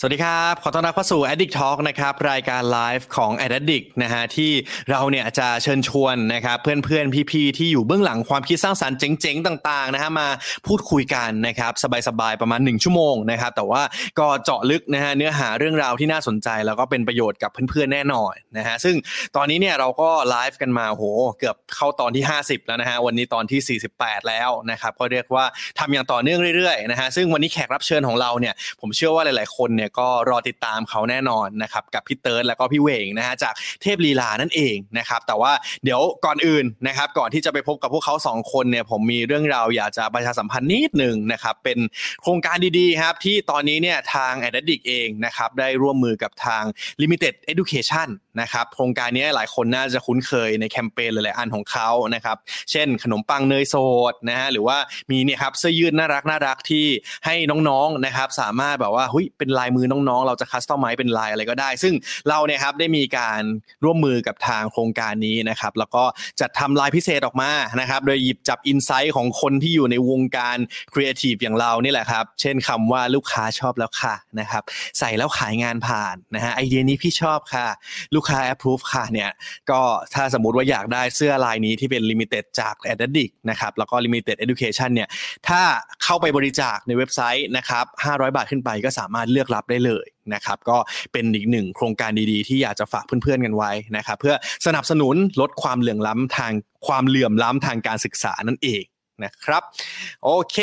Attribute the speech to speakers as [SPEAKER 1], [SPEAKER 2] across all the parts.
[SPEAKER 1] สวัสดีครับ ขอต้อนรับเข้าสู่ Addict Talk นะครับ รายการไลฟ์ของ Addict นะฮะที่เราเนี่ยจะเชิญชวนนะครับเพื่อนๆ พี่ๆ ที่อยู่เบื้องหลังความคิดสร้างสรรค์เจ๋งๆ ต่างๆ นะฮะมาพูดคุยกันนะครับ สบายๆ ประมาณ 1 ชั่วโมงนะครับ แต่ว่าก็เจาะลึกนะฮะเนื้อหาเรื่องราวที่น่าสนใจแล้วก็เป็นประโยชน์กับเพื่อนๆ แน่นอนนะฮะซึ่งตอนนี้เนี่ยเราก็ไลฟ์กันมาโหเกือบเข้าตอนที่ 50 แล้วนะฮะวันนี้ตอนที่ 48 แล้วนะครับก็เรียกว่าทำอย่างต่อเนื่องเรื่อยๆ นะฮะซึ่งวันนี้แขกรับเชิญของเราเนี่ย ผมเชื่อว่าหลาย ๆ คนเนี่ยก็รอติดตามเขาแน่นอนนะครับกับพี่เติร์ดแล้วก็พี่เหวงนะฮะจากเทพลีลานั่นเองนะครับแต่ว่าเดี๋ยวก่อนอื่นนะครับก่อนที่จะไปพบกับพวกเขาสองคนเนี่ยผมมีเรื่องราวอยากจะประชาสัมพันธ์นิดหนึ่งนะครับเป็นโครงการดี ๆ ครับ ที่ตอนนี้เนี่ยทาง a d d i c t เองนะครับได้ร่วมมือกับทาง Limited Education นะครับโครงการนี้หลายคนน่าจะคุ้นเคยในแคมเปญหลายๆอันของเขานะครับ เช่นขนมปังเนยสดนะฮะหรือว่ามีเนี่ยครับเสื้อยืดน่ารักน่ารักที่ให้น้องๆนะครับสามารถแบบว่าเฮ้ยเป็นลายมือน้องๆ เราจะคัสตอมไมเป็นลายอะไรก็ได้ ซึ่งเราเนี่ยครับได้มีการร่วมมือกับทางโครงการนี้นะครับแล้วก็จัดทำลายพิเศษออกมานะครับโดยหยิบจับอินไซต์ของคนที่อยู่ในวงการครีเอทีฟอย่างเรานี่แหละครับเช่นคำว่าลูกค้าชอบแล้วค่ะนะครับใส่แล้วขายงานผ่านนะฮะไอเดียนี้พี่ชอบค่ะ ลูกค้า approve ค่ะเนี่ยก็ถ้าสมมติว่าอยากได้เสื้อลายนี้ที่เป็น limited จาก a d d i c t นะครับแล้วก็ limited education เนี่ยถ้าเข้าไปบริจาคในเว็บไซต์นะครับ500 บาทขึ้นไปก็สามารถเลือกรับได้เลยนะครับก็เป็นอีกหนึ่งโครงการดีๆ ที่อยากจะฝากเพื่อนๆกันไว้นะครับเพื่อสนับสนุนลดความเหลื่อมล้ำทางความเหลื่อมล้ำทางการศึกษานั่นเองนะครับ โอเค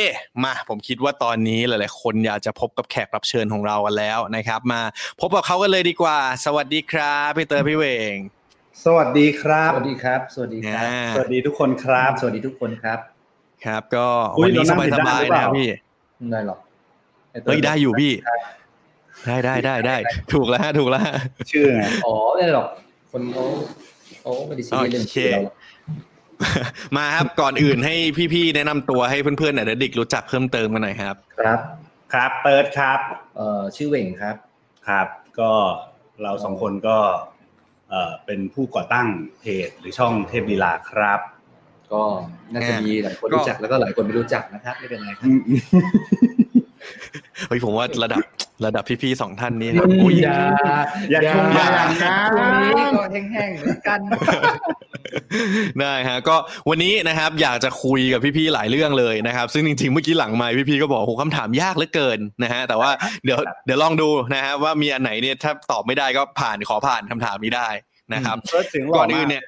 [SPEAKER 1] มาผมคิดว่าตอนนี้หลายๆ คนอยากจะพบกับแขกรับเชิญของเรากันแล้วนะครับ มาพบกับเขากันเลยดีกว่า สวัสดีครับพี่เตอร์พี่เหวง
[SPEAKER 2] สวัสดีครับ
[SPEAKER 3] สวัสดีครับ สวัสดีครับ
[SPEAKER 1] อ่า
[SPEAKER 2] สวัสดีทุกคนครับ
[SPEAKER 3] สวัสดีทุกคนครับ
[SPEAKER 1] ครับ ก็
[SPEAKER 2] อุ๊
[SPEAKER 1] วั
[SPEAKER 2] ย
[SPEAKER 1] นนี้ส
[SPEAKER 2] เรานั่
[SPEAKER 1] บายส
[SPEAKER 2] งผิดด้าน
[SPEAKER 1] บาย
[SPEAKER 2] หรื
[SPEAKER 1] นะ
[SPEAKER 2] อเปล่า
[SPEAKER 1] พี่
[SPEAKER 3] ไม่เป็นได้หรอก
[SPEAKER 1] เอ้ยได้อยู่พี่ ได้ได้ได้ได้ถูกแล้วฮะถูกแล้วฮะ
[SPEAKER 2] ชื่อไง
[SPEAKER 3] อ๋อไม่เป็นได้หรอก คนเขาเขาไม่ได้ซีเรียสเรื่อง
[SPEAKER 1] โอเค
[SPEAKER 3] ชื่อเราหรอก
[SPEAKER 1] มาครับก่อนอื่นให้พี่ๆแนะนำตัวให้เพื่อนๆหน่อยและเด็กรู้จักเพิ่มเติมกันหน่อยครับ
[SPEAKER 3] ครับ
[SPEAKER 2] ครับเติร์ดครับ
[SPEAKER 3] เอ่อชื่อเหว่งครับ
[SPEAKER 2] ครับ ก็เราสองคนก็เอ่อเป็นผู้ก่อตั้งเพจหรือช่องเทพลีลาครับ
[SPEAKER 3] ก็น่าจะ
[SPEAKER 1] อ่ามี
[SPEAKER 3] มีหลายคน
[SPEAKER 1] ก็
[SPEAKER 3] รู้จักแล้วก็หลายคนไม่รู้จักนะครับไม่เป็นไรครับ
[SPEAKER 1] เฮ้ยผมว่าระดับระดับพี่ๆสองท่านนี้ครับอุ้ย
[SPEAKER 2] อย่าชม
[SPEAKER 1] อย่า
[SPEAKER 2] ยางนะ
[SPEAKER 3] ช่วงนี้ก็แห้งๆเหมือนกัน
[SPEAKER 1] ได้ฮะก็วันนี้นะครับอยากจะคุยกับพี่ๆหลายเรื่องเลยนะครับ ซึ่งจริงๆเมื่อกี้หลังไมค์พี่ๆก็บอกโหคำถามยากเหลือเกินนะฮะแต่ว่าเดี๋ยวเดี๋ยวลองดูนะฮะว่ามีอันไหนเนี่ยถ้าตอบไม่ได้ก็ผ่านขอผ่านคำถามนี้ได้นะครับ
[SPEAKER 2] เติร์ดเสียงหล่
[SPEAKER 1] ก่
[SPEAKER 2] อ
[SPEAKER 1] อนอื่
[SPEAKER 2] มาน ก
[SPEAKER 1] เนี่ย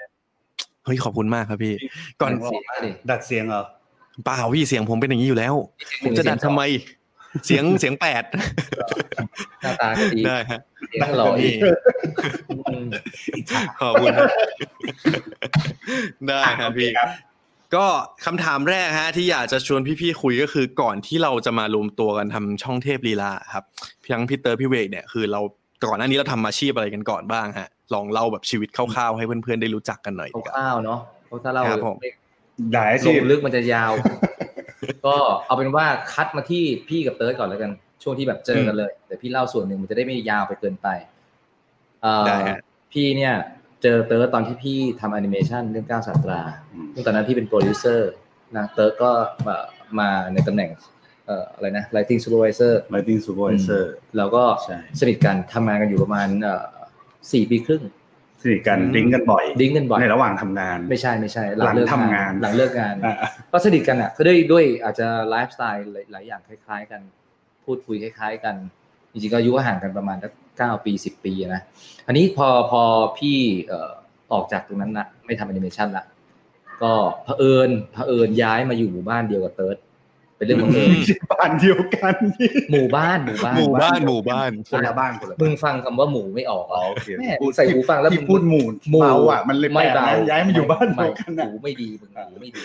[SPEAKER 1] เฮ้ยขอบคุณมากครับพี่ ก่อน
[SPEAKER 3] เสียงมาดิ
[SPEAKER 2] ดัดเสียงเหรอ
[SPEAKER 1] เปล่าพี่เสียงผมเป็นอย่างนี้อยู่แล้ว ผมจะดัดทำไม เสียงเสียงแปด
[SPEAKER 3] หน้าตาก็ดี
[SPEAKER 1] ได้ฮะ
[SPEAKER 3] เสียงก็หล่ออีกอืม
[SPEAKER 1] ขอบคุณครับได้ครับพี่ ก็คำถามแรกฮะที่อยากจะชวนพี่ๆคุยก็คือก่อนที่เราจะมารวมตัวกันทำช่องเทพลีลาครับพี่ทั้งพี่เตอร์พี่เวกเนี่ยคือเราก่อนหน้านี้เราทำอาชีพอะไรกันก่อนบ้างฮะลองเล่าแบบชีวิตคร่าวๆให้เพื่อนๆได้รู้จักกันหน่อยดีกว่า
[SPEAKER 3] คร่าวๆเนาะเพราะถ้าเรา
[SPEAKER 1] ครับผม
[SPEAKER 3] ไม่
[SPEAKER 2] หลายอา
[SPEAKER 3] ล
[SPEAKER 2] ชีพ
[SPEAKER 3] งลึกมันจะ ยาว ก็เอาเป็นว่าคัดมาที่พี่กับเติร์ดก่อนแล้วกัน ช่วงที่แบบเจอกันเลยเดี๋ยวพี่เล่าส่วนหนึ่งมันจะได้ไม่ยาวไปเกินไปเอ่อ
[SPEAKER 1] ได้ฮะ
[SPEAKER 3] พี่เนี่ย เจอเติร์ดตอนที่พี่ทำแอนิเมชันเรื่องก้าวสาตราซึ่งตอนนั้นพี่เป็นโปรดิวเซอร์นะเติร์ดก็มามาในตำแหน่งเอ่ออะไรนะ lighting supervisor
[SPEAKER 2] มาติงซูเปอร์เซอร์
[SPEAKER 3] แล้วก็
[SPEAKER 2] ใช่
[SPEAKER 3] สนิทกันทำงานกันอยู่ประมาณเอ่อสี่ปีครึ่ง
[SPEAKER 2] สนิทกัน
[SPEAKER 1] อืม
[SPEAKER 2] ดิ้งกันบ่อย
[SPEAKER 3] ดิ้งกันบ่อย
[SPEAKER 2] ในระหว่างทำงาน
[SPEAKER 3] ไม่ใช่ไม่ใช่
[SPEAKER 2] หลัง
[SPEAKER 3] เลิก
[SPEAKER 2] ทำงาน
[SPEAKER 3] หลังเลิกงาน
[SPEAKER 2] อ่ะ
[SPEAKER 3] ก็สนิทกันอ่ะก็ด้วยด้วยอาจจะไลฟ์สไตล์หลายๆอย่างคล้าย ๆ กัน พูดคุยคล้าย ๆ กัน จริงๆก็อายุก็ห่างกันประมาณสักเก้าปีสิบปีอะนะอันนี้พอพอพี่เอ่อออกจากตรงนั้นนะไม่ทำแอนิเมชันละก็เผอิญเผอิญย้ายมาอยู่หมู่บ้านเดียวกับเติร์ดเป็นเรื่องบังเอิญ
[SPEAKER 2] บ้านเดียวกันนี่
[SPEAKER 3] หมู่บ้านหมู่บ้าน
[SPEAKER 1] หมู่บ้านหมู่บ้าน
[SPEAKER 2] คนละบ้านคนละบ้าน
[SPEAKER 3] มึงฟังคำว่าหมู่ไม่ออกเหร
[SPEAKER 2] อ๋อ
[SPEAKER 3] อ
[SPEAKER 2] โอเค
[SPEAKER 3] แม่ใส่หูฟังแล้ว
[SPEAKER 2] ที่
[SPEAKER 3] มึง
[SPEAKER 2] พูดหมู่
[SPEAKER 3] หมู่
[SPEAKER 2] เบาอ่ะมันเลยแปลกน
[SPEAKER 3] เบ
[SPEAKER 2] ะย้ายมาอยู่บ้านเดี
[SPEAKER 3] ไม่
[SPEAKER 2] ยวกันนะ
[SPEAKER 3] หูไม่ดีมึงหูไม่ดี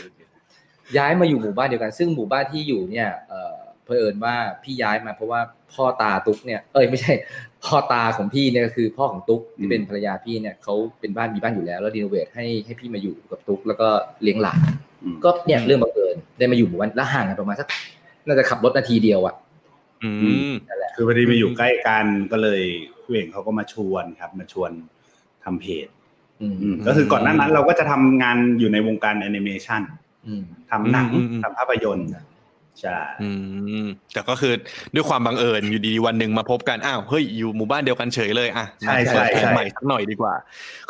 [SPEAKER 3] ย้ายมาอยู่หมู่บ้านเดียวกัน ซึ่งหมู่บ้านที่อยู่เนี่ยเอ่อเผอิญว่าพี่ย้ายมาเพราะว่าพ่อตาตุ๊กเนี่ยเอ้ยไม่ใช่ พ่อตาของพี่เนี่ยก็คือพ่อของตุ๊กที่เป็นภรรยาพี่เนี่ยเขาเป็นบ้านมีบ้านอยู่แล้วแล้วรีโนเวทให้ให้พี่มาอยู่กับตุ๊กแล้วก็เลี้ยงหลาน
[SPEAKER 2] อืม
[SPEAKER 3] ก็เนี่ยเรื่องบังเอิญ ได้มาอยู่หมู่บ้านแล้วห่างกันประมาณสักน่าจะขับรถนาทีเดียวอะ
[SPEAKER 1] อืม
[SPEAKER 2] คือพอดีมาอ
[SPEAKER 3] อื
[SPEAKER 2] ยู่
[SPEAKER 3] ม
[SPEAKER 2] ใกล้กันก็เลยพี่เองเขาก็มาชวนครับ มาชวนทำเพจ
[SPEAKER 3] อืม
[SPEAKER 2] อืมก็คือก่อนหน้านั้นเราก็จะทำงานอยู่ในวงการแอนิเมชัน
[SPEAKER 3] อืม
[SPEAKER 2] ทำหนัง
[SPEAKER 1] อืมอืม
[SPEAKER 2] ทำภาพยนตร์ใช่
[SPEAKER 1] อืมแต่ก็คือด้วยความบังเอิญอยู่ดีๆวันหนึ่งมาพบกันอ้าวเฮ้ยอยู่หมู่บ้านเดียวกันเฉยเลยอ่ะ
[SPEAKER 2] ใช่
[SPEAKER 1] มา
[SPEAKER 2] ใช่
[SPEAKER 1] เปิดแผน
[SPEAKER 2] ใช่
[SPEAKER 1] ใหม่สักหน่อยดีกว่า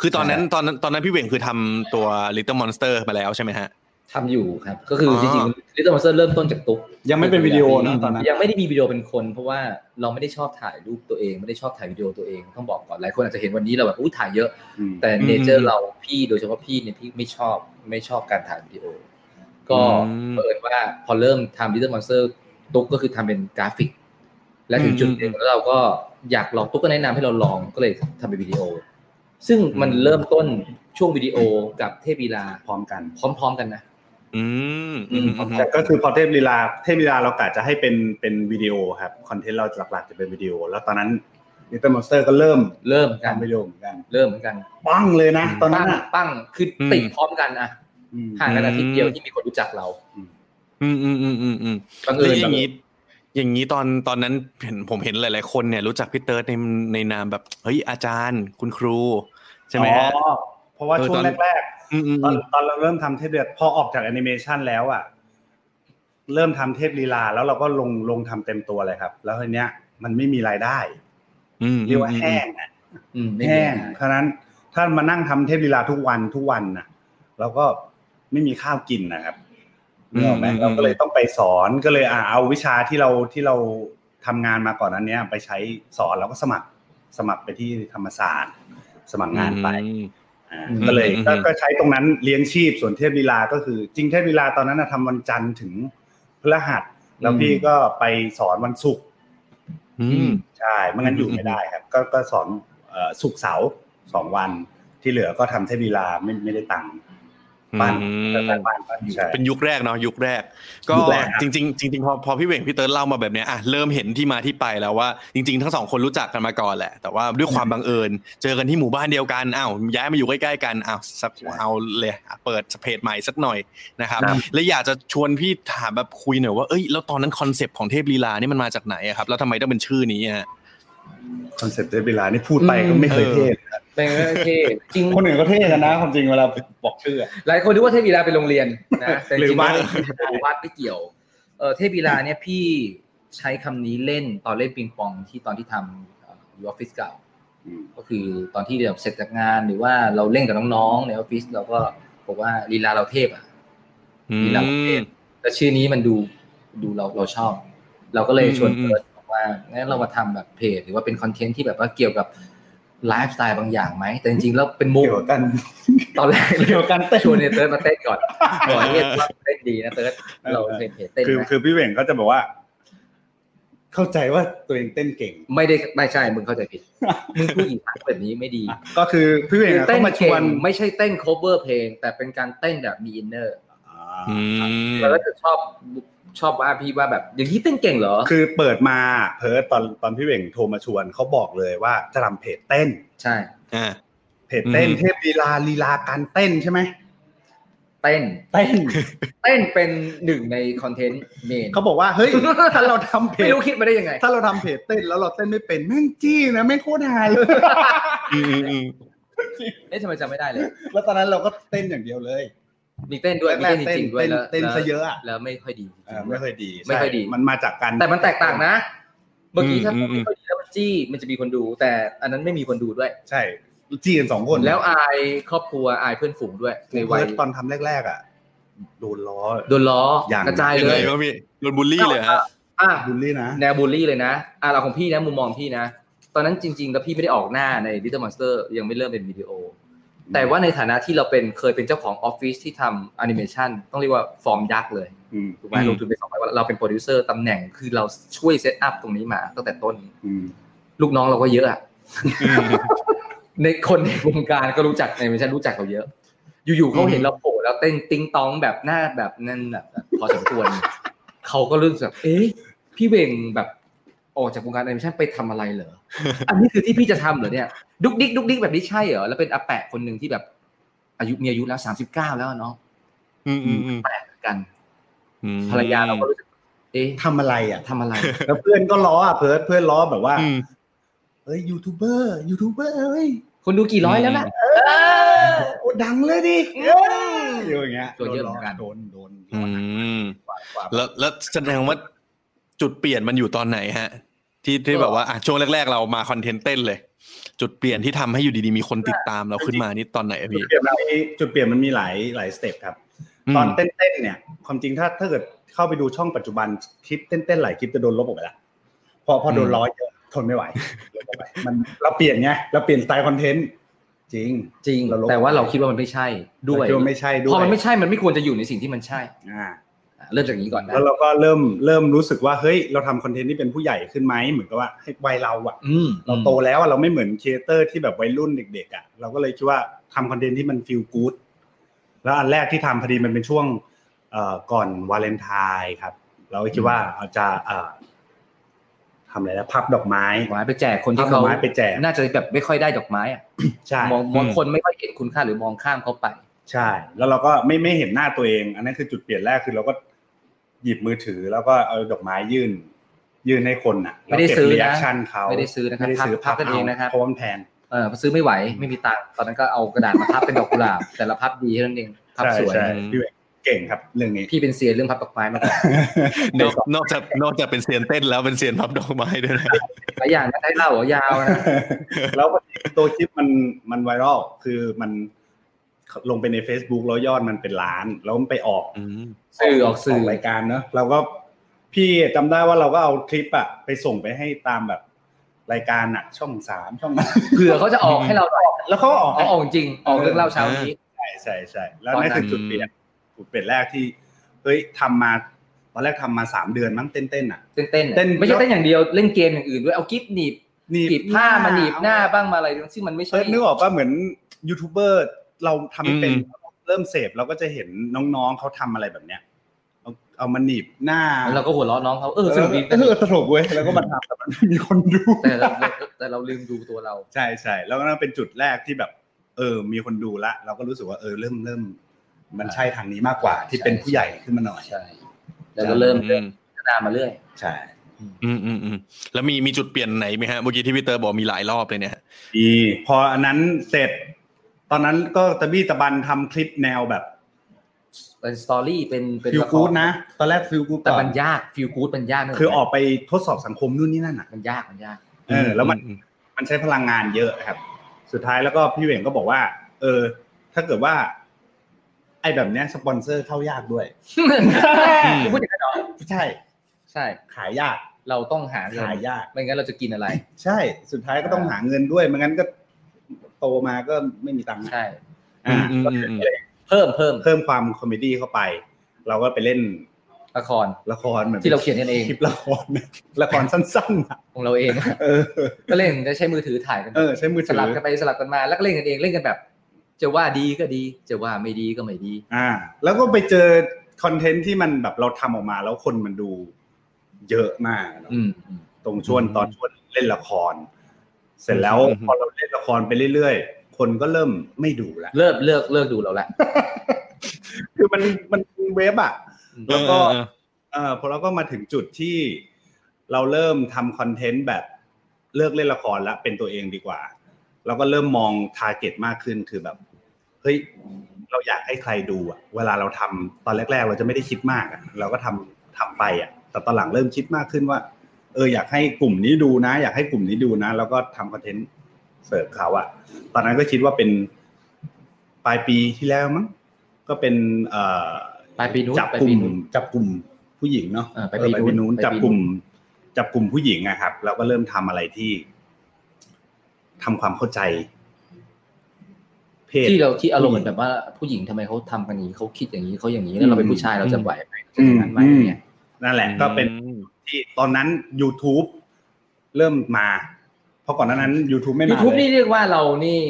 [SPEAKER 1] คือตอนนั้นตอนนั้นตอนนั้นพี่เหวงคือทำตัว Little Monster มาแล้วใช่ไหมฮะ
[SPEAKER 3] ทำอยู่ครับ ก็คืออ
[SPEAKER 1] อ
[SPEAKER 3] จริงๆ Little Monster เริ่มต้นจากตุ๊ก
[SPEAKER 2] ยังไม่เป็นวิดีโอนะตอนนั้น
[SPEAKER 3] ยังไม่ได้มีวิดีโอเป็นคน เพราะว่าเราไม่ได้ชอบถ่ายรูปตัวเองไม่ได้ชอบถ่ายวิดีโอตัวเองต้องบอกก่อนหลายคนอาจจะเห็นวันนี้เราแบบอู้ถ่ายเยอะ
[SPEAKER 2] อืม
[SPEAKER 3] แต่เนเจอ
[SPEAKER 1] อืม
[SPEAKER 3] ร์เราพี่โดยเฉพาะพี่เนี่ยพี่ไม่ชอบไม่ชอบการถ่ายวิดีโอ ก็
[SPEAKER 1] อืม
[SPEAKER 3] เปิดว่าพอเริ่มทำ Little Monster ตุ๊กก็คือทำเป็นกราฟิก และถึงจุดหนึ่งแล้วเราก็อยากลองตุ๊กก็แนะนำให้เราลองก็เลยทำเป็นวิดีโอ ซึ่งมัน
[SPEAKER 1] อืม
[SPEAKER 3] เริ่มต้นช่วงวิดีโอกับเทพวีลา
[SPEAKER 2] พร้อมกัน
[SPEAKER 3] พร้อม ๆ กันนะ
[SPEAKER 1] อืม
[SPEAKER 3] อื
[SPEAKER 1] อื
[SPEAKER 3] ม
[SPEAKER 1] ม
[SPEAKER 2] แต่ก็คือพอเทพลีลาเทพลีลาเรากะจะให้เป็นเป็นวิดีโอครับคอนเทนต์เราหลักๆจะเป็นวิดีโอ แล้วตอนนั้น Little Monster ก็เริ่ม
[SPEAKER 3] เริ่มเหมือนกัน
[SPEAKER 2] ทำวิดีโอเหมือนกัน
[SPEAKER 3] เริ่มเหมือนกัน
[SPEAKER 2] ปังเลยนะ ตอนนั้น
[SPEAKER 3] ปั้ง
[SPEAKER 2] อ่ะ
[SPEAKER 3] ปั้งคือติดพร้อมกันอะ
[SPEAKER 2] อืม
[SPEAKER 3] ห่างกันอาทิตย์เดียวที่มีคนรู้จักเรา
[SPEAKER 1] อืมอืมอืมอืมอืม
[SPEAKER 3] บัง
[SPEAKER 1] แล้วอ
[SPEAKER 3] เอิญ
[SPEAKER 1] ย่างนี้ อย่างนี้ตอนตอนนั้นเห็นผมเห็นหลาย ๆ คนเนี่ยรู้จักพี่เติร์ดในในนามแบบเฮ้ยอาจารย์คุณครู ใช่ไหมฮะ
[SPEAKER 2] อ๋อเพราะว่า
[SPEAKER 1] เออ
[SPEAKER 2] ช่ว
[SPEAKER 1] ต
[SPEAKER 2] ง
[SPEAKER 1] อน
[SPEAKER 2] แรก
[SPEAKER 1] อืมอืม
[SPEAKER 2] ๆตอ
[SPEAKER 1] อื
[SPEAKER 2] น
[SPEAKER 1] ม
[SPEAKER 2] ตอนเราเริ่มทำเทพเดือดพอออกจากแอนิเมชันแล้วอ่ะเริ่มทำเทพลีลา แล้วเราก็ลงลงทำเต็มตัวเลยครับ แล้วทีเนี้ยมันไม่มีรายได้ เรียกว่าแห้งอะ
[SPEAKER 3] อืมไม่มี
[SPEAKER 2] แห้ง
[SPEAKER 3] ปัญหา
[SPEAKER 2] เพราะฉะนั้นถ้ามานั่งทำเทพลีลาทุกวันทุกวันน่ะเราก็ไม่มีข้าวกินนะครับ
[SPEAKER 1] อืม
[SPEAKER 2] เนกออกไหม
[SPEAKER 1] อืม
[SPEAKER 2] เราก็เลยต้องไปสอนก็เลยอ่ะเอาวิชาที่เราที่เราทำงานมาก่อนนั้นเนี้ย ไปใช้สอนเราก็สมัครสมัครไปที่ธรรมศาสตร์ สมัครงานไป
[SPEAKER 1] อืม
[SPEAKER 2] อ่าก็เลย
[SPEAKER 1] อืม
[SPEAKER 2] ก็
[SPEAKER 1] อืม
[SPEAKER 2] ก็ใช้ตรงนั้นเลี้ยงชีพส่วนเทพลีลาก็คือจริงเทพลีลาตอนนั้นนะทำวันจันทร์ถึงพฤหัส แล้วพี่ก็ไปสอนวันศุกร์
[SPEAKER 1] อืม
[SPEAKER 2] ใช่ไม่งั้นอยู่ไม่ได้ครับ ก็ก็สอนเอ่อศุกร์เสาร์สองวันที่เหลือก็ทำเทพลีลาไม่ไม่ได้ตังค์บ้าน
[SPEAKER 1] อืม
[SPEAKER 2] แต่บ้านบ้านอยู่ใช่
[SPEAKER 1] เป็นยุคแรกเนาะยุคแรก ก็
[SPEAKER 2] ยุคแรกครับ
[SPEAKER 1] จริงๆจริงๆพอพอพี่เหวงพี่เติร์ดเล่ามาแบบเนี้ยอ่ะเริ่มเห็นที่มาที่ไปแล้วว่า จริง ๆ ทั้งสองคนรู้จักกันมาก่อนแหละ แต่ว่าด้วยความบังเอิญ เจอกันที่หมู่บ้านเดียวกันอ้าวย้ายมาอยู่ใกล้ๆกันอ้าวสักเอาเลยอ่ะเปิดเพจใหม่สักหน่อยนะครับและอยากจะชวนพี่ถามแบบคุยหน่อยว่าเอ้ยแล้วตอนนั้นคอนเซปต์ของเทพลีลานี่มันมาจากไหนอะครับแล้วทำไมต้องเป็นชื่อนี้ฮะ
[SPEAKER 2] คอนเซ็ปต์เทพลีลานี่พูดไปก็ไม่เคยเทศ
[SPEAKER 3] เป็นเรื่องเท่จริง
[SPEAKER 2] คนอื่นก็เทศกันนะความจริงเวลาบอกชื่ออะ
[SPEAKER 3] หลายคนนึกว่าเทพีลาเป็นโรงเรียนนะแต่จ
[SPEAKER 2] หรื
[SPEAKER 3] ริ
[SPEAKER 2] อง
[SPEAKER 3] ๆ
[SPEAKER 2] วัด
[SPEAKER 3] หรือวัดไม่เกี่ยวเออเทพีลาเนี่ยพี่ใช้คำนี้เล่นตอนเล่นปิงปองที่ตอนที่ทำเอ่ออยู่ออฟฟิศเก่า ก็คือตอนที่เราเสร็จจากงานหรือว่าเราเล่นกับน้องๆในออฟฟิศเราก็บอกว่าลีลาเราเทพอ่ะ ลีลาประเภท แต่ชื่อนี้มันดูดูเราเราชอบ เราก็เลยชวน
[SPEAKER 1] อืม
[SPEAKER 3] เพิร์ดบอกว่างั้นเรามาทำแบบเพจหรือว่าเป็นคอนเทนต์ที่แบบว่าเกี่ยวกับไลฟ์สไตล์บางอย่างไหมแต่จริงๆแล้วเป็นมุก
[SPEAKER 2] เกี่ยวกัน
[SPEAKER 3] ตอนแรก
[SPEAKER 2] เกี่ยวกับการเต้น
[SPEAKER 3] ชวนเนี่ยเติร์ดมาเต้นก่อนบอกเฮ้ยว่าเต้นดีนะเติร์ดเรา
[SPEAKER 2] เออ
[SPEAKER 3] เห็นเห็นเต้น
[SPEAKER 2] คือ
[SPEAKER 3] นะ
[SPEAKER 2] คือพี่เหวงก็จะบอกว่า เข้าใจว่าตัวเองเต้นเก่ง
[SPEAKER 3] ไม่ได้ไม่ใช่มึงเข้าใจผิดมึงพูดอีกครั้งแบบนี้ไม่ดี
[SPEAKER 2] ก็คือพี่เองอะต้
[SPEAKER 3] เต้
[SPEAKER 2] อน งมาช
[SPEAKER 3] เก่
[SPEAKER 2] วน
[SPEAKER 3] งไม่ใช่เต้น cover เพลง แต่เป็นการเต้นแบบมีอินเนอร์
[SPEAKER 2] อ่
[SPEAKER 1] อื
[SPEAKER 2] าม
[SPEAKER 3] แล้วก็จะชอบชอบว่าพี่ว่าแบบอย่างนี้เต้นเก่งเหรอ
[SPEAKER 2] คือเปิดมาเพิร์ดตอนตอนพี่เวงโทรมาชวนเขาบอกเลยว่าจะทำเพจเต้น
[SPEAKER 3] ใช่
[SPEAKER 1] อ่า
[SPEAKER 2] เพจเต้น
[SPEAKER 1] อืม
[SPEAKER 2] เทพลีลาลีลาการเต้นใช่ไหม
[SPEAKER 3] เต้น
[SPEAKER 2] เต้น
[SPEAKER 3] เต้นเป็นหนึ่งในคอนเทนต์เม น
[SPEAKER 2] เขาบอกว่า เฮ้ยถ้าเราทำเพ
[SPEAKER 3] ไม่
[SPEAKER 2] จ
[SPEAKER 3] รู้คิดมาได้ยังไง
[SPEAKER 2] ถ้าเราทำเพจเต้นแล้วเราเต้นไม่เป็นแม่งจี้นะแม่งโคตรฮาเลย
[SPEAKER 1] อืมอืมอืม
[SPEAKER 3] เอ๊ะทำไมจำไม่ได้เลย
[SPEAKER 2] แล้วตอนนั้นเราก็เต้นอย่างเดียวเลย
[SPEAKER 3] มีเต้นด้วยมี
[SPEAKER 2] แรก
[SPEAKER 3] เต้
[SPEAKER 2] ๆ
[SPEAKER 3] นจ
[SPEAKER 2] เต้น
[SPEAKER 3] ริงๆด้วย
[SPEAKER 2] เต้น
[SPEAKER 3] แล้ว
[SPEAKER 2] เต้น
[SPEAKER 3] แล้ว
[SPEAKER 2] ซะเยอะอะ
[SPEAKER 3] แล้วไม่ค่อยดีจริง
[SPEAKER 2] เออ
[SPEAKER 3] ๆด้ว
[SPEAKER 2] ไม่
[SPEAKER 3] ย
[SPEAKER 2] เคยดี
[SPEAKER 3] ไม่ค่อย
[SPEAKER 2] ใช่
[SPEAKER 3] ดี
[SPEAKER 2] มันมาจากการ
[SPEAKER 3] แต่มันแตกต่างนะ เมื่อกี้ถ้า
[SPEAKER 1] อืมอืม
[SPEAKER 3] ไม่ค่อยดีแล้วมันจี้มันจะมีคนดู แต่อันนั้นไม่มีคนดูด้วย
[SPEAKER 2] ใช่จี้กันสองคน
[SPEAKER 3] แล้วอายครอบครัวอายเพื่อนฝูงด้วยในวั
[SPEAKER 2] เพิ
[SPEAKER 3] ย
[SPEAKER 2] ร์ดตอนทำแรกๆอ่ะโดนล้อ
[SPEAKER 3] โดนล้อ
[SPEAKER 2] อย่าง
[SPEAKER 3] กระจาย
[SPEAKER 1] ยัง
[SPEAKER 3] เล
[SPEAKER 1] ไง
[SPEAKER 3] ย
[SPEAKER 1] บ้างพี่โดนบูลลี่เลยฮะ
[SPEAKER 3] อ่ะ
[SPEAKER 2] บูลลี่นะ
[SPEAKER 3] แนวบูลลี่เลยนะอ่ะเราของพี่นะมุมมองพี่นะ ตอนนั้นจริง ๆ แล้วพี่ไม่ได้ออกหน้าใน Little Monster ยังไม่เริ่มเป็นวิดีโอ แต่ว่าในฐานะที่เราเป็นเคยเป็นเจ้าของออฟฟิศที่ทำแอนิเมชันต้องเรียกว่าฟอร์มยักษ์เลย
[SPEAKER 2] อืม
[SPEAKER 3] ถูกไหม
[SPEAKER 1] อืม
[SPEAKER 3] ลงทุนไปสองร้อยวันเราเป็นโปรดิวเซอร์ตำแหน่งคือเราช่วยเซตอัพตรงนี้มาตั้งแต่ต้น
[SPEAKER 2] อืม
[SPEAKER 3] ลูกน้องเราก็เยอะอะ
[SPEAKER 1] อืม
[SPEAKER 3] ในคนในวงการก็รู้จักในเวอร์ชันรู้จักเราเยอะ อยู่ๆเขาเห็นเราโผล่แล้วเต้นติงตองแบบหน้าแบบนั่นแบบแบบพอสมควร เขาก็รู้สึกแบบเอ๊ะพี่เวงแบบออกจากวงการแอนิเมชันไปทำอะไรเหรอ อันนี้คือที่พี่จะทำเหรอเนี่ยดุกดิกดุกดิกแบบนี้ใช่เหรอแล้วเป็นอาแปะคนหนึ่งที่แบบ อายุมีอายุแล้วสามสิบเก้าแล้วอะเนาะ
[SPEAKER 1] อืมอืมอืม
[SPEAKER 3] กัน
[SPEAKER 1] อืม
[SPEAKER 3] ภรรยาเราก็รู้สึกเอ๊ะ
[SPEAKER 2] ทำอะไรอ่ะ
[SPEAKER 3] ทำอะไร
[SPEAKER 2] แล้วเพื่อนก็ล้ออ่ะเพิร์ดเพื่อนล้อแบบว่า
[SPEAKER 1] อืม
[SPEAKER 2] เอ้ยยูทูบเบอร์ยูทูบเบอร์เอ้ย
[SPEAKER 3] คนดูกี่ร้อยแล้วล่ะ
[SPEAKER 2] โอ้ดังเลยดิเอ้ยอย่างเงี้ย
[SPEAKER 3] โดนเยอะเหมือนกัน
[SPEAKER 2] โดนโดน
[SPEAKER 1] อืม
[SPEAKER 2] กว่ากว่า
[SPEAKER 1] แล้วแล้วแสดงว่าจุดเปลี่ยนมันอยู่ตอนไหนฮะ ที่ที่แบบว่าอ่ะช่วงแรก ๆ เรามาคอนเทนต์เต้นเลย จุดเปลี่ยนที่ทำให้อยู่ดีๆมีคนติดตามเราขึ้นมานี่ตอนไหนอะ
[SPEAKER 2] จุ
[SPEAKER 1] พี่
[SPEAKER 2] ดเปลี่ยนมันมีจุดเปลี่ยนมันมีหลายหลายสเต็ปครับ ตอนเต้นๆเนี่ย ความจริงถ้าถ้าเกิดเข้าไปดูช่องปัจจุบันคลิปเต้นๆหลายคลิปจะโดนลบออกไปละพอพอโดนล้อเยอะทนไม่ไหวลบออกไปมันเราเปลี่ยนไงเราเปลี่ยนสไตล์คอนเทนต์จริง
[SPEAKER 3] จริง
[SPEAKER 2] เราลบ
[SPEAKER 3] แต่ว่าเราคิดว่ามันไม่ใช่ด้วย
[SPEAKER 2] แต่ไม่ใช่ด้
[SPEAKER 3] พ
[SPEAKER 2] วย
[SPEAKER 3] อมันไม่ใช่มันไม่ควรจะอยู่ในสิ่งที่มันใช่
[SPEAKER 2] อ่า
[SPEAKER 3] อ่ะเริ่มจากอย่างนี้ก่อนนะ
[SPEAKER 2] แล้วเราก็เริ่มเริ่มรู้สึกว่าเฮ้ยเราทำคอนเทนต์ที่เป็นผู้ใหญ่ขึ้นไหมเหมือนกับว่าให้วัยเราอะ
[SPEAKER 3] อืม
[SPEAKER 2] เราโตแล้วอะเราไม่เหมือนครีเอเตอร์ที่แบบวัยรุ่นเด็กๆอะเราก็เลยคิดว่าทำคอนเทนต์ที่มันฟีลกู๊ดแล้วอันแรกที่ทำพอดีมันเป็นช่วงเอ่อก่อนวาเลนไทน์ครับ เราก็คิดว่าเอาจะเอ่อทำอะไรนะพับดอกไม้
[SPEAKER 3] หวายไปแจกคน
[SPEAKER 2] พั
[SPEAKER 3] ที่
[SPEAKER 2] บดอ
[SPEAKER 3] เขา
[SPEAKER 2] กไม้ไปแจก
[SPEAKER 3] น่าจะแบบไม่ค่อยได้ดอกไม้อ่ะ
[SPEAKER 2] ใช่
[SPEAKER 3] มองมองคนไม่ค่อยเห็นคุณค่าหรือมองข้ามเขาไป
[SPEAKER 2] ใช่ แล้วเราก็ไม่ไม่เห็นหน้าตัวเอง อันนั้นคือจุดเปลี่ยนแรกคือเราก็หยิบมือถือ แล้วก็เอาดอกไม้ยื่น ยื่นให้คนอ่ะ
[SPEAKER 3] ไม่ได้ซื้อนะ
[SPEAKER 2] เรีแอคชั่นเขา
[SPEAKER 3] ไม่ได้ซื้อนะครับ
[SPEAKER 2] ไม่ได้ซื้อ
[SPEAKER 3] พับกันเองนะครับ
[SPEAKER 2] เพราะมันแพง
[SPEAKER 3] เออซื้อไม่ไหวไม่มีตังค์ตอนนั้นก็เอากระดาษมา พับเป็นดอกกุหลาบ แต่ละพับดีเท่านั้นเองพับ
[SPEAKER 2] ใช่
[SPEAKER 3] สวย
[SPEAKER 2] ใช่พี่เอกเก่งครับ เรื่องนี้
[SPEAKER 3] พี่เป็นเซียนเรื่องพับดอกไม้มาก่อน
[SPEAKER 1] นอกนอกจากนอกจากเป็นเซียนเต้นแล้วเป็นเซียนพับดอกไม้ด้วยนะ
[SPEAKER 3] หลายอย่างนะได้เล่าเหรอยาวนะ
[SPEAKER 2] แล้ววันนี้ตัวคลิปมันมันไวรัลคือมันลงไปใน Facebook แล้วยอดมันเป็นล้าน แล้วมันไปออก
[SPEAKER 1] อืม
[SPEAKER 3] สื่อออกสื่อ
[SPEAKER 2] รายการเนอะเราก็พี่จำได้ว่าเราก็เอาคลิปอะไปส่งไปให้ตามแบบรายการอะช่องสามช่อง
[SPEAKER 3] เผื่อเขาจะออกให้เราหน่อย
[SPEAKER 2] แล้วเขาก็ออก
[SPEAKER 3] เอาออกจริงออกเรื่องเล่าเช้านี้
[SPEAKER 2] ใช่ใช่ใช่แล้วนั่น
[SPEAKER 3] ตอน
[SPEAKER 2] คื
[SPEAKER 3] นั้น
[SPEAKER 2] อจุดเปลี่ยนจุดเปลี่ยนแรกที่เฮ้ยทำมาตอนแรกทำมาสามเดือนมั้งเต้นเต้นๆอะ
[SPEAKER 3] เต้นเต้นะ
[SPEAKER 2] เต้น
[SPEAKER 3] ไม่ใช่เต้นอย่างเดียวเล่นเกมอย่างอื่นด้วยเอากิ๊บหนีบ
[SPEAKER 2] หนีบ
[SPEAKER 3] หนีบผ้ามาหนีบหน้าบ้างมาอะไรซึ่งมันไม่ใช่
[SPEAKER 2] เออนึกออกป่ะเหมือนยูทูบเบอร์เราทำให้เป็น
[SPEAKER 1] อืม
[SPEAKER 2] เริ่มเสพเราก็จะเห็นน้องๆเขาทำอะไรแบบเนี้ยเอาเอามาหนีบหน้า
[SPEAKER 3] แล้วเราก็หัวเราะน้องเขาเออสนุกดี
[SPEAKER 2] เออตลกเว้ยแล้วก็มาทำแต่มันไม่มีคนดู
[SPEAKER 3] แต่เราแต่เราลืมดูตัวเรา
[SPEAKER 2] ใช่ใช่แล้วก็นั่นเป็นจุดแรกที่แบบ เออ มีคนดูละ เราก็รู้สึกว่าเออเริ่มเริ่ม มันใช่ทางนี้มากกว่า ที่เป็นผู้ใหญ่ขึ้นมาหน่อย
[SPEAKER 3] ใช่ แล้วก็เริ่ม
[SPEAKER 1] อืม
[SPEAKER 3] พัฒนามาเรื่อย
[SPEAKER 2] ใช่
[SPEAKER 1] อืมอืมอืมแล้วมีมีจุดเปลี่ยนไหนไหมฮะเมื่อกี้ที่พี่เตอร์บอกมีหลายรอบเลยเนี่ย
[SPEAKER 2] ดีพออันนั้นเสร็จ ตอนนั้นก็ตะบี้ตะบันทำคลิปแนวแบบ
[SPEAKER 3] เป็นสตอรี่เป็นเป็น
[SPEAKER 2] ฟิล
[SPEAKER 3] ละค
[SPEAKER 2] กู๊
[SPEAKER 3] ร
[SPEAKER 2] ดนะตอนแรกฟิลกู๊ด
[SPEAKER 3] แต่มันยากฟิลกู๊ดมันยากนะ
[SPEAKER 2] คือออกไปทดสอบสังคมนู่นนี่นั่นอ่ะ
[SPEAKER 3] มันยากมันยาก
[SPEAKER 2] เออแล้วมัน มันใช้พลังงานเยอะครับ สุดท้ายแล้วก็พี่เหวงก็บอกว่า เออ ถ้าเกิดว่า ไอ้แบบเนี้ยสปอนเซอร์เข้ายากด้วย
[SPEAKER 1] ม
[SPEAKER 3] พูดอย่างนั้นเหรอ
[SPEAKER 2] ใช่
[SPEAKER 3] ใช่
[SPEAKER 2] ขายยาก
[SPEAKER 3] เราต้องหาเงิน
[SPEAKER 2] ขายยาก
[SPEAKER 3] ไม่งั้นเราจะกินอะไร
[SPEAKER 2] ใช่ สุดท้ายก็ต้อง
[SPEAKER 3] อ่า
[SPEAKER 2] หาเงินด้วยไม่งั้นก็โตมาก็ไม่มีตังค์
[SPEAKER 3] ใช่
[SPEAKER 2] อ่า
[SPEAKER 1] อืมอืมอืม
[SPEAKER 3] เพิ่มเพิ่ม
[SPEAKER 2] เพิ่มความคอมเมดี้เข้าไป เราก็ไปเล่น
[SPEAKER 3] ละคร
[SPEAKER 2] ละครเหมือน
[SPEAKER 3] ที่เราเขียนกันเอง
[SPEAKER 2] คลิปละครนะละครสั้นๆอะ
[SPEAKER 3] ของเราเอง
[SPEAKER 2] เออ
[SPEAKER 3] ก็เล่นได้ใช้มือถือถ่ายกัน
[SPEAKER 2] เออ ใช้มือ
[SPEAKER 3] ส
[SPEAKER 2] ถือ
[SPEAKER 3] ลับกันไปสลับกันมาแล้วก็เล่นกันเองเล่นกันแบบ จะว่าดีก็ดี จะว่าไม่ดีก็ไม่ดี
[SPEAKER 2] อ่า แล้วก็ไปเจอคอนเทนต์ที่มันแบบเราทำออกมาแล้วคนมันดูเยอะมากเนอะ
[SPEAKER 3] อืมอืม
[SPEAKER 2] ตรงช่วง
[SPEAKER 1] อืม
[SPEAKER 2] ตอนช่วงเล่นละคร เสร็จแล้ว
[SPEAKER 1] อืม
[SPEAKER 2] พอเราเล่นละครไปเรื่อยๆ คนก็เริ่มไม่ดูละ
[SPEAKER 3] เลิกเลิกเลิกดูเราละ
[SPEAKER 2] คือมันมันเว็บอ่ะ แล้วก็
[SPEAKER 1] เออ
[SPEAKER 2] เออพอเราก็มาถึงจุดที่เราเริ่มทำคอนเทนต์แบบเลิกเล่นละครแล้วเป็นตัวเองดีกว่า เราก็เริ่มมองทาร์เก็ตมากขึ้นคือแบบเฮ้ยเราอยากให้ใครดูอะเวลาเราทำตอนแรก ๆ เราจะไม่ได้คิดมากอะเราก็ทำทำไปอะแต่ตอนหลังเริ่มคิดมากขึ้นว่า เอออยากให้กลุ่มนี้ดูนะ อยากให้กลุ่มนี้ดูนะ แล้วก็ทำคอนเทนต์เสิร์ฟเขาอะตอนนั้นก็คิดว่าเป็นปลายปีที่แล้วมั้งก็เป็นเอ่อ
[SPEAKER 3] ไปปีนู้น
[SPEAKER 2] จับ
[SPEAKER 3] ไป
[SPEAKER 2] ก
[SPEAKER 3] ปี
[SPEAKER 2] ลุ่ม
[SPEAKER 3] นู้น
[SPEAKER 2] จับกลุ่มผู้หญิงเนาะ
[SPEAKER 3] เออไป
[SPEAKER 2] เออ
[SPEAKER 3] ปีนู้น
[SPEAKER 2] นู้น
[SPEAKER 3] ไปปีนู้น
[SPEAKER 2] จับกลุ่ม จับกลุ่มผู้หญิงอะครับเราก็เริ่มทำอะไรที่ทำความเข้าใจ เพศ
[SPEAKER 3] ที่เราที่อารมณ์เหมือนแบบว่าผู้หญิงทำไมเขาทำกันอย่างนี้เขาคิดอย่างนี้เขาอย่างนี้แล้วเราเป็นผู้ชายเราจะไหวไหมจะอย่างนั้นไหมอะไรเงี้ย
[SPEAKER 2] นั่นแหละ ก็เป็นที่ตอนนั้น YouTube เริ่มมา เพราะก่อนหน้านั้น YouTube ไม่มา
[SPEAKER 3] ยู
[SPEAKER 2] เลย
[SPEAKER 3] ทูบนี่เรียกว่าเรานี่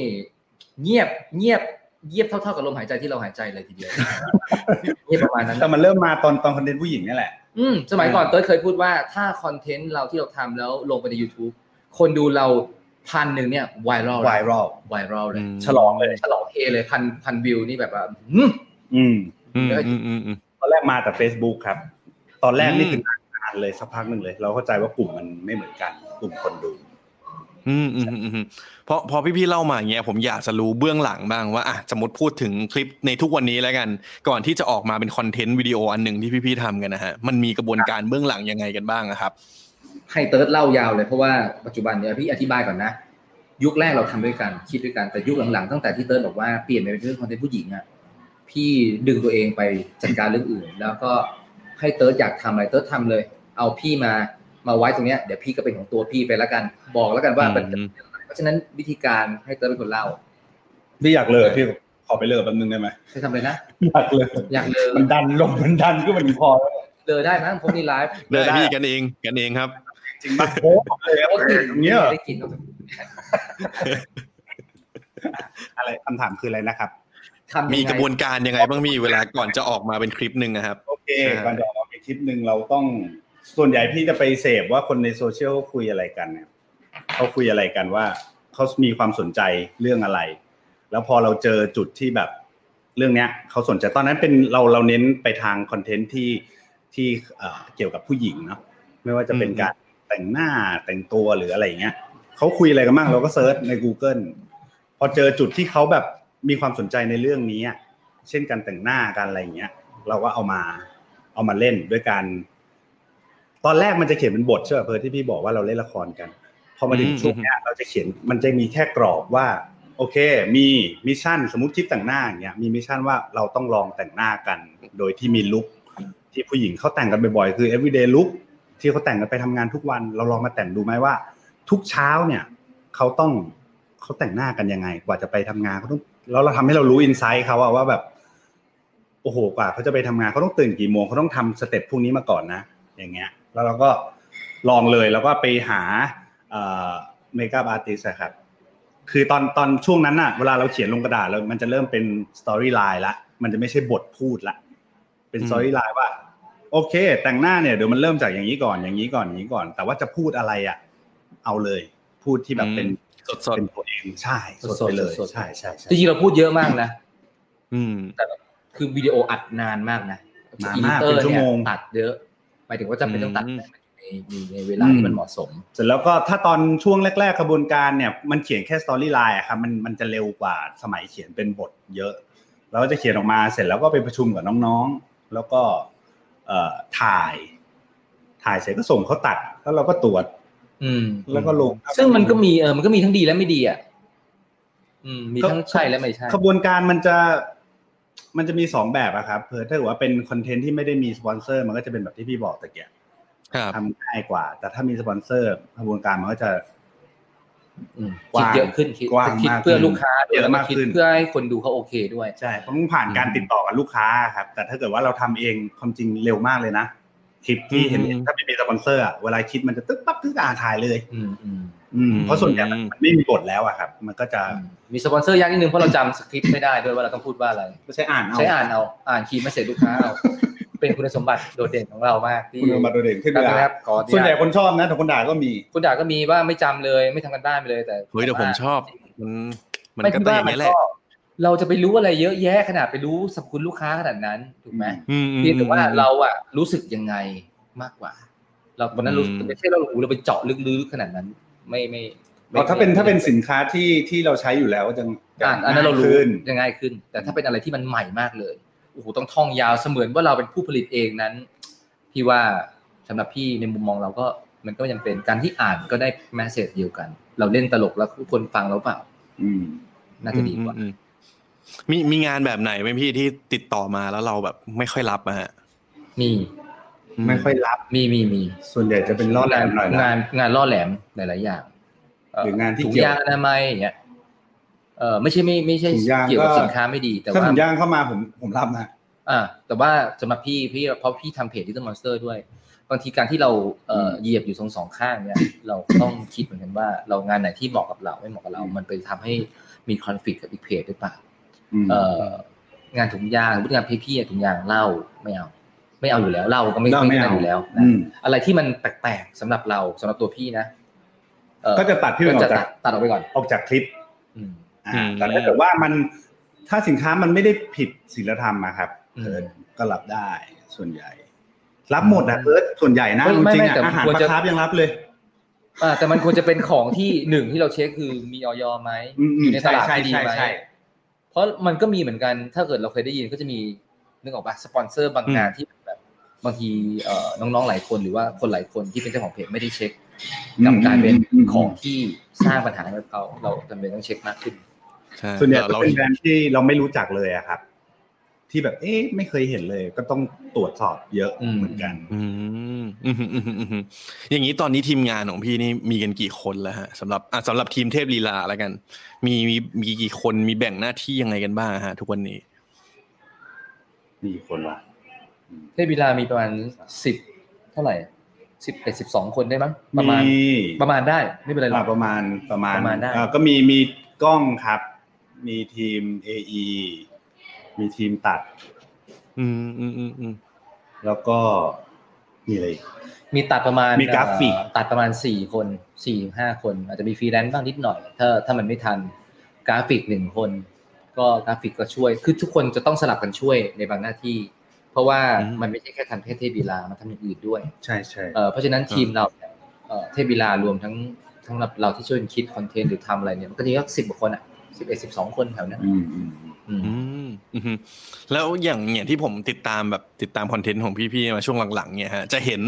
[SPEAKER 3] เงียบเงียบเงียบเท่าๆกับลมหายใจที่เราหายใจเลยทีเดียว เงียบประมาณนั้น
[SPEAKER 2] แต่มันเริ่มมาตอนตอนคอนเทนต์ผู้หญิงนี่แหละ
[SPEAKER 3] อืมสมัยก่อนเต้ยเคยพูดว่าถ้าคอนเทนต์เราที่เราทำแล้วลงไปใน YouTube คนดูเราพันหนึ่งเนี่ยไวรัล
[SPEAKER 2] ไวรัล
[SPEAKER 3] ไวรัลเลย
[SPEAKER 1] อืม
[SPEAKER 3] ฉลองเลย ฉลองเฮเลยพันพันวิวนี่แบบว่าหืม
[SPEAKER 2] อืม
[SPEAKER 1] อืมอืมอืมอืม
[SPEAKER 2] อนแรกมาแต่ Facebook ครับ ตอนแรกนี่คือการอ่านเลยสักพักหนึ่งเลย เราเข้าใจว่ากลุ่มมันไม่เหมือนกัน กลุ่มคนดู
[SPEAKER 1] อืมอืมอืมอืมเพราะพอพี่ๆเล่ามาอย่างเงี้ยผมอยากจะรู้เบื้องหลังบ้างว่าอ่ะสมมติพูดถึงคลิปในทุกวันนี้แล้วกัน ก่อนที่จะออกมาเป็นคอนเทนต์วิดีโออันหนึ่งที่พี่ๆทำกันนะฮะมันมีกระบวนการเบื้องหลังยังไงกันบ้างอะครับ
[SPEAKER 3] ให้เติร์ดเล่ายาวเลยเพราะว่าปัจจุบันเนี่ยพี่อธิบายก่อนนะ ยุคแรกเราทำด้วยกันคิดด้วยกันแต่ยุคหลังๆตั้งแต่ที่เติร์ดบอกว่าเปลี่ยนไปเป็นเรื่องคอนเทนต์ผู้หญิงอะพี่ดึงตัวเองไปจัดการเรื่องอื่น แล้วก็ให้เติร์ดอยากทำอะไรเติร์ดทำเลย เอาพี่มามาไว้ตรงเนี้ยเดี๋ยวพี่ก็เป็นของตัวพี่ไปแล้วกันบอกแล้วกันว่าเป็น
[SPEAKER 1] อืม
[SPEAKER 3] เพราะฉะนั้นวิธีการให้เติร์ดเป็นคนเล่า
[SPEAKER 2] พี่อยากเลิกพี่ขอไปเลิกแป๊บนึงได้ไหม
[SPEAKER 3] ให้ทำเลยนะ
[SPEAKER 2] อยากเลิก
[SPEAKER 3] อยากเลิก
[SPEAKER 2] มันดันลงมันดันก็มันพอ
[SPEAKER 3] เดินได้มั้งผมนี่ไลฟ์
[SPEAKER 2] ได้
[SPEAKER 1] ได้
[SPEAKER 2] ได้
[SPEAKER 1] พี่กันเองกันเองครับ
[SPEAKER 2] จริงปะโอ้เลย
[SPEAKER 3] โอ้กลิน
[SPEAKER 2] ตรงเนี้ยเหรอ
[SPEAKER 3] ไม่ได้กลินหรอก
[SPEAKER 2] อะไรคำถามคืออะไรนะครับ
[SPEAKER 3] ทำยังไง
[SPEAKER 1] มีกระบวนการยังไงบ้างมีเวลาก่อนจะออกมาเป็นคลิปหนึ่งนะครับ
[SPEAKER 2] โอเค
[SPEAKER 1] ใช่
[SPEAKER 2] ก่อนจะออกไปคลิปหนึ่งเราต้องส่วนใหญ่พี่จะไปเสพว่าคนในโซเชียลเขาคุยอะไรกันเนี่ยเขาคุยอะไรกันว่าเขามีความสนใจเรื่องอะไร แล้วพอเราเจอจุดที่แบบเรื่องเนี้ยเขาสนใจตอนนั้นเป็นเราเราเน้นไปทางคอนเทนต์ที่ที่เอ่อเกี่ยวกับผู้หญิงเนาะไม่ว่าจะเป็นการแต่งหน้าแต่งตัวหรืออะไรอย่างเงี้ยเขาคุยอะไรกันบ้างเราก็เซิร์ชใน Google พอเจอจุดที่เขาแบบมีความสนใจในเรื่องนี้อะเช่นการแต่งหน้าการอะไรอย่างเงี้ย เราก็เอามา เอามาเล่นด้วยการ ตอนแรกมันจะเขียนเป็นบทใช่ป่ะเพอที่พี่บอกว่าเราเล่นละครกัน พอมาถึง
[SPEAKER 1] อืม
[SPEAKER 2] ช่วงเนี้ยเราจะเขียนมันจะมีแค่กรอบว่า โอเค มีมิชชั่นสมมติคลิปแต่งหน้าอย่างเงี้ยมีมิชชั่นว่าเราต้องลองแต่งหน้ากัน โดยที่มีลุคที่ผู้หญิงเขาแต่งกันบ่อยๆคือ everyday look ที่เขาแต่งกันไปทำงานทุกวัน เราลองมาแต่งดูไหมว่า ทุกเช้าเนี่ยเขาต้องเขาแต่งหน้ากันยังไง กว่าจะไปทำงานเขาต้องแล้วเราทำให้เรารู้อินไซต์เขาอะว่าแบบ โอ้โหกว่าเขาจะไปทำงานเขาต้องตื่นกี่โมงเขาต้องทำสเต็ปพวกนี้มาก่อนนะ อย่างเงี้ย แล้วเราก็ลองเลยแล้วก็ไปหาเมคอัพอาร์ติสครับคือตอนตอนช่วงนั้นน่ะเวลาเราเขียนลงกระดาษแล้วมันจะเริ่มเป็นสตอรี่ไลน์ละมันจะไม่ใช่บทพูดละเป็น
[SPEAKER 1] อืม
[SPEAKER 2] สตอรี่ไลน์ว่า โอเค แต่งหน้าเนี่ยเดี๋ยวมันเริ่มจากอย่างนี้ก่อนอย่างนี้ก่อนอย่างนี้ก่อน แต่ว่าจะพูดอะไรอ่ะ เอาเลย พูดที่แบบเป็น
[SPEAKER 1] สดสด
[SPEAKER 2] เป็นตัวเองใช่สดไปเลยใช่ใช่ใช่
[SPEAKER 3] จริงๆเราพูดเยอะมากนะ
[SPEAKER 1] ๆอืม
[SPEAKER 3] คือวิดีโออัดนานมากนะ
[SPEAKER 2] นานมาก
[SPEAKER 3] อี
[SPEAKER 2] เป็นชั่วโมง
[SPEAKER 3] เยตัดเยอะหมายถึงว่าจำเป็นต้องตัด
[SPEAKER 1] อืม
[SPEAKER 3] ในในในเวลาที่มันเหมาะสม
[SPEAKER 2] เสร็จแล้วก็ถ้าตอนช่วงแรก ๆกระบวนการเนี่ยมันเขียนแค่สตอรี่ไลน์อะครับมันมันจะเร็วกว่าสมัยเขียนเป็นบทเยอะ เราก็จะเขียนออกมาเสร็จแล้วก็ไปประชุมกับน้องๆ แล้วก็เอ่อถ่าย ถ่ายเสร็จก็ส่งเขาตัด แล้วเราก็ตรวจ
[SPEAKER 3] อืม
[SPEAKER 2] แล้วก็ลง
[SPEAKER 3] ซึ่งมันก็มีเออมันก็มีทั้งดีและไม่ดีอ่ะอืม มี
[SPEAKER 2] ก็
[SPEAKER 3] ทั้งใช่และไม่ใช่
[SPEAKER 2] ขบวนการมันจะมันจะมีสองแบบอะครับเผื่อถ้าเกิดว่าเป็นคอนเทนต์ที่ไม่ได้มีสปอนเซอร์ มันก็จะเป็นแบบที่พี่บอกตะเกียบ
[SPEAKER 1] ครับ
[SPEAKER 2] ทำง่ายกว่า แต่ถ้ามีสปอนเซอร์ขบวนการมันก็จะ
[SPEAKER 3] อืม
[SPEAKER 2] กว้าง
[SPEAKER 3] คิดเยอะขึ้นคิด
[SPEAKER 2] กว้าง
[SPEAKER 3] คิด
[SPEAKER 2] มาก
[SPEAKER 3] เพื่อลูกค้าด้วย
[SPEAKER 2] เย
[SPEAKER 3] แล้ว
[SPEAKER 2] อะ
[SPEAKER 3] ก็
[SPEAKER 2] มาก
[SPEAKER 3] คิด
[SPEAKER 2] ขึ้น
[SPEAKER 3] เพื่อให้คนดูเขาโอเคด้วย
[SPEAKER 2] ใช่ต้องผ่านการติดต่อกับลูกค้าครับ แต่ถ้าเกิดว่าเราทำเองความจริงเร็วมากเลยนะ คลิปที่เห็น
[SPEAKER 1] อืม
[SPEAKER 2] ถ้าไม่มีสปอนเซอร์อะเวลาคิดมันจะตึ๊บปั๊บตึ๊บอ่าถ่ายเลย
[SPEAKER 3] อืมอืม
[SPEAKER 2] อืมเพราะส่วนใหญ่มันมันไม่มีบทแล้วอะครับ มันก็จะ
[SPEAKER 3] อืมมีสปอนเซอร์ยากนิดนึงเพราะเราจำสคริปต์ไม่ได้ด้วยว่าเราต้องพูดว่าอะไร
[SPEAKER 2] ก็ใช้อ่านเอา
[SPEAKER 3] ใช้อ่านเอาอ่านคีย์ไม่เสร็จลูกค้า เอาเป็นคุณสมบัติโดดเด่นของเรามากที่
[SPEAKER 2] คุณเอามาโดดเด่นขึ้น
[SPEAKER 3] ค
[SPEAKER 2] เวลา
[SPEAKER 3] รับขออญาต
[SPEAKER 2] ส่วนใหญ่คนชอบนะแต่คนด่าก็มี
[SPEAKER 3] คุณด่าก็มีว่าไม่จำเลยไม่ทำกันบ้านไปเลยแต่
[SPEAKER 1] เฮ้ยแต่ผมชอบ มันมัน
[SPEAKER 3] ไม่
[SPEAKER 1] ก็
[SPEAKER 3] ที่
[SPEAKER 1] ต้อง
[SPEAKER 3] ว่า
[SPEAKER 1] อย่าง
[SPEAKER 3] มัน
[SPEAKER 1] นี้ยแห
[SPEAKER 3] ก็
[SPEAKER 1] ละ
[SPEAKER 3] เราจะไปรู้อะไรเยอะแยะขนาดไปรู้สรรพคุณลูกค้าขนาดนั้นถูกไหม
[SPEAKER 1] อืมอืม
[SPEAKER 3] เพียงแต่ว่าเราอะรู้สึกยังไงมากกว่า เราวันนั้นรู้สึก
[SPEAKER 1] อืม
[SPEAKER 3] ไม่ใช่เราหูเราไปเจาะลึกๆขนาดนั้น ไม่ไม่ไม่
[SPEAKER 2] อ๋อถ้าเป็นถ้าเป็นสินค้าที่ที่เราใช้อยู่แล้วจะ
[SPEAKER 3] อ่านอันนั้นเรารู้
[SPEAKER 2] ขึ้น
[SPEAKER 3] ยังไงขึ้น แต่ถ้าเป็นอะไรที่มันใหม่มากเลยโอ้โหต้องท่องยาวเสมือนว่าเราเป็นผู้ผลิตเองนั้นพี่ว่าสำหรับพี่ในมุมมองเราก็มันก็ยังเป็นการที่อ่านก็ได้แมสเซจเดียวกัน เราเล่นตลกแล้วคนฟังเราเปล่า
[SPEAKER 2] อืม
[SPEAKER 3] น่าจะดีกว่า
[SPEAKER 1] อืมอืมอืมมีมีงานแบบไหนไหมพี่ที่ติดต่อมาแล้วเราแบบไม่ค่อยรับอะฮะ
[SPEAKER 3] มี
[SPEAKER 2] ไม่ค่อยรับ
[SPEAKER 3] มี มี มี
[SPEAKER 2] ส่วนใหญ่จะเป็นล่อแหลมหน่อยนะ
[SPEAKER 3] งาน งานล่อแหลมหลาย ๆ อย่างเห
[SPEAKER 2] รืองานที่
[SPEAKER 3] ถุ
[SPEAKER 2] เกี่ยวย
[SPEAKER 3] งางอนามัยอย่างเงี้ย เออไม่ใช่ไม่ไม่ใช่
[SPEAKER 2] ถุงยาง
[SPEAKER 3] เกี่ยวกับ
[SPEAKER 2] ก็
[SPEAKER 3] สินค้าไม่ดี แต่
[SPEAKER 2] ถ้า
[SPEAKER 3] ว่า
[SPEAKER 2] ผมย่างเข้ามาผมผมรับนะ
[SPEAKER 3] อ่า แต่ว่าสำหรับพี่พี่เพราะพี่ทำเพจ Little Monster ด้วย บางทีการที่เราเอ่ออ
[SPEAKER 2] ม
[SPEAKER 3] เหยียบอยู่ตรงสองข้างเนี่ย เราก็ต้องคิดเหมือนกันว่า เรางานไหนที่เหมาะกับเราไม่เหมาะกับเรา
[SPEAKER 2] อืม
[SPEAKER 3] มันไปทำให้มีคอนฟ lict กับอีกเพจหรือเปล่า
[SPEAKER 2] อืม
[SPEAKER 3] เอ่องานถุงยางสมมติงานพี่ๆอะถุงยางเหล้าไม่เอา ไม่เอาอยู่แล้วเหล้าก็ไม่
[SPEAKER 2] เราไม่
[SPEAKER 3] ไม่
[SPEAKER 2] เอา
[SPEAKER 3] อยู่แล้วนะ
[SPEAKER 2] อืม
[SPEAKER 3] อะไรที่มันแปลกๆสำหรับเราสำหรับตัวพี่นะเอ่อ
[SPEAKER 2] ก็จะตัดพี่หนุ่ม
[SPEAKER 3] ก็
[SPEAKER 2] อ
[SPEAKER 3] จะ
[SPEAKER 2] อกจา
[SPEAKER 3] ตัด
[SPEAKER 2] ก
[SPEAKER 3] ตัดออกไปก่อน
[SPEAKER 2] ออกจากคลิป
[SPEAKER 3] อืม
[SPEAKER 2] อ่าแต่ถ้าเกิดว่ามันถ้าสินค้ามันไม่ได้ผิดศีลธรรมอะครับ
[SPEAKER 3] อืม
[SPEAKER 2] เพิร์ทก็รับได้ส่วนใหญ่ รับหมดนะเพิร์ทส่วนใหญ่นะ
[SPEAKER 3] ไม่
[SPEAKER 2] จริงๆ
[SPEAKER 3] ไม่
[SPEAKER 2] อะ
[SPEAKER 3] แต่
[SPEAKER 2] อาหาร
[SPEAKER 3] ควร
[SPEAKER 2] ปลา
[SPEAKER 3] จะ
[SPEAKER 2] คาร์ฟยังรับเลย
[SPEAKER 3] อ่าแต่มันควรจะเป็นของที่หนึ่งที่เราเช็คคือมีออยไหม
[SPEAKER 2] อืมอืม
[SPEAKER 3] อยู่ในตลาด
[SPEAKER 2] ใช่
[SPEAKER 3] ที่ดี
[SPEAKER 2] ใช่
[SPEAKER 3] ไหม
[SPEAKER 2] ใช่ใช่
[SPEAKER 3] เพราะมันก็มีเหมือนกันถ้าเกิดเราเคยได้ยินก็จะมีนึกออกปะสปอนเซอร์บางงานที่แบบบางทีเอ่อน้องๆหลายคนหรือว่าคนหลายคนที่เป็นเจ้าของเพจไม่ได้เช็คกับกลายเป็นของที่สร้างปัญหาให้กับเขาเราจำเป็นต้องเช็คมากขึ้น
[SPEAKER 2] ส่วนใหญ่ก็
[SPEAKER 1] เรา
[SPEAKER 2] เป็นแบรนด์ที่เราไม่รู้จักเลยอะครับ ที่แบบเอ๊ะไม่เคยเห็นเลย ก็ต้องตรวจสอบเยอะ
[SPEAKER 3] อืม
[SPEAKER 2] เหมือนกัน
[SPEAKER 1] อืม อืมอืมอืมอืมอย่างนี้ตอนนี้ทีมงานของพี่นี่มีกันกี่คนแล้วฮะสำหรับอ่ะสำหรับทีมเทพลีลาแล้วกัน มีมีมีกี่คนมีแบ่งหน้าที่ยังไงกันบ้างฮะ ทุกวันนี้
[SPEAKER 2] มีคนวะ
[SPEAKER 3] เทพบิลามีประมาณสิบเท่าไหร่สิบเอ็ดสิบสองคนได้มั้งประมาณ
[SPEAKER 2] มี
[SPEAKER 3] ประมาณได้ไม่เป็นไรหร
[SPEAKER 2] อ่
[SPEAKER 3] อก
[SPEAKER 2] ประมาณประมาณ
[SPEAKER 3] ประมาณได้
[SPEAKER 2] เอ่อก็มีมีกล้องครับ มีทีม AE มีทีมตัด
[SPEAKER 1] อืมอืมอืมอืม
[SPEAKER 2] แล้วก็มีอะไรอีก
[SPEAKER 3] มีตัดประมาณ
[SPEAKER 2] มีกราฟิก
[SPEAKER 3] เอ่อตัดประมาณสี่คนสี่ห้าคน อาจจะมีฟรีแลนซ์บ้างนิดหน่อย ถ้าถ้ามันไม่ทันกราฟิกหนึ่งคน ก็กราฟิกก็ช่วย คือทุกคนจะต้องสลับกันช่วยในบางหน้าที่ เพราะว่ามันไม่ใช่แค่ทันเทพเทพีลามันทำอย่างอื่นด้วย
[SPEAKER 2] ใช่ใช่
[SPEAKER 3] เอ่อเพราะฉะนั้นทีมเราเนี่ยเอ่อเทพบิลารวมทั้งทั้งเราที่ช่วยคิดคอนเทนต์หรือทำอะไรเนี่ยมันก็จะมีสักสิบกว่าคนอ่ะสิบเอ็ดสิบสองคนแถวนั้น
[SPEAKER 2] อืมอืมอืม
[SPEAKER 3] อืม
[SPEAKER 1] อืมอืมแล้วอย่างอย่างที่ผมติดตามแบบติดตามคอนเทนต์ของพี่ๆมาช่วงหลังๆเนี่ยฮะจะเห็น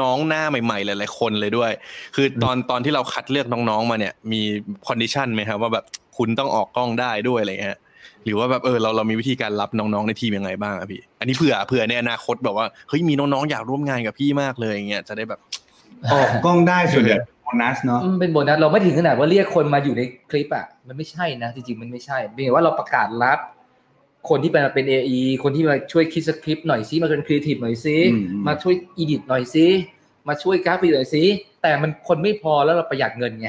[SPEAKER 1] น้องๆหน้าใหม่ๆหลายๆคนเลยด้วย คือตอนตอนที่เราคัดเลือกน้องๆมาเนี่ย มีคอนดิชันไหมครับว่าแบบคุณต้องออกกล้องได้ด้วยอะไรเงี้ยหรือว่าแบบเออเราเรามีวิธีการรับน้องๆในทีมยังไงบ้างอะพี่ อันนี้เผื่อเผื่อในอนาคตแบบว่าเฮ้ยมีน้องๆอยากร่วมงานกับพี่มากเลยอย่างเงี้ยจะได้ แบบ
[SPEAKER 2] ออกกล้องได้ส่วนใหญ่เป็นโบนัสเนาะ
[SPEAKER 3] อืมเป็นโบนัสเราไม่ถึงขนาดว่าเรียกคนมาอยู่ในคลิปอ่ะมันไม่ใช่นะ จริงๆ มันไม่ใช่เพียงแต่ว่าเราประกาศรับ คนที่เป็นเป็น AE คนที่มาช่วยคิดสคริปต์หน่อยซิมาเป็นครีเอทีฟหน่อยซิ
[SPEAKER 2] อือื
[SPEAKER 3] มาช่วยอีดิทหน่อยซิมาช่วยกราฟิกหน่อยซิแต่มันคนไม่พอแล้วเราประหยัดเงิน ไง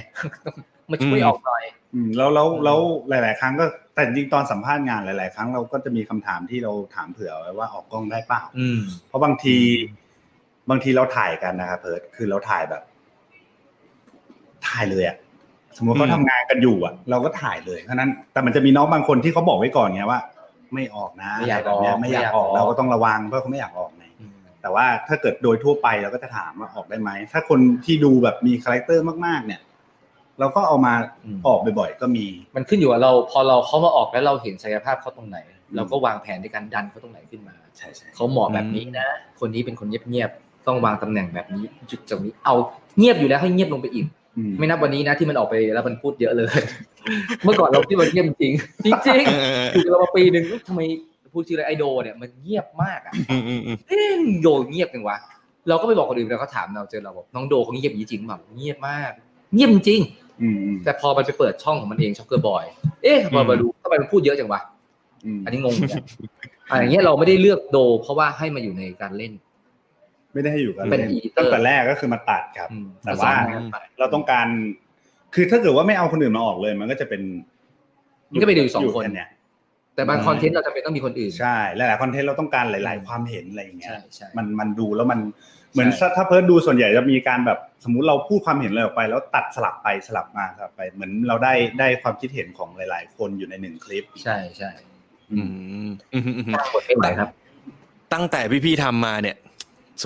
[SPEAKER 3] มาช่วยออกหน่อย
[SPEAKER 2] อืมแล้วแล้วแล้วหลาย ๆ ครั้งก็แต่จริงๆตอนสัมภาษณ์งานหลาย ๆ ครั้งเราก็จะมีคำถามที่เราถามเผื่อไว้ว่าออกกล้องได้เปล่า
[SPEAKER 3] อืม
[SPEAKER 2] เพราะบางทีบางทีเราถ่ายกันนะครับเพิร์ดคือเราถ่ายแบบ ถ่ายเลยอะสมมติเขาทำงานกันอยู่อะเราก็ถ่ายเลยเพราะฉะนั้น แต่มันจะมีน้องบางคนที่เขาบอกไว้ก่อนไงว่า ไม่ออกนะ
[SPEAKER 3] ไม่อยากออก
[SPEAKER 2] แบบเนี้ยไม่อยากออก
[SPEAKER 3] ไม่อยากออก
[SPEAKER 2] เราก็ต้องระวังเพราะเขาไม่อยากออกไงแต่ว่าถ้าเกิดโดยทั่วไปเราก็จะถามว่าออกได้ไหมถ้าคนที่ดูแบบมีคาแรคเตอร์มาก ๆ เนี่ย เราก็เอามา
[SPEAKER 3] อืม
[SPEAKER 2] ออกบ่อยๆก็มี
[SPEAKER 3] มันขึ้นอยู่ว่าเราพอเราเข้ามาออกแล้วเราเห็นศักยภาพเขาตรงไหน เราก็วางแผนในการดันเขาตรงไหนขึ้นมา
[SPEAKER 2] ใช่ใช่
[SPEAKER 3] เขาเหมาะแบบนี้นะ คนนี้เป็นคนเงียบๆ ต้องวางตำแหน่งแบบนี้ จุดจากนี้ เอาเงียบอยู่แล้วให้เงียบลงไปอีก
[SPEAKER 2] อืม
[SPEAKER 3] ไม่นับวันนี้นะที่มันออกไปแล้วมันพูดเยอะเลย เมื่อก่อนเราที่มันเงียบจริงจริง
[SPEAKER 1] เออ
[SPEAKER 3] ๆอยู่กับเรามาปีหนึ่งทำไมพูดชื่ออะไรไอโดเนี่ยมันเงียบมากอ่ะ
[SPEAKER 1] อืมอืมอืม
[SPEAKER 3] เอ๊ะโดเงียบจังวะ เราก็ไปบอกคนอื่นแล้วก็ถามเราเจอเราบอกน้องโดเขาเงียบอย่างนี้จริงแบบเงียบมาก เงียบจริง
[SPEAKER 2] อืมอืม
[SPEAKER 3] แต่พอมันไปเปิดช่องของมันเองช็อกเกอร์บอย เอ๊ะพอมาดูทำไมมันพูดเยอะจังวะ
[SPEAKER 2] อืม
[SPEAKER 3] อันนี้งงเหมือน กันอ่ะอย่างเงี้ยเราไม่ได้เลือกโด เพราะว่าให้มาอยู่ในการเล่น
[SPEAKER 2] ไม่ได้ให้อยู่กัน
[SPEAKER 3] เป็น
[SPEAKER 2] ล่
[SPEAKER 3] อีดิเตอ
[SPEAKER 2] ตั้ง
[SPEAKER 3] ร์
[SPEAKER 2] แต่แรกก็คือมาตัดครับ
[SPEAKER 3] อืม
[SPEAKER 2] แต่
[SPEAKER 3] ผสม
[SPEAKER 2] ว่า
[SPEAKER 3] กันไป
[SPEAKER 2] เราต้องการ คือถ้าเกิดว่าไม่เอาคนอื่นมาออกเลย มันก็จะเป็น
[SPEAKER 3] มันก็ไปดูสองคน
[SPEAKER 2] กัเนี่ย
[SPEAKER 3] แต่บาง
[SPEAKER 2] อืม
[SPEAKER 3] คอนเทนต์เราจำเป็นต้องมีคนอื่น
[SPEAKER 2] ใช่ หลายๆคอนเทนต์เราต้องการหลาย ๆ ความเห็นอะไรอย่างเงี้ย
[SPEAKER 3] ใช่ใช่
[SPEAKER 2] มันมันดูแล้วมัน เหมือน
[SPEAKER 3] ใช่
[SPEAKER 2] ถ้าถ้าเพิร์ดดูส่วนใหญ่จะมีการแบบสมมุติเราพูดความเห็นอะไรออกไป แล้วตัดสลับไปสลับมาสลับไป เหมือนเราได้ได้ความคิดเห็นของหลาย ๆ คนอยู่ในหนึ่งคลิป
[SPEAKER 3] ใช่ใช่
[SPEAKER 1] อืมอืมอืม
[SPEAKER 3] ตั้งบทเพลงไหนครับ
[SPEAKER 1] ตั้งแต่พี่ๆทำมาเนี่ย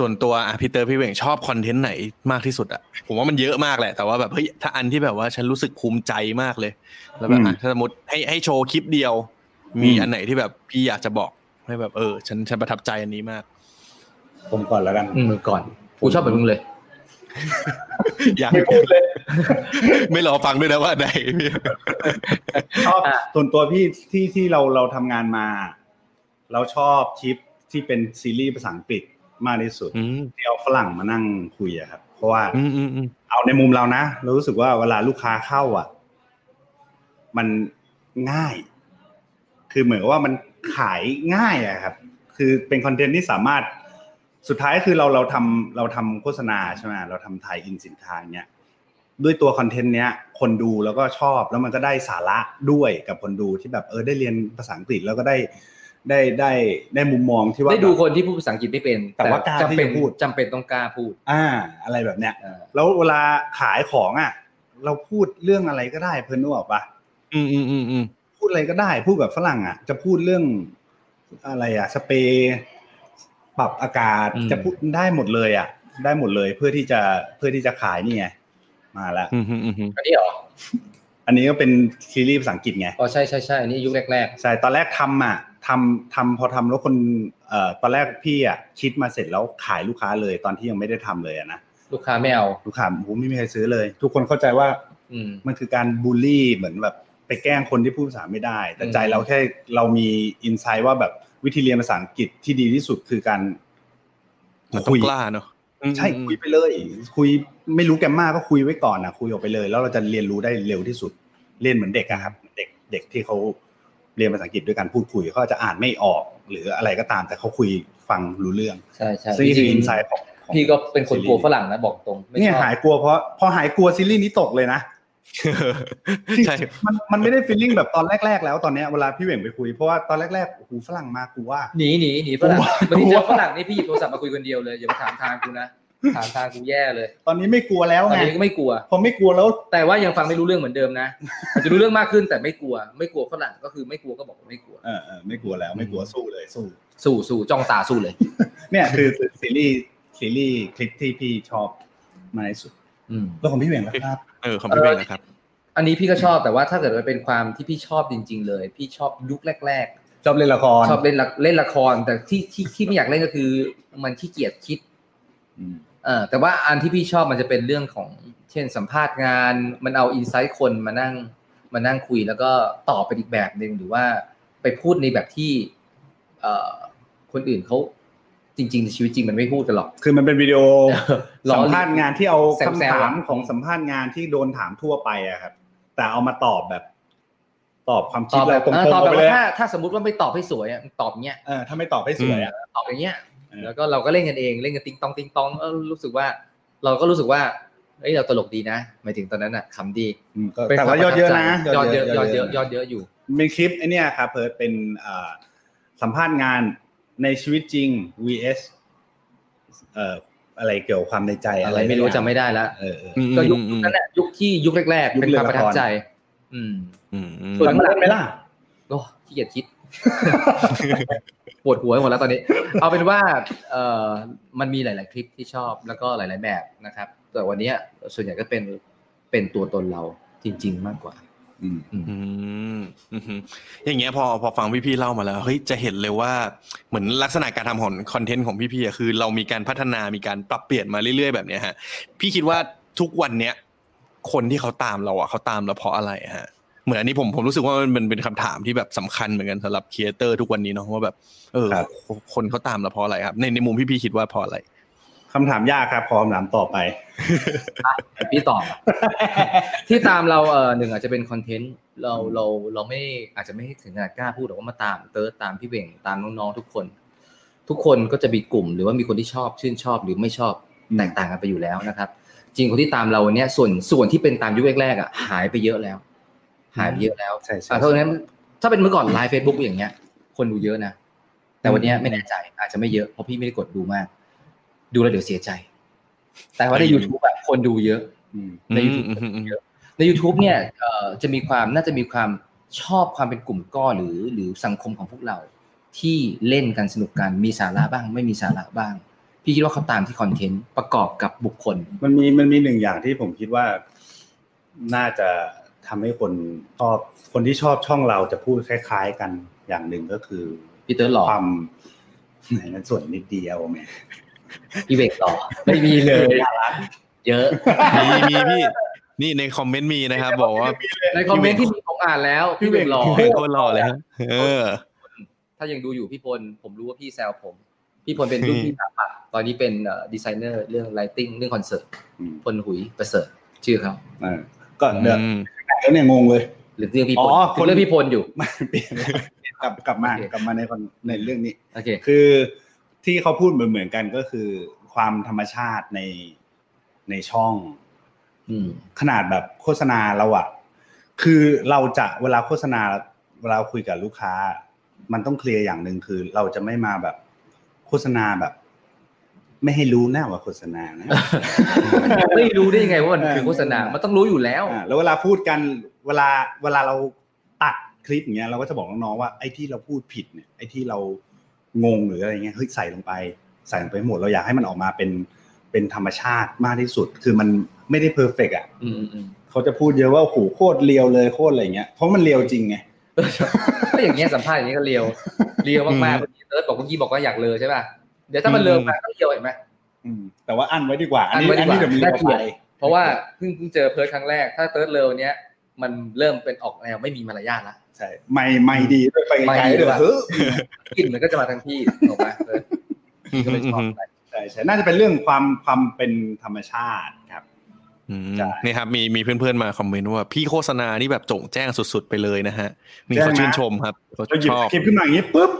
[SPEAKER 1] ส่วนตัวอ่ะพี่เตอร์พี่เหว่งชอบคอนเทนต์ไหนมากที่สุดอ่ะผมว่ามันเยอะมากแหละแต่ว่าแบบเฮ้ยถ้าอันที่แบบว่าฉันรู้สึกภูมิใจมากเลย แล้วแบบอ่ะ
[SPEAKER 2] อืม
[SPEAKER 1] ถ้าสมมติให้ให้โชว์คลิปเดียว มี
[SPEAKER 2] อืม
[SPEAKER 1] อันไหนที่แบบพี่อยากจะบอกให้แบบเออ ฉันฉันประทับใจอันนี้มาก
[SPEAKER 2] ผมก่อนแล้วกัน
[SPEAKER 3] อืมก่อน กูชอบแบบมึงเลย
[SPEAKER 1] อยาก ไม่รอฟังด้วยนะว่าอันไหนพี่
[SPEAKER 2] ชอบ
[SPEAKER 3] อ่ะ
[SPEAKER 2] ส่วนตัวพี่ที่ที่เราเราทำงานมา เราชอบคลิปที่เป็นซีรีส์ภาษาอังกฤษมากที่สุด
[SPEAKER 1] อืม
[SPEAKER 2] ที่เอาฝรั่งมานั่งคุยอะครับ เพราะว่า
[SPEAKER 1] อืมอืมอืม
[SPEAKER 2] เอาในมุมเรานะเรารู้สึกว่าเวลาลูกค้าเข้าอ่ะ มันง่าย คือเหมือนกับว่ามันขายง่ายอะครับ คือเป็นคอนเทนต์ที่สามารถสุดท้ายคือเราเราทำเราทำโฆษณาใช่ไหมเราทำถ่ายอินสินค้าเนี้ยด้วยตัวคอนเทนต์เนี้ย คนดูแล้วก็ชอบแล้วมันก็ได้สาระด้วยกับคนดูที่แบบเออได้เรียนภาษาอังกฤษแล้วก็ได้ได้ได้ได้มุมมองที่ว่า
[SPEAKER 3] ได้ดูคนที่พูดภาษาอังกฤษไม่เป็น
[SPEAKER 2] แต่ว่ากล้า
[SPEAKER 3] จำเป็น
[SPEAKER 2] ที่จะพูด
[SPEAKER 3] จำเป็นต้องกล้าพูด
[SPEAKER 2] อ่า อะไรแบบเนี้ย
[SPEAKER 3] อ่า
[SPEAKER 2] แล้วเวลาขายของอ่ะ เราพูดเรื่องอะไรก็ได้เพิ่นนึกออกปะ
[SPEAKER 1] อืมอืมอืมอืม
[SPEAKER 2] พูดอะไรก็ได้ พูดแบบฝรั่งอ่ะ จะพูดเรื่อง อะไรอะสเปรย์ปรับอากาศ
[SPEAKER 3] อืม
[SPEAKER 2] จะพูดได้หมดเลยอะได้หมดเลยเพื่อที่จะเพื่อที่จะขายนี่ไงมาละ
[SPEAKER 1] อืมอืมอืมอืม
[SPEAKER 3] อันนี้เหรอ
[SPEAKER 2] อันนี้ก็เป็นซีรีส์ภาษาอังกฤษไง
[SPEAKER 3] อ๋อใช่ใช่ใช่อันนี้ยุคแรก
[SPEAKER 2] ใช่ ตอนแรกทำอ่ะทำทำพอทำแล้วคนเอ่อตอนแรกพี่อ่ะคิดมาเสร็จแล้วขายลูกค้าเลยตอนที่ยังไม่ได้ทำเลยอะนะ
[SPEAKER 3] ๆ ลูกค้าไม่เอา
[SPEAKER 2] ลูกค้าโอ้โหไม่มีใครซื้อเลย ทุกคนเข้าใจว่า
[SPEAKER 3] อืม
[SPEAKER 2] มันคือการบูลลี่เหมือนแบบไปแกล้งคนที่พูดภาษาไม่ได้ แต่
[SPEAKER 3] อืม
[SPEAKER 2] ใจเราแค่เรามีอินไซต์ว่าแบบวิธีเรียนภาษาอังกฤษที่ดีที่สุดคือการ
[SPEAKER 1] มันต้อ
[SPEAKER 2] คุ
[SPEAKER 1] ง
[SPEAKER 2] ย
[SPEAKER 1] กล้าเนอะอืม
[SPEAKER 2] ใช่คุยไปเลย คุยไม่รู้แกรมมาก็คุยไว้ก่อนนะคุยออกไปเลย แล้วเราจะเรียนรู้ได้เร็วที่สุด เรียนเหมือนเด็กอะครับเด็กเด็กที่เขาเรียนภาษาอังกฤษด้วยการพูดคุยเขาอาจจะอ่านไม่ออก หรืออะไรก็ตาม แต่เขาคุยฟังรู้เรื่อง
[SPEAKER 3] ใช่ใช่
[SPEAKER 2] ซึ่งนี่คือ
[SPEAKER 3] จริ
[SPEAKER 2] อิ
[SPEAKER 3] ง
[SPEAKER 2] น
[SPEAKER 3] ๆ
[SPEAKER 2] ไซต์ของของ
[SPEAKER 3] พี่ก็เป็นคนกลัวฝรั่งนะบอกตรงไม่
[SPEAKER 2] เนี่ย
[SPEAKER 3] ชอบ
[SPEAKER 2] หายกลัวเพราะพอหายกลัวซีรีส์นี้ตกเลยนะ
[SPEAKER 1] ใช่
[SPEAKER 2] มันมันไม่ได้ฟีลลิ่งแบบตอนแรก ๆ แล้วตอนเนี้ยเวลาพี่เหว่งไปคุยเพราะว่าตอนแรกๆโอ้โหูฝรั่งมากูว่า
[SPEAKER 3] หนีหนีหนีฝรั่ง
[SPEAKER 2] กลัว
[SPEAKER 3] วันนี้เจอฝรั่งนี่พี่หยิบโทรศัพท์มาคุยคนเดียวเลยอย่ามาถามทางกูนะถามทางกูแย่เลย
[SPEAKER 2] ตอนนี้ไม่กลัวแล้ว
[SPEAKER 3] ตอน
[SPEAKER 2] ไง
[SPEAKER 3] นี้ก็ไม่กลัว
[SPEAKER 2] พอไม่กลัวแล้ว
[SPEAKER 3] แต่ว่ายังฟังไม่รู้เรื่องเหมือนเดิมนะอาจจะรู้เรื่องมากขึ้นแต่ไม่กลัว ไม่กลัวฝรั่งก็คือไม่กลัวก็บอกว่าไม่กลัว
[SPEAKER 2] เออเออไม่กลัวแล้วไม่กลัวสู้เลยสู้
[SPEAKER 3] สู้สู้จ้องตาสู้เลย
[SPEAKER 2] เนี่ยคือซีรีส์ซีรีส์คลิปที่พี่ชอบมากที่สุด
[SPEAKER 3] อืม
[SPEAKER 2] แล้วของพี่เหว่งล่ะครับ
[SPEAKER 1] เออของพี่เวงนะครับ
[SPEAKER 3] อันนี้พี่ก็ชอบแต่ว่าถ้าเกิดว่าเป็นความที่พี่ชอบจริง ๆ เลย พี่ชอบยุคแรก
[SPEAKER 2] ชอบเล่นละคร
[SPEAKER 3] ๆ ชอบเล่นละเล่นละคร แต่ที่ที่ที่ไม่อยากเล่นก็คือมันขี้เกียจคิด
[SPEAKER 2] อืม
[SPEAKER 3] เออแต่ว่าอันที่พี่ชอบมันจะเป็นเรื่องของเช่นสัมภาษณ์งาน มันเอาอินไซต์คนมานั่งมานั่งคุยแล้วก็ตอบเป็นอีกแบบหนึ่งหรือว่าไปพูดในแบบที่ เออคนอื่นเขาจริง ๆ ในชีวิตจริงมันไม่พูดกันห รอก
[SPEAKER 2] คือมันเป็นวิดีโอ
[SPEAKER 3] ล้อ
[SPEAKER 2] สัมภาษณ์งานที่เอา
[SPEAKER 3] แซวๆ
[SPEAKER 2] คำถาม
[SPEAKER 3] อะ
[SPEAKER 2] ของสัมภาษณ์งานที่โดนถามทั่วไปอะครับ แต่เอามาตอบแบบ ตอบความ
[SPEAKER 3] ต
[SPEAKER 2] คิด
[SPEAKER 3] อบแบ
[SPEAKER 2] เรา
[SPEAKER 3] บ
[SPEAKER 2] ตรง
[SPEAKER 3] เออ
[SPEAKER 2] ๆ
[SPEAKER 3] ตอบ
[SPEAKER 2] เอา
[SPEAKER 3] แบบ
[SPEAKER 2] ไปเล
[SPEAKER 3] ว่าย ถ้าถ้าสมมติว่าไม่ตอบให้สวยอะตอบอย่างเงี้ย
[SPEAKER 2] เออถ้าไม่ตอบให้สวยอะ
[SPEAKER 3] ตอบอย่างเงี้ย
[SPEAKER 2] เออ
[SPEAKER 3] แล้วก็เราก็เล่นกันเอง เล่นกันติ๊งตองติ๊งตองเออรู้สึกว่า เราก็รู้สึกว่า เอ้ยเราตลกดีนะ หมายถึงตอนนั้นอ่ะขำดี
[SPEAKER 2] อืมก็
[SPEAKER 3] ป็น
[SPEAKER 2] แต่ว่ายอดเยอะนะ
[SPEAKER 3] ยอดเยอะยอดเยอะยอดเยอะอยู่
[SPEAKER 2] เป็นคลิปไอเนี้ยครับเพิร์ดเป็นเอ่อสัมภาษณ์งานในชีวิตจริง vs เอ่ออะไรเกี่ยวกับความในใจอะ
[SPEAKER 3] อะไร ไรไม่รู้จำไม่ได้ละ
[SPEAKER 2] เออเออ
[SPEAKER 1] อืม
[SPEAKER 3] ก็ยุค
[SPEAKER 1] อืม
[SPEAKER 3] นั้นแหละยุคที่ยุคแรก
[SPEAKER 2] ยุ
[SPEAKER 3] ๆ
[SPEAKER 2] ค
[SPEAKER 3] เป็นความประทับ
[SPEAKER 2] เรือละคร
[SPEAKER 3] ใจ อืม
[SPEAKER 1] อืมอืม
[SPEAKER 3] ส่วน
[SPEAKER 2] จำได้ไหมล่ะ
[SPEAKER 3] โอ้ขี้เกียจ คิด ปวดหัวไปหมดแล้วตอนนี้ เอาเป็นว่าเออมันมีหลาย ๆ คลิปที่ชอบแล้วก็หลาย ๆ แบบนะครับ แต่วันเนี้ยส่วนใหญ่ก็เป็นเป็นตัวตนเราจริง ๆ มากกว่า
[SPEAKER 2] อืม
[SPEAKER 1] อืมอืมอืมอย่างเงี้ยพอพอฟังพี่ๆเล่ามาแล้วเฮ้ยจะเห็นเลยว่าเหมือนลักษณะการทำของคอนเทนต์ของพี่ๆอะคือ เรามีการพัฒนามีการปรับเปลี่ยนมาเรื่อยๆแบบเนี้ยฮะ พี่คิดว่าทุกวันเนี้ยคนที่เขาตามเราอ่ะเขาตามเราเพราะอะไรฮะ เหมือนอันนี้ผมผมรู้สึกว่ามันมันเป็นคำถามที่แบบสำคัญเหมือนกันสำหรับครีเอเตอร์ทุกวันนี้เนาะว่าแบบเออ
[SPEAKER 2] ครับ
[SPEAKER 1] คนเขาตามเราเพราะอะไรครับ ในในมุมพี่ๆคิดว่าเพราะอะไร
[SPEAKER 2] คำถามยากครับขอคำถามต่อไป
[SPEAKER 3] พี่ตอบอะ ที่ตามเราเออหนึ่งอาจจะเป็นคอนเทนต์เราเราเราไม่อาจจะไม่ถึงขนาดกล้าพูดหรอกว่ามาตามเติร์ดตามพี่เบ่งตามน้องๆทุกคน ทุกคนก็จะมีกลุ่ม หรือว่ามีคนที่ชอบชื่นชอบหรือไม่ชอบ
[SPEAKER 2] อืม
[SPEAKER 3] แตกต่างกันไปอยู่แล้วนะครับ จริงคนที่ตามเราวันเนี้ยส่วนส่วนที่เป็นตามยุคแรกๆอ่ะหายไปเยอะแล้ว หายไปเยอะแล้ว
[SPEAKER 2] ใช่ใช่
[SPEAKER 3] อ่ะเพราะฉะนั้นถ้าเป็นเมื่อก่อนไลฟ์เฟซบุ๊กอย่างเงี้ย คนดูเยอะนะแต่วันเนี้ยไม่แน่ใจอาจจะไม่เยอะเพราะพี่ไม่ได้กดดูมาก ดูแล้วเดี๋ยวเสียใจ แต่ว่าใน YouTube อะคนดูเยอะ
[SPEAKER 2] อืม
[SPEAKER 3] ใน YouTube
[SPEAKER 1] อืมอืมอืม
[SPEAKER 3] เยอะใน YouTube เนี่ยเอ่อจะมีความน่าจะมีความชอบความเป็นกลุ่มก้อนหรือหรือสังคมของพวกเรา ที่เล่นกันสนุกกันมีสาระบ้าง ไม่มีสาระบ้าง พี่คิดว่าเขาตามที่คอนเทนต์ประกอบกับบุคคล
[SPEAKER 2] มันมีมันมีหนึ่งอย่างที่ผมคิดว่าน่าจะทำให้คนชอบคนที่ชอบช่องเราจะพูดคล้าย ๆ กันอย่างหนึ่งก็คือ
[SPEAKER 3] พี่เต๋อหล่อ
[SPEAKER 2] ความไหนนั้นส่วนนิดเดียวแหม่
[SPEAKER 3] พี่เวกต่อไม่มีเลย เยอะ
[SPEAKER 1] มีมีพี่นี่ในคอมเมนต์มีนะครับ บอกว่า
[SPEAKER 3] ในคอมเมนต์ที่มีผมอ่านแล้ว พี่เวกหล่อ
[SPEAKER 1] โอ้ยโคตรหล่อเลยฮะเออ
[SPEAKER 3] ถ้ายังดูอยู่พี่พลผมรู้ว่าพี่แซวผม พี่พลเป็นรุ่นพี่สถาปัตย์ตอนนี้เป็นดีไซเนอร์เรื่องไลติงเรื่องคอนเสิร์ต
[SPEAKER 2] อืม
[SPEAKER 3] พลหุยประเสริฐชื่อเขา
[SPEAKER 2] เออก็เดือด
[SPEAKER 1] อืม
[SPEAKER 2] แล้วเนี่ยงงเลย
[SPEAKER 3] หรือเรื่องพี่พ
[SPEAKER 2] อ๋
[SPEAKER 3] ล
[SPEAKER 2] อคน
[SPEAKER 3] เรื่องพี่พลอยู่
[SPEAKER 2] มาเปลี่ยนกลับกลับมากลับมาในคนในเรื่องนี้
[SPEAKER 3] โอเค
[SPEAKER 2] คือที่เขาพูดเหมือนเหมือนๆกันก็คือความธรรมชาติในในช่อง
[SPEAKER 3] อื ม
[SPEAKER 2] ขนาดแบบโฆษณาเราอะคือเราจะเวลาโฆษณาเวลาคุยกับลูกค้า มันต้องเคลียร์อย่างหนึ่งคือ เราจะไม่มาแบบโฆษณาแบบ ไม่ให้รู้หน้าว่าโฆษณานะ
[SPEAKER 3] ไม่รู้ได้ยังไงว่ามัน
[SPEAKER 2] เออ
[SPEAKER 3] คือโฆษณา มันต้องรู้อยู่แล้ว
[SPEAKER 2] อ่าแล้วเวลาพูดกันเวลาเวลาเราตัด คลิปอย่างเงี้ยเราก็จะบอกน้องๆว่าไอ้ที่เราพูดผิดเนี่ยไอ้ที่เรางงหรืออะไรเงี้ยเฮ้ยใส่ลงไป ใส่ลงไปหมดเราอยากให้มันออกมาเป็นเป็นธรรมชาติมากที่สุด คือมันไม่ได้เพอร์เฟกอ่ะ
[SPEAKER 3] อืมอืม
[SPEAKER 2] เขาจะพูดเยอะว่าโอ้โหโคตรเลียวเลยโคตรอะไรเงี้ยเพราะมันเลียวจริงไง
[SPEAKER 3] ก็อย่างเงี้ยสัมภาษณ์อย่างเงี้ยก็เลียวเลียวมากๆเมื่อกี้เติร์ดบอกเมื่อกี้บอกว่าอยากเลอใช่ป่ะเดี๋ยวถ้ามันเลอมาก็เลียวเห็นไหม
[SPEAKER 2] อืมแต่ว่าอันไว้ดีกว่า อันนี้
[SPEAKER 3] อั้นไว้
[SPEAKER 2] อันนี้เดี๋ยวมี
[SPEAKER 3] ดีกว่าน่า
[SPEAKER 2] ต่อ
[SPEAKER 3] เกลี
[SPEAKER 2] ไป
[SPEAKER 3] ยด เพราะว่าเพิ่งเพิ่งเจอเพิร์ดครั้งแรกถ้าเติร์ดเลอเนี้ยมันเริ่มเป็นออกแนวไม่มีมารยาทละ
[SPEAKER 2] ใช่ไม่ไม่ดีด้วยไป
[SPEAKER 3] ไม่
[SPEAKER 2] ไกล
[SPEAKER 3] ดี
[SPEAKER 2] ๆ
[SPEAKER 3] ด้
[SPEAKER 2] เดี๋
[SPEAKER 3] วย
[SPEAKER 2] ยวเฮ้ย
[SPEAKER 3] กลิ่นมัน ก็จะมาทั้งที่ออกมาเติร์ด
[SPEAKER 1] อืม
[SPEAKER 3] ก็เลยชอบไป
[SPEAKER 2] ใช่ใช่น่าจะเป็นเรื่องความความเป็นธรรมชาติครับ
[SPEAKER 1] อืม
[SPEAKER 2] ใช่
[SPEAKER 1] นี่ครับมีมีเพื่อนๆมาคอมเมนต์ว่าพี่โฆษณานี่แบบโจงแจ้งสุดๆไปเลยนะฮะนี่เขาชื่นชมครับเขา
[SPEAKER 2] เราหยิ
[SPEAKER 1] ช
[SPEAKER 2] บ
[SPEAKER 1] อบ
[SPEAKER 2] คลิปขึ้นมาอย่างนี้ปุ๊บ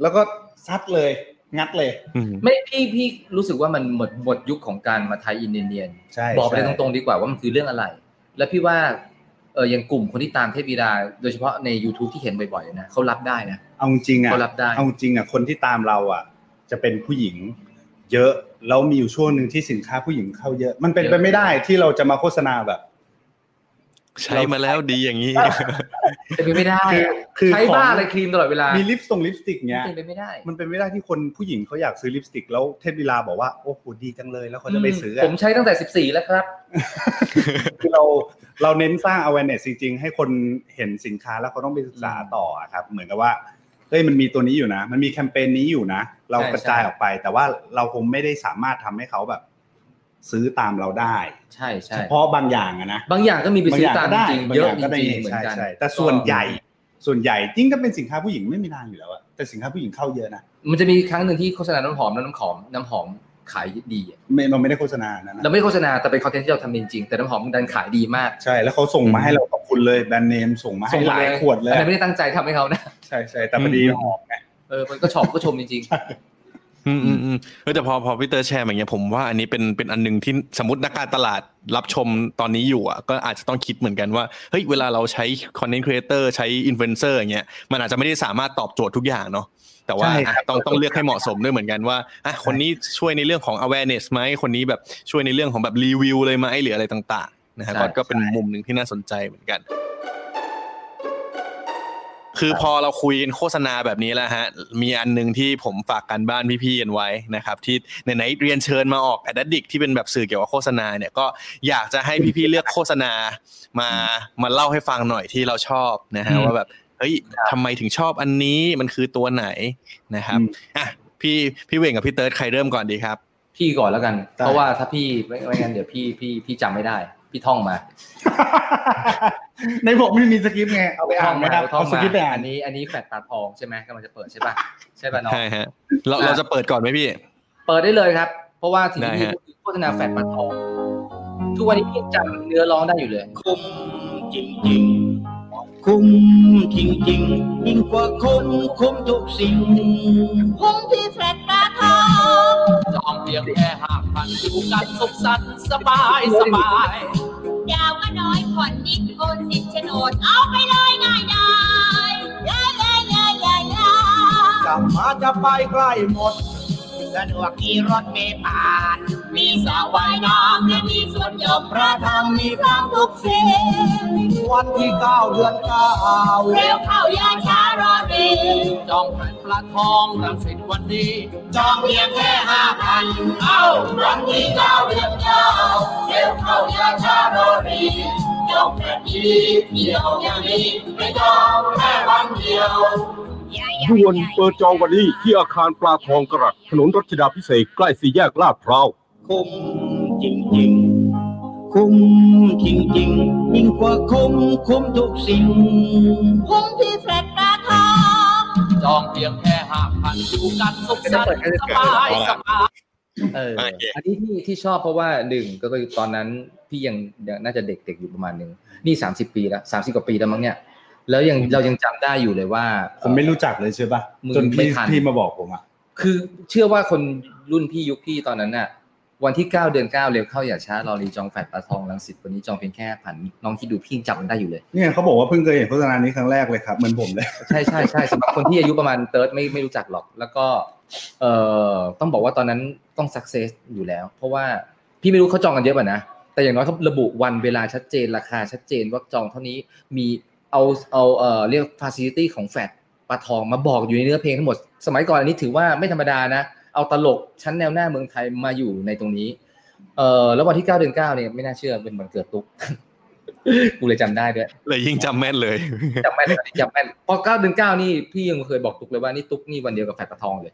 [SPEAKER 2] แล้วก็ซัดเลย งัดเลย
[SPEAKER 1] อืม
[SPEAKER 3] ไม่พี่พี่รู้สึกว่ามันหมดหมดยุคของการมาไทยอินเดียน
[SPEAKER 2] ใช่
[SPEAKER 3] บอกไปเลย
[SPEAKER 2] ใช่
[SPEAKER 3] ตรงๆดีกว่าว่ามันคือเรื่องอะไร แล้วพี่ว่าเอออย่างกลุ่มคนที่ตามเทพวีดา โดยเฉพาะใน YouTube ที่เห็นบ่อยๆนะเขารับได้นะ
[SPEAKER 2] เอาจริงอ่ะ
[SPEAKER 3] เขารับได้
[SPEAKER 2] เอาจริงอ่ะคนที่ตามเราอ่ะ จะเป็นผู้หญิง เยอะแล้วมีอยู่ช่วงหนึ่งที่สินค้าผู้หญิงเข้าเยอะ มันเป็นไปไม่ได้ที่เราจะมาโฆษณาแบบ
[SPEAKER 1] ใช้มาแล้วดีอย่างนี้
[SPEAKER 3] เป็นไปไม่ได้อะ
[SPEAKER 2] คือ
[SPEAKER 3] ใช้
[SPEAKER 2] ของ
[SPEAKER 3] บ้าอะไรครีมตลอดเวลา
[SPEAKER 2] มีลิปสติกลิปสติกเนี้ย
[SPEAKER 3] เป็นไปไม่ได้
[SPEAKER 2] มันเป็นไม่ได้ที่คนผู้หญิงเขาอยากซื้อลิปสติก แล้วเทพลีลาบอกว่าโอ้โหดีจังเลยแล้วเขาจะไปซื้ออะ
[SPEAKER 3] ผมใช้ตั้งแต่ 14 แล้วครับ
[SPEAKER 2] คือเราเราเน้นสร้าง awareness จริงๆ ให้คนเห็นสินค้าแล้วเขาต้องไปศึกษา
[SPEAKER 3] อืม
[SPEAKER 2] ต่ออะครับ เหมือนกับว่าเฮ้ยมันมีตัวนี้อยู่นะ มันมีแคมเปญนี้อยู่นะ เรา
[SPEAKER 3] ใช่
[SPEAKER 2] กระจาย
[SPEAKER 3] ใช่
[SPEAKER 2] ออกไป แต่ว่าเราคงไม่ได้สามารถทำให้เขาแบบ ซื้อตามเราได้
[SPEAKER 3] ใช่ใช่
[SPEAKER 2] เฉพาะบางอย่างอะนะ
[SPEAKER 3] บางอย่างก็มีไป
[SPEAKER 2] บาง
[SPEAKER 3] ซื้
[SPEAKER 2] อ
[SPEAKER 3] อย่าง ตาม
[SPEAKER 2] ก็ได้
[SPEAKER 3] จริงๆ
[SPEAKER 2] บาง
[SPEAKER 3] เย
[SPEAKER 2] อย่า
[SPEAKER 3] อะ
[SPEAKER 2] ง
[SPEAKER 3] จ
[SPEAKER 2] ก็ได้
[SPEAKER 3] ริงๆเหมือ
[SPEAKER 2] ใช่
[SPEAKER 3] นกัน
[SPEAKER 2] ใช่แต่ส่วนใหญ่ ส่วนใหญ่ยิ่งถ้าเป็นสินค้าผู้หญิงไม่มีทางอยู่แล้วอะแต่สินค้าผู้หญิงเข้าเยอะนะ
[SPEAKER 3] มันจะมีครั้งหนึ่งที่โฆษณาน้ำหอมแล้วน้ำหอมน้ำหอมขายดีอะ
[SPEAKER 2] ไม่เราไม่ได้โฆษณานะนะ
[SPEAKER 3] เราไม่ได้โฆษณาแต่เป็นคอนเทนต์ที่เราทำจริงๆแต่น้ำหอมมันดันขายดีมาก
[SPEAKER 2] ใช่แล้วเขาส่งมาให้เราขอบคุณเลยแบรนด์เนมส่งมาให้หลายขวดเลย
[SPEAKER 3] อันนั้นไม่ได้ตั้งใจทำให้เขานะ
[SPEAKER 2] ใช่ใช่แต่พอดี
[SPEAKER 1] อืม
[SPEAKER 2] หอมไง
[SPEAKER 3] เออ มันก็ชอบก็ชมจริง
[SPEAKER 1] อืมอืมอืมเออแต่พอพอพี่เตอร์แชร์อย่างเงี้ยผมว่าอันนี้เป็นเป็นอันหนึงที่สมมตินักการตลาดรับชมตอนนี้อยู่อ่ะก็อาจจะต้องคิดเหมือนกันว่าเฮ้ยเวลาเราใช้คอนเทนต์ครีเอเตอร์ใช้อินฟลูเอนเซอร์อย่างเงี้ยมันอาจจะไม่ได้สามารถตอบโจทย์ทุกอย่างเนาะแต่ว่าอ่ะต้องต้องเลือกให้เหมาะสมด้วยเหมือนกันว่าอ่ะคนนี้ช่วยในเรื่องของ awareness ไหมคนนี้แบบช่วยในเรื่องของแบบรีวิวเลยไหมหรืออะไรต่างๆนะฮะ
[SPEAKER 3] ใช่
[SPEAKER 1] ก็ก็เป็นมุมหนึ่งที่น่าสนใจเหมือนกัน คือพอเราคุยกันโฆษณาแบบนี้แล้วฮะ มีอันหนึ่งที่ผมฝากกันบ้านพี่ๆกันไว้นะครับ ที่ไหนๆเรียนเชิญมาออกแอดดิกที่เป็นแบบสื่อเกี่ยวกับโฆษณาเนี่ยก็อยากจะให้พี่ๆเลือกโฆษณามามาเล่าให้ฟังหน่อยที่เราชอบนะฮะ
[SPEAKER 3] อืม
[SPEAKER 1] ว่าแบบเฮ้ยทำไมถึงชอบอันนี้มันคือตัวไหนนะครับอ่ะพี่พี่เวงกับพี่เติร์ดใครเริ่มก่อนดีครับ
[SPEAKER 3] ๆ พี่ก่อนแล้วกัน เพราะว่าถ้าพี่ไม่ไม่งั้นเดี๋ยวพี่พี่พี่จำไม่ได้ พี่ท่องมา
[SPEAKER 2] ในผมไม่มีสคริปต์ไงเอาไปอ่านไหมครับ
[SPEAKER 3] ท่อง
[SPEAKER 2] เอาส
[SPEAKER 3] มา
[SPEAKER 2] คริปต์ไปอ่าน
[SPEAKER 3] อันนี้อันนี้แฟดตาทองใช่ไหมกำลังจะเปิดใช่ป่ะ ใช่ป่ะน้อง
[SPEAKER 1] ใช่ฮะเรา
[SPEAKER 3] อ่ะ
[SPEAKER 1] เราจะเปิดก่อนไหมพี่
[SPEAKER 3] เปิดได้เลยครับ เพราะว่าถึง
[SPEAKER 1] ได้
[SPEAKER 3] ที่
[SPEAKER 1] ฮะ
[SPEAKER 3] โฆษณาแฟดตาทอง ทุกวันนี้พี่ยังจำเนื้อร้องได้อยู่เลย
[SPEAKER 4] คุ้มจริงๆ คุ้มจริงๆ ยิ่งกว่าคุ้มคุ้มทุกสิ่ง
[SPEAKER 5] คุ้มที่แฟลตตาทอง
[SPEAKER 4] จองเพียงแค่ห้าพันอยู่กันสุขสันต์สบายสบาย
[SPEAKER 5] ดาวก็น้อยผ่อนนิดโอนสิทธิ์โฉนด เอาไปเลยง่ายดายลาลาลาลาลา
[SPEAKER 4] จะมาจะไปใกล้หมด สะดวกมีรถเมล์ผ่าน มี
[SPEAKER 5] มี
[SPEAKER 4] ส
[SPEAKER 5] ส
[SPEAKER 4] ระ
[SPEAKER 5] ระ
[SPEAKER 4] ว่า
[SPEAKER 5] ว่าย ย
[SPEAKER 4] น้ำ
[SPEAKER 5] น้ำ
[SPEAKER 4] และ
[SPEAKER 5] และ
[SPEAKER 4] มี
[SPEAKER 5] มี
[SPEAKER 4] สว
[SPEAKER 5] สวน
[SPEAKER 4] ห
[SPEAKER 5] นห
[SPEAKER 4] ย
[SPEAKER 5] ย่
[SPEAKER 4] มพ
[SPEAKER 5] อมพ
[SPEAKER 4] ระ
[SPEAKER 5] ระ
[SPEAKER 4] ธ
[SPEAKER 5] ธ
[SPEAKER 4] รร
[SPEAKER 5] รร
[SPEAKER 4] ม
[SPEAKER 5] ม
[SPEAKER 4] มี
[SPEAKER 5] มี
[SPEAKER 4] พ
[SPEAKER 5] พ
[SPEAKER 4] ระ
[SPEAKER 5] ระ
[SPEAKER 4] ทุ
[SPEAKER 5] ทุ
[SPEAKER 4] ก
[SPEAKER 5] ก
[SPEAKER 4] สิ่
[SPEAKER 5] สิ่
[SPEAKER 4] ง
[SPEAKER 5] ง
[SPEAKER 4] วันที่เก้าเดือนเก้า
[SPEAKER 5] เร็วเข้าอย่าช้ารอรี
[SPEAKER 4] จองแผ่นปลาทองรังสิตวันนี้ จองเพียงแค่ห้าพันเอา
[SPEAKER 5] วันที่เก้าเดือนเก้าเร็วเข้าอย่าช้ารอรียกแบบนี้เดียวอย่างนี้ไม่ต้องแค่วันเดียว
[SPEAKER 6] ด่วนเปิดจองวันนี้ที่อาคารปลาทองกระดักถนนรัชดาพิเศษกใกล้สี่แยกลาดพร้าว
[SPEAKER 4] คุ้มจริงๆ คุ้มจริงๆ ยิ่งกว่าคุ้มคุ้มทุกสิ่ง
[SPEAKER 5] คุ้มที่แฟลตตาทอง
[SPEAKER 4] จองเพียงแค่ห้าพันอยู่กันสุขสันต์สบายสบาย
[SPEAKER 3] เออ
[SPEAKER 1] โอเค
[SPEAKER 3] อันนี้ที่ที่ชอบเพราะว่าหนึ่งก็คือตอนนั้นพี่ยังยังน่าจะเด็กๆอยู่ประมาณหนึ่งนี่สามสิบปีแล้วสามสิบกว่าปีแล้วมั้งเนี่ย แล้วยังเรายังจำได้อยู่เลยว่า
[SPEAKER 2] ผมไม่รู้จักเลยใช่ป่ะ
[SPEAKER 3] มึง
[SPEAKER 2] จน
[SPEAKER 3] ไม่
[SPEAKER 2] พี่
[SPEAKER 3] ทัน
[SPEAKER 2] พี่มาบอกผมอ่ะ
[SPEAKER 3] คือเชื่อว่าคนรุ่นพี่ยุคพี่ตอนนั้นน่ะ วันที่เก้าเดือนเก้าเร็วเข้าอย่าช้ารอรีจองแฟดปลาทองลังสิตวันนี้จองเพียงแค่ผันน้องคิดดูพี่ยังจำมันได้อยู่เลย
[SPEAKER 2] เนี่ยเขาบอกว่าเพิ่งเคยเห็นโฆษณานี้ครั้งแรกเลยครับเหมือนผมเลย
[SPEAKER 3] ใช่ใช่ใช่สำหรับคนที่อายุประมาณเติร์ดไม่ไม่รู้จักหรอก แล้วก็เอ่อต้องบอกว่าตอนนั้นต้องสักเซสอยู่แล้ว เพราะว่าพี่ไม่รู้เขาจองกันเยอะป่ะนะ แต่อย่างน้อยเขาระบุวันเวลาชัดเจนราคาชัดเจนว่าจองเท่านี้มี เอาเอาเอ่อเรียกฟาซิลิตี้ของแฟดปลาทองมาบอกอยู่ในเนื้อเพลงทั้งหมด สมัยก่อนอันนี้ถือว่าไม่ธรรมดานะ เอาตลกชั้นแนวหน้าเมืองไทยมาอยู่ในตรงนี้ เออแล้ววันที่เก้าเดือนเก้าเนี่ยไม่น่าเชื่อเป็นวันเกิด ตุ๊ก กูเลยจำได้ด้วย
[SPEAKER 1] เลยยิ่งจำแม่นเลย
[SPEAKER 3] จำแม่นเลยจำแม่นเพอเก้าเดือนเก้านี่พี่ยังเคยบอกตุกเลยว่านี่ตุกนี่วันเดียวกับแฟดประทองเลย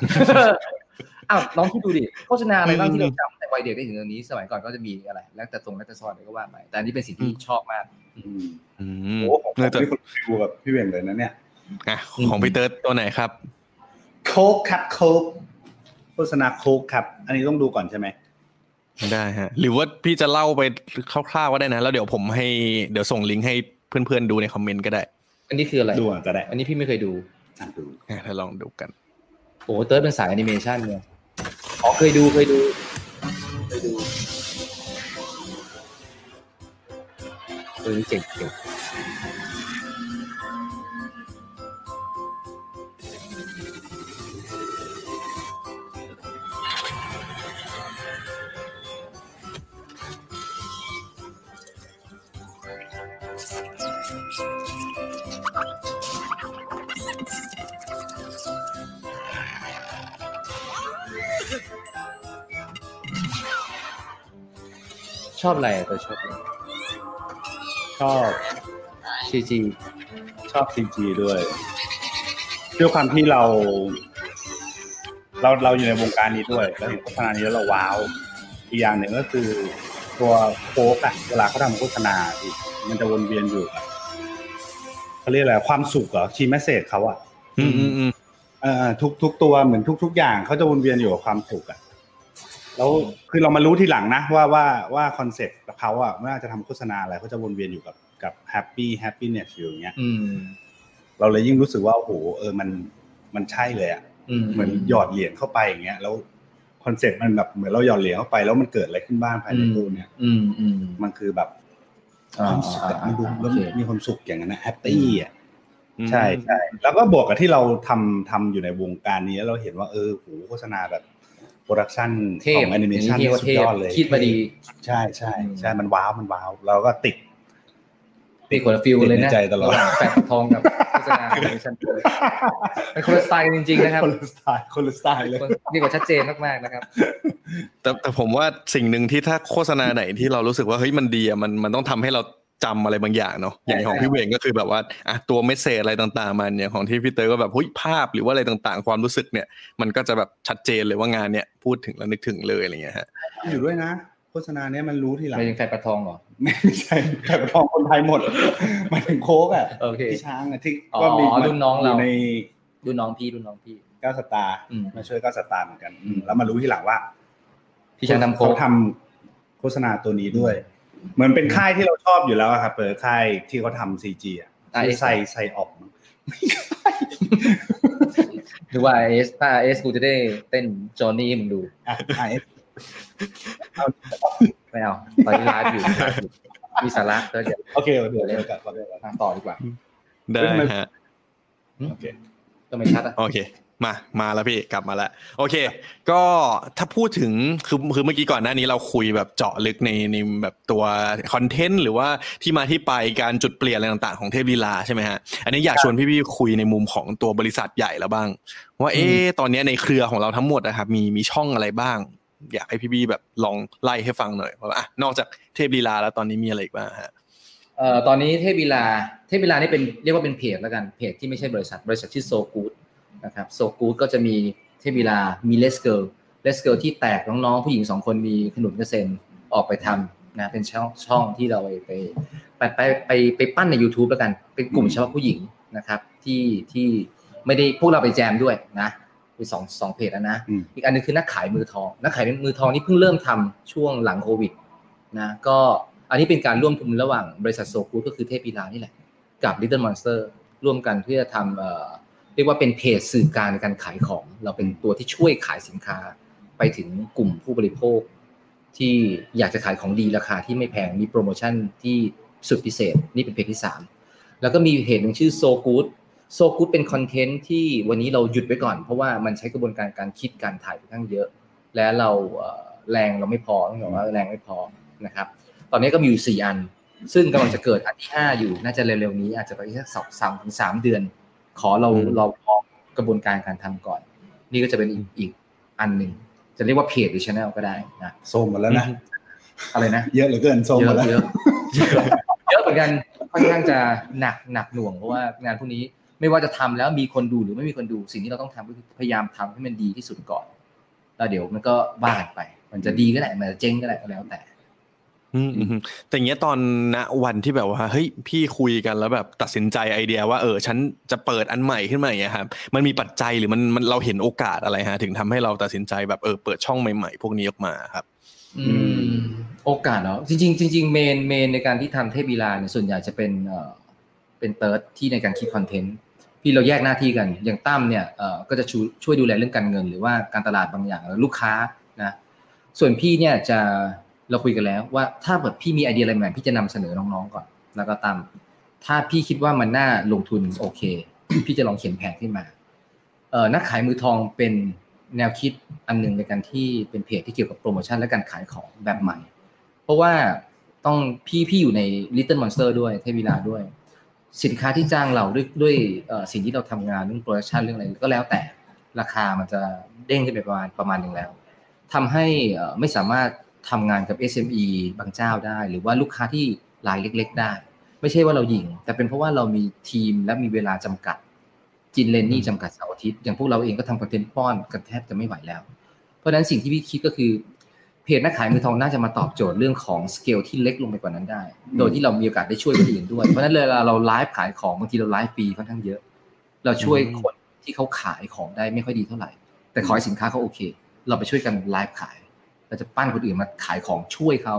[SPEAKER 3] อ้าวน้องคิดดูดิโฆษณาอะไรบ้างที่เราจำแต่วัยเด็กได้ถึงตรงนี้สมัยก่อนก็จะมีอะไรแล้วแต่ตรงแล้วแต่ซอนอะไรก็ว่าไปแต่อันนี้เป็นสิ่งที่ชอบมาก
[SPEAKER 2] อืม
[SPEAKER 1] อื
[SPEAKER 2] โอ้
[SPEAKER 1] ม
[SPEAKER 2] โหของผม
[SPEAKER 1] เออแต่
[SPEAKER 2] นี่คนฟิวกับพี่เวงเลยนะเนี่ย
[SPEAKER 1] อ่ะของพี่เติร์ดตัวไหนครับ
[SPEAKER 2] โค้กครับโค้กโฆษณาโค้กครับ อันนี้ต้องดูก่อนใช่ไหม
[SPEAKER 1] ได้ฮะ หรือว่าพี่จะเล่าไปคร่าวๆก็ได้นะ แล้วเดี๋ยวผมให้เดี๋ยวส่งลิงก์ให้เพื่อนๆดูในคอมเมนต์ก็ได้
[SPEAKER 3] อันนี้คืออะไร
[SPEAKER 2] ดูก่อนก็ได้
[SPEAKER 3] อันนี้พี่ไม่เคยดู
[SPEAKER 2] อ่ะดู
[SPEAKER 1] อ่ะถ้าลองดูกัน
[SPEAKER 3] โอ้โหเติร์ดเป็นสายแอนิเมชันเนี่ยอ๋อเคยดูเคยดูเคยดูเออเจ๋งเจ๋งชอบอะไรอ่ะเติร์ดชอบอะไร
[SPEAKER 2] ชอบ
[SPEAKER 3] ซีจี
[SPEAKER 2] ชอบซีจีด้วยด้วยความที่เรา เราเราอยู่ในวงการนี้ด้วยแล้วเห็นโฆษณานี้แล้วเราว้าวอีกอย่างหนึ่งก็คือ ตัวโค้กอะเวลาเขาทำโฆษณาอีกมันจะวนเวียนอยู่กับเขาเรียกอะไรความสุขเหรอชีมเมสเซจเขาอะ
[SPEAKER 1] อืมอืมอืม
[SPEAKER 2] เอ่อทุกทุกตัวเหมือนทุกทุกอย่างเขาจะวนเวียนอยู่กับความสุขอะแล้วคือเรามารู้ทีหลังนะว่าว่าว่าคอนเซ็ปต์เขาอะเมื่อจะทำโฆษณาอะไรเขาจะวนเวียนอยู่กับกับแฮปปี้แฮปปี้เนสอยู่อย่างเงี้ย
[SPEAKER 3] อืม
[SPEAKER 2] เราเลยยิ่งรู้สึกว่าโอ้โหเออมันมันใช่เลยอะ
[SPEAKER 3] อืม
[SPEAKER 2] เหมือนหยอดเหรียญเข้าไปอย่างเงี้ยแล้วคอนเซ็ปต์มันแบบเหมือนเราหยอดเหรียญเข้าไปแล้วมันเกิดอะไรขึ้นบ้างภายในตู้เนี่ย
[SPEAKER 3] อืมอืม
[SPEAKER 2] มันคือแบบความสุขอะมันดูแล้วมันมีความสุขอย่างนั้นนะแฮปปี้อะ ใช่ใช่แล้วก็บวกกับที่เราทำทำอยู่ในวงการนี้แล้วเราเห็นว่าเออโหโฆษณาแบบโปรดักชัน
[SPEAKER 3] เท
[SPEAKER 2] ข
[SPEAKER 3] พ
[SPEAKER 2] องแอนิเมชัน
[SPEAKER 3] เรียกว่า
[SPEAKER 2] สุ
[SPEAKER 3] เท
[SPEAKER 2] ด
[SPEAKER 3] พ
[SPEAKER 2] ยอดเลย
[SPEAKER 3] คิดมาดี
[SPEAKER 2] ใช่ใช่
[SPEAKER 3] อืม
[SPEAKER 2] ใช่มันว้าวมันว้าวเราก็ติด
[SPEAKER 3] ตีคนละฟิล
[SPEAKER 2] ติด
[SPEAKER 3] เลยนะ
[SPEAKER 2] ในใจตลอด
[SPEAKER 3] ระหว่างแฟนทองกับโฆษณาของดิฉันเป็นคนละสไตล์จริงๆนะครับ
[SPEAKER 2] คนละสไตล์คนละสไตล์เลย
[SPEAKER 3] นี่ก็ชัดเจนมากๆนะครับ
[SPEAKER 1] แต่แต่ผมว่าสิ่งหนึ่งที่ถ้าโฆษณาไหนที่เรารู้สึกว่าเฮ้ยมันดีอะมันมันต้องทำให้เราจำอะไรบางอย่างเนาะอย่างของพี่เวงก็คือแบบว่าอ่ะตัวเมสเซจอะไรต่างๆมันเนี่ยของที่พี่เตอร์ก็แบบเฮ้ยภาพหรือว่าอะไรต่างๆ ความรู้สึกเนี่ย มันก็จะแบบชัดเจนเลยว่างานเนี่ยพูดถึงแล้วนึกถึงเลยอะไรเงี้ยฮะ
[SPEAKER 2] อยู่ด้วยนะ โฆษณาเนี้ยมันรู้ทีหลัง
[SPEAKER 3] ไม่ยังแฟนประทองเหรอ
[SPEAKER 2] ไม่ใช่แต่ทองคนไทยหมดหมายถึงโค้กอ่ะ
[SPEAKER 3] โอเค
[SPEAKER 2] พี่ช้างอะที่
[SPEAKER 3] อ๋อ
[SPEAKER 2] ก็มี
[SPEAKER 3] รุ่นน้องเรา
[SPEAKER 2] ยู่ใน
[SPEAKER 3] ดูน้องพี่ดูน้องพี่
[SPEAKER 2] เก้าสตาร์
[SPEAKER 3] อืม
[SPEAKER 2] มาช่วยเก้าสตาร์เหมือนกันอืมแล้วมารู้ทีหลังว่า
[SPEAKER 3] พี่ชางทำโค้
[SPEAKER 2] เขา
[SPEAKER 3] ก
[SPEAKER 2] ทำโฆษณาตัวนี้ด้วย เหมือนเป็นค่ายที่เราชอบอยู่แล้วอะครับเปิดค่ายที่เขาทำซีจีอ่ะชื่อไซไซออกมั้ง
[SPEAKER 3] หรือว่าเอสถ้าเอสกูจะได้เต้นจอห์นนี่มึงดู
[SPEAKER 2] อ่ะไอ
[SPEAKER 3] ไม่เอาตอนนี้ไลฟ์อยู่มีสาระเดี๋ยวเดี๋ยว
[SPEAKER 2] โอเคเดี๋ยวเล่นกันขอเล่นกัน
[SPEAKER 3] อ่ะต่อดีกว่า
[SPEAKER 1] ได้ฮะ
[SPEAKER 2] โอเค
[SPEAKER 3] ก็ไม่ชัดอ่ะ
[SPEAKER 1] โอเค มา มาแล้วพี่ กลับมาแล้ว โอเค ก็ถ้าพูดถึง คือคือเมื่อกี้ก่อนหน้านี้เราคุยแบบเจาะลึกในในแบบตัวคอนเทนต์หรือว่าที่มาที่ไปการจุดเปลี่ยนอะไรต่างๆของเทพลีลาใช่ไหมฮะ อันนี้อยากชวนพี่ๆคุยในมุมของตัวบริษัทใหญ่แล้วบ้าง ว่าเอ๊ะตอนเนี้ยในเครือของเราทั้งหมดนะครับมีมีช่องอะไรบ้าง อยากให้พี่ๆแบบลองไล่ให้ฟังหน่อยว่าอ่ะนอกจากเทพลีลาแล้วตอนนี้มีอะไรอีกบ้างฮะ
[SPEAKER 3] เอ่อตอนนี้เทพวิลาเทพวิลานี่เป็นเรียกว่าเป็นเพจแล้วกันเพจที่ไม่ใช่บริษัทบริษัทชื่อโซกูดนะครับโซกูดก็จะมีเทพวิลามีเลสเกิร์ลเลสเกิร์ลที่แตกน้องๆผู้หญิงสองคนมีขนุนกระเซ็นออกไปทำนะเป็นช่องช่องที่เราไปไปไปไปไปปั้นใน YouTube แล้วกัน เป็นกลุ่มเฉพาะผู้หญิงนะครับที่ที่ไม่ได้พวกเราไปแจมด้วยนะมีสองสองเพจแล้วนะ
[SPEAKER 2] อืม
[SPEAKER 3] อีกอันหนึงคือนักขายมือทอง นักขายมือทองนี่เพิ่งเริ่มทำช่วงหลังโควิดนะก็อันนี้เป็นการร่วมทุนระหว่างบริษัทโซกูก็คือเทพปีลานี่แหละ กับ Little Monster ร่วมกันเพื่อทำเอ่อเรียกว่าเป็นเพจสื่อการในการขายของ เราเป็นตัวที่ช่วยขายสินค้า ไปถึงกลุ่มผู้บริโภค ที่อยากจะขายของดีราคาที่ไม่แพงมีโปรโมชั่นที่สุดพิเศษ นี่เป็นเพจที่ 3 แล้วก็มีเพจหนึ่งชื่อ So Good So Good เป็นคอนเทนต์ที่วันนี้เราหยุดไว้ก่อน เพราะว่ามันใช้กระบวนการการคิดการถ่ายค่อนข้างเยอะ และเราเอ่อแรงเราไม่พอต้องบอกว่าแรงไม่พอนะครับ ตอนนี้ก็มีอยู่ 4 อัน ซึ่งกำลังจะเกิดอันที่ห้าอยู่น่าจะเร็วๆนี้อาจจะไปสักสองสามถึงสามเดือน ขอเรา
[SPEAKER 1] อืม
[SPEAKER 3] เราลองกระบวนการการทำก่อน นี่ก็จะเป็นอีกอีกอันหนึ่งจะเรียกว่าเพจหรือชแนลก็ได้นะ
[SPEAKER 2] โซมหมดแล้วนะ
[SPEAKER 3] อะไรนะ
[SPEAKER 2] เยอะเหลือเกินโซม
[SPEAKER 3] เย
[SPEAKER 2] หมด
[SPEAKER 3] อะ
[SPEAKER 2] แล้ว
[SPEAKER 3] เยอะเยอะเยอะเหมือนกันค่อนข้างจะหนักหนักหน่วงเพราะว่างานพวกนี้ไม่ว่าจะทำแล้วมีคนดูหรือไม่มีคนดูสิ่งที่เราต้องทำก็คือพยายามทำให้มันดีที่สุดก่อน แล้วเดี๋ยวมันก็บ้ากันไป มันจะดีก็ได้มันจะเจ๊งก็ได้ก็แล้วแต่
[SPEAKER 1] อืมอืมแต่อย่างเงี้ยตอนณวันที่แบบว่าเฮ้ยพี่คุยกันแล้วแบบตัดสินใจไอเดียว่าเออฉันจะเปิดอันใหม่ขึ้นมาอย่างเงี้ยครับมันมีปัจจัยหรือมันมันเราเห็นโอกาสอะไรฮะ ถึงทำให้เราตัดสินใจแบบเออเปิดช่องใหม่ๆ พวกนี้ออกมาครับ
[SPEAKER 3] อืมโอกาสเหรอจริงๆจริงๆเมนเมนในการที่ทำเทพบีลาเนี่ยส่วนใหญ่จะเป็นเอ่อเป็นเติร์ดที่ในการคิดคอนเทนต์พี่เราแยกหน้าที่กันอย่างตั้มเนี่ยเอ่อก็จะช่วยช่วยดูแลเรื่องการเงิน หรือว่าการตลาดบางอย่างหรือลูกค้านะส่วนพี่เนี่ยจะเราคุยกันแล้วว่าถ้าเกิดพี่มีไอเดียอะไรใหม่พี่จะนำเสนอน้องๆก่อน แล้วก็ตั้มถ้าพี่คิดว่ามันน่าลงทุนโอเค พี่จะลองเขียนแผนขึ้นมาเอ่อนักขายมือทองเป็นแนวคิดอันหนึ่งในการที่เป็นเพจที่เกี่ยวกับโปรโมชั่นและการขายของแบบใหม่ เพราะว่าต้องพี่พี่อยู่ใน Little Monster ด้วยเทพวิลาด้วย สินค้าที่จ้างเราด้วยด้วยเอ่อสิ่งที่เราทำงานเรื่องโปรดักชันเรื่องอะไรก็แล้วแต่ราคามันจะเด้งขึ้นไปประมาณประมาณหนึ่งแล้วทำให้เอ่อไม่สามารถทำงานกับ SME บางเจ้าได้ หรือว่าลูกค้าที่รายเล็ก ๆ ได้ ไม่ใช่ว่าเราหยิง แต่เป็นเพราะว่าเรามีทีมและมีเวลาจำกัด จินเลนนี่จำกัดเสาร์อาทิตย์ อย่างพวกเราเองก็ทำคอนเทนต์ป้อนกันแทบจะไม่ไหวแล้ว เพราะฉะนั้นสิ่งที่พี่คิดก็คือเพจนักขายมือทองน่าจะมาตอบโจทย์เรื่องของสเกลที่เล็กลงไปกว่านั้นได้
[SPEAKER 2] อืม
[SPEAKER 3] โดยที่เรามีโอกาสได้ช่วยคนอื่นด้วย เพราะฉะนั้นเวลาเราไลฟ์ขายของบางทีเราไลฟ์ฟรีค่อนข้างเยอะ เราช่วย
[SPEAKER 1] อืม
[SPEAKER 3] คนที่เขาขายของได้ไม่ค่อยดีเท่าไหร่ แต่ขอให้สินค้าเขาโอเค เราไปช่วยกันไลฟ์ขาย เราจะปั้นคนอื่นมาขายของช่วยเขา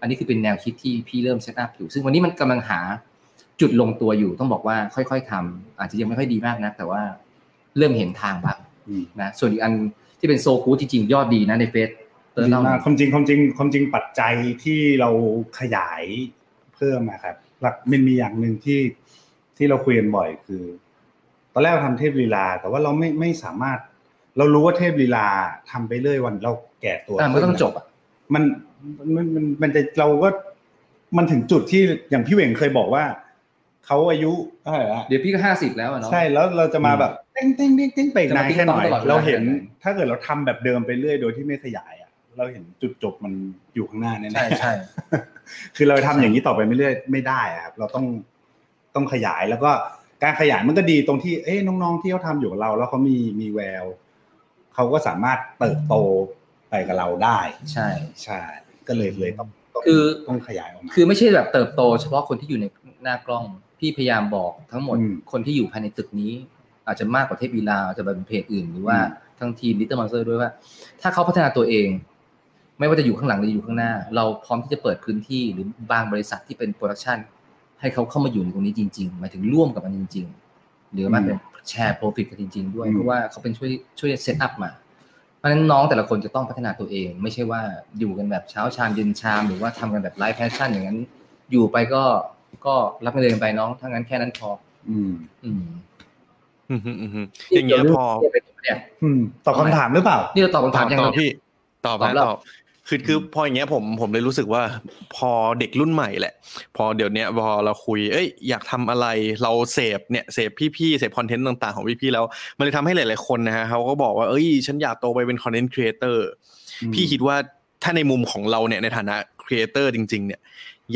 [SPEAKER 3] อันนี้คือเป็นแนวคิดที่พี่เริ่มเซตอัพอยู่ ซึ่งวันนี้มันกำลังหาจุดลงตัวอยู่ ต้องบอกว่าค่อยๆทำอาจจะยังไม่ค่อยดีมากนะแต่ว่าเริ่มเห็นทางบ้าง
[SPEAKER 2] อืม
[SPEAKER 3] นะ ส่วนอีกอันที่เป็นโซคูจริงๆ ยอดดีนะในเฟซเติร์น
[SPEAKER 2] ดี
[SPEAKER 3] เล่าม
[SPEAKER 2] ากความจริงความจริงความจริงปัจจัยที่เราขยายเพิ่มอะครับ หลักมันมีอย่างหนึ่งที่ที่เราคุยกันบ่อยคือ ตอนแรกเราทำเทพลีลา แต่ว่าเราไม่ไม่สามารถ เรารู้ว่าเทพลีลาทำไปเรื่อยวันเราแก่ตัว
[SPEAKER 3] อ่ะมันก็ต้องจบอ่ะ
[SPEAKER 2] มันมันมันมันจะเราก็มันถึงจุดที่อย่างพี่เหวงเคยบอกว่าเขาอายุเท่าไหร่ละ
[SPEAKER 3] เดี๋ยวพี่ก็ห้าสิบแล้วอะเนาะ
[SPEAKER 2] ใช่แล้วเราจะมาแบบเต้งเต้งเต้งเต้งไปอีกนาม
[SPEAKER 3] จะาน ติ๊ง
[SPEAKER 2] แค่หน่อย
[SPEAKER 3] ต่อตลอดเวลา
[SPEAKER 2] เราเห็นถ้าเกิดเราทำแบบเดิมไปเรื่อยโดยที่ไม่ขยายอ่ะ เราเห็นจุดจบมันอยู่ข้างหน้าแน่ๆ
[SPEAKER 3] ใช่ใช่
[SPEAKER 2] คือเราทำอย่างนี้ต่อไปไม่เรื่อยไม่ได้อะครับเราต้องต้องขยายแล้วก็การขยายมันก็ดีตรงที่เอ้ยน้องๆที่เขาทำอยู่กับเรา แล้วเขามีมีแววเขาก็สามารถเติบโตไปกับเราได้
[SPEAKER 3] ใช่
[SPEAKER 2] ใช่ก็เลยเลยต้องต้อง
[SPEAKER 3] คือ
[SPEAKER 2] ต้องขยายออกมา
[SPEAKER 3] คือไม่ใช่แบบเติบโตเฉพาะคนที่อยู่ในหน้ากล้อง พี่พยายามบอกทั้งหมด
[SPEAKER 2] อืม
[SPEAKER 3] คนที่อยู่ภายในตึกนี้ อาจจะมากกว่าเทพวีลาอาจจะเป็นเพจอื่นหรือว่า
[SPEAKER 2] อืม
[SPEAKER 3] ทั้งทีมลิตเติ้ลมอนเตอร์ด้วยว่า ถ้าเขาพัฒนาตัวเอง ไม่ว่าจะอยู่ข้างหลังหรืออยู่ข้างหน้า เราพร้อมที่จะเปิดพื้นที่หรือบางบริษัทที่เป็นโปรดักชันให้เขาเข้ามาอยู่ในตรงนี้จริงๆหมายถึงร่วมกับมันจริง ๆ หรือมันเป็นแชร์โปรฟิตกันจริง ๆ ด้วยเพราะว่าเขาเป็นช่วยช่วยเซตอัพมา เพราะฉะนั้นน้องแต่ละคนจะต้องพัฒนาตัวเอง ไม่ใช่ว่าอยู่กันแบบเช้าชามเย็นชาม หรือว่าทำกันแบบไลฟ์แพชชั่นอย่างนั้น อยู่ไปก็ก็รับเงินเดือนไปน้องถ้างั้นแค่นั้นพอ
[SPEAKER 2] อืม
[SPEAKER 3] อืม
[SPEAKER 1] อืมอืมอืมอืมอย่างเงี้ยพอ
[SPEAKER 3] เนี่ย
[SPEAKER 2] อืมตอบคำถามหรือเปล่า
[SPEAKER 3] นี่เราตอบคำถามยัง
[SPEAKER 1] ต
[SPEAKER 3] ไง
[SPEAKER 1] อบพี่ตอบ
[SPEAKER 3] ตอบ
[SPEAKER 1] นะ
[SPEAKER 3] แล้ว
[SPEAKER 1] ตอบคือคือพออย่างเงี้ยผมผมเลยรู้สึกว่าพอเด็กรุ่นใหม่แหละ พอเดี๋ยวเนี้ยพอเราคุยเอ้ยอยากทำอะไรเราเสพเนี่ยเสพพี่ๆเสพคอนเทนต์ต่างๆของพี่ๆแล้ว มันเลยทำให้หลายๆคนนะฮะเขาก็บอกว่าเอ้ย ฉันอยากโตไปเป็นคอนเทนต์ครีเอเตอร์
[SPEAKER 2] อืม
[SPEAKER 1] พี่คิดว่าถ้าในมุมของเราเนี่ยในฐานะครีเอเตอร์จริง ๆ เนี่ย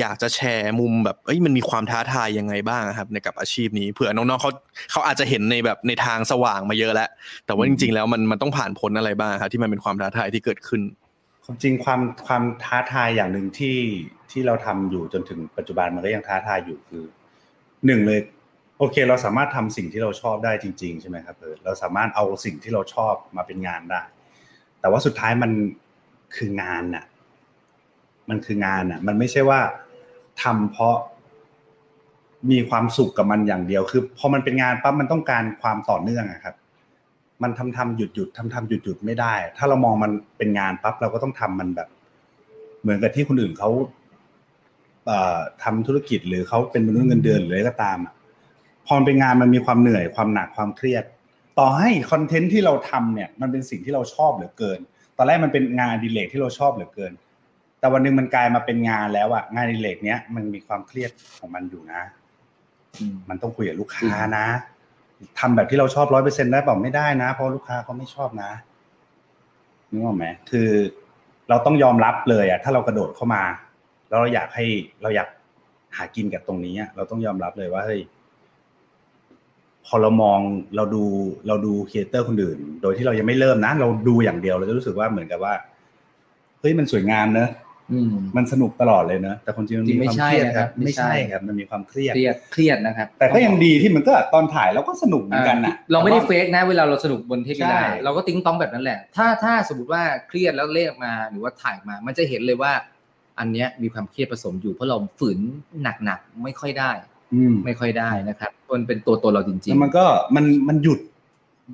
[SPEAKER 1] อยากจะแชร์มุมแบบเอ้ยมันมีความท้าทายยังไงบ้างครับในกับอาชีพนี้เผื่อน้องๆเขาเขาอาจจะเห็นในแบบในทางสว่างมาเยอะแล้ว แต่ว่าจริงๆ แล้วมันมันต้องผ่านพ้นอะไรบ้างครับที่มันเป็นความท้าทายที่เกิดขึ้น
[SPEAKER 2] ความจริงความความท้าทายอย่างหนึ่งที่ที่เราทำอยู่จนถึงปัจจุบันมันก็ยังท้าทายอยู่คือหนึ่งเลย โอเค เราสามารถทำสิ่งที่เราชอบได้จริง ๆ ใช่ไหมครับเพิร์ทเราสามารถเอาสิ่งที่เราชอบมาเป็นงานได้ แต่ว่าสุดท้ายมันคืองานน่ะ มันคืองานน่ะ มันไม่ใช่ว่าทำเพราะมีความสุขกับมันอย่างเดียว คือพอมันเป็นงานปั๊บมันต้องการความต่อเนื่องอะครับ มันทำทำหยุดหยุดทำทำหยุดหยุดไม่ได้ ถ้าเรามองมันเป็นงานปั๊บเราก็ต้องทำมันแบบ เหมือนกับที่คนอื่นเขาเอ่อทำธุรกิจหรือเขาเป็นมนุษย์เงินเดือนหรืออะไรก็ตามอะพอมันเป็นงานมันมีความเหนื่อยความหนักความเครียด ต่อให้คอนเทนต์ที่เราทำเนี่ย มันเป็นสิ่งที่เราชอบเหลือเกิน ตอนแรกมันเป็นงานอดิเรกที่เราชอบเหลือเกิน แต่ แต่วันหนึ่งมันกลายมาเป็นงานแล้วอะงานอดิเรกเนี้ยมันมีความเครียดของมันอยู่นะ
[SPEAKER 3] อืม
[SPEAKER 2] มันต้องคุยกับลูกค้านะทำแบบที่เราชอบร้อยเปอร์เซ็นได้เปล่าไม่ได้นะ เพราะลูกค้าเขาไม่ชอบนะนึกออกไหมคือเราต้องยอมรับเลยอะถ้าเรากระโดดเข้ามา แล้วเราอยากให้เราอยากหากินกับตรงนี้อะเราต้องยอมรับเลยว่าเฮ้ยพอเรามองเราดูเราดูครีเอเตอร์คนอื่น โดยที่เรายังไม่เริ่มนะ เราดูอย่างเดียวเราจะรู้สึกว่าเหมือนกับว่าเฮ้ยมันสวยงามเนอะ
[SPEAKER 3] อืม
[SPEAKER 2] มันสนุกตลอดเลยเนอะแต่คนจริงมันมี
[SPEAKER 3] จริงไม่
[SPEAKER 2] ความ
[SPEAKER 3] ใช่
[SPEAKER 2] เครียด
[SPEAKER 3] นะ
[SPEAKER 2] ค
[SPEAKER 3] ครั
[SPEAKER 2] รับบ
[SPEAKER 3] ไม่
[SPEAKER 2] ไม่
[SPEAKER 3] ใช่
[SPEAKER 2] ใช่ครับ มันมีความเครียด
[SPEAKER 3] เครียดเครียดนะครับ
[SPEAKER 2] แต่ก็ยังดีที่มันก็ตอนถ่ายเราก็สนุกเหมือนกันน่ะ
[SPEAKER 3] อ่าเราไม่ได้เฟกนะ เวลาเราสนุกบนเทปกีฬา
[SPEAKER 2] ใช่
[SPEAKER 3] เราก็ติ้งต้องแบบนั้นแหละ ถ้าถ้าสมมติว่าเครียดแล้วเลขมาหรือว่าถ่ายมา มันจะเห็นเลยว่า อันเนี้ยมีความเครียดผสมอยู่เพราะเราฝืนหนักๆไม่ค่อยได้
[SPEAKER 2] อืม
[SPEAKER 3] ไม่ค่อยได้นะครับมันเป็นตัวตนเราจริ
[SPEAKER 2] แล้
[SPEAKER 3] ง
[SPEAKER 2] ว
[SPEAKER 3] ๆ
[SPEAKER 2] มันก็มันมันหยุด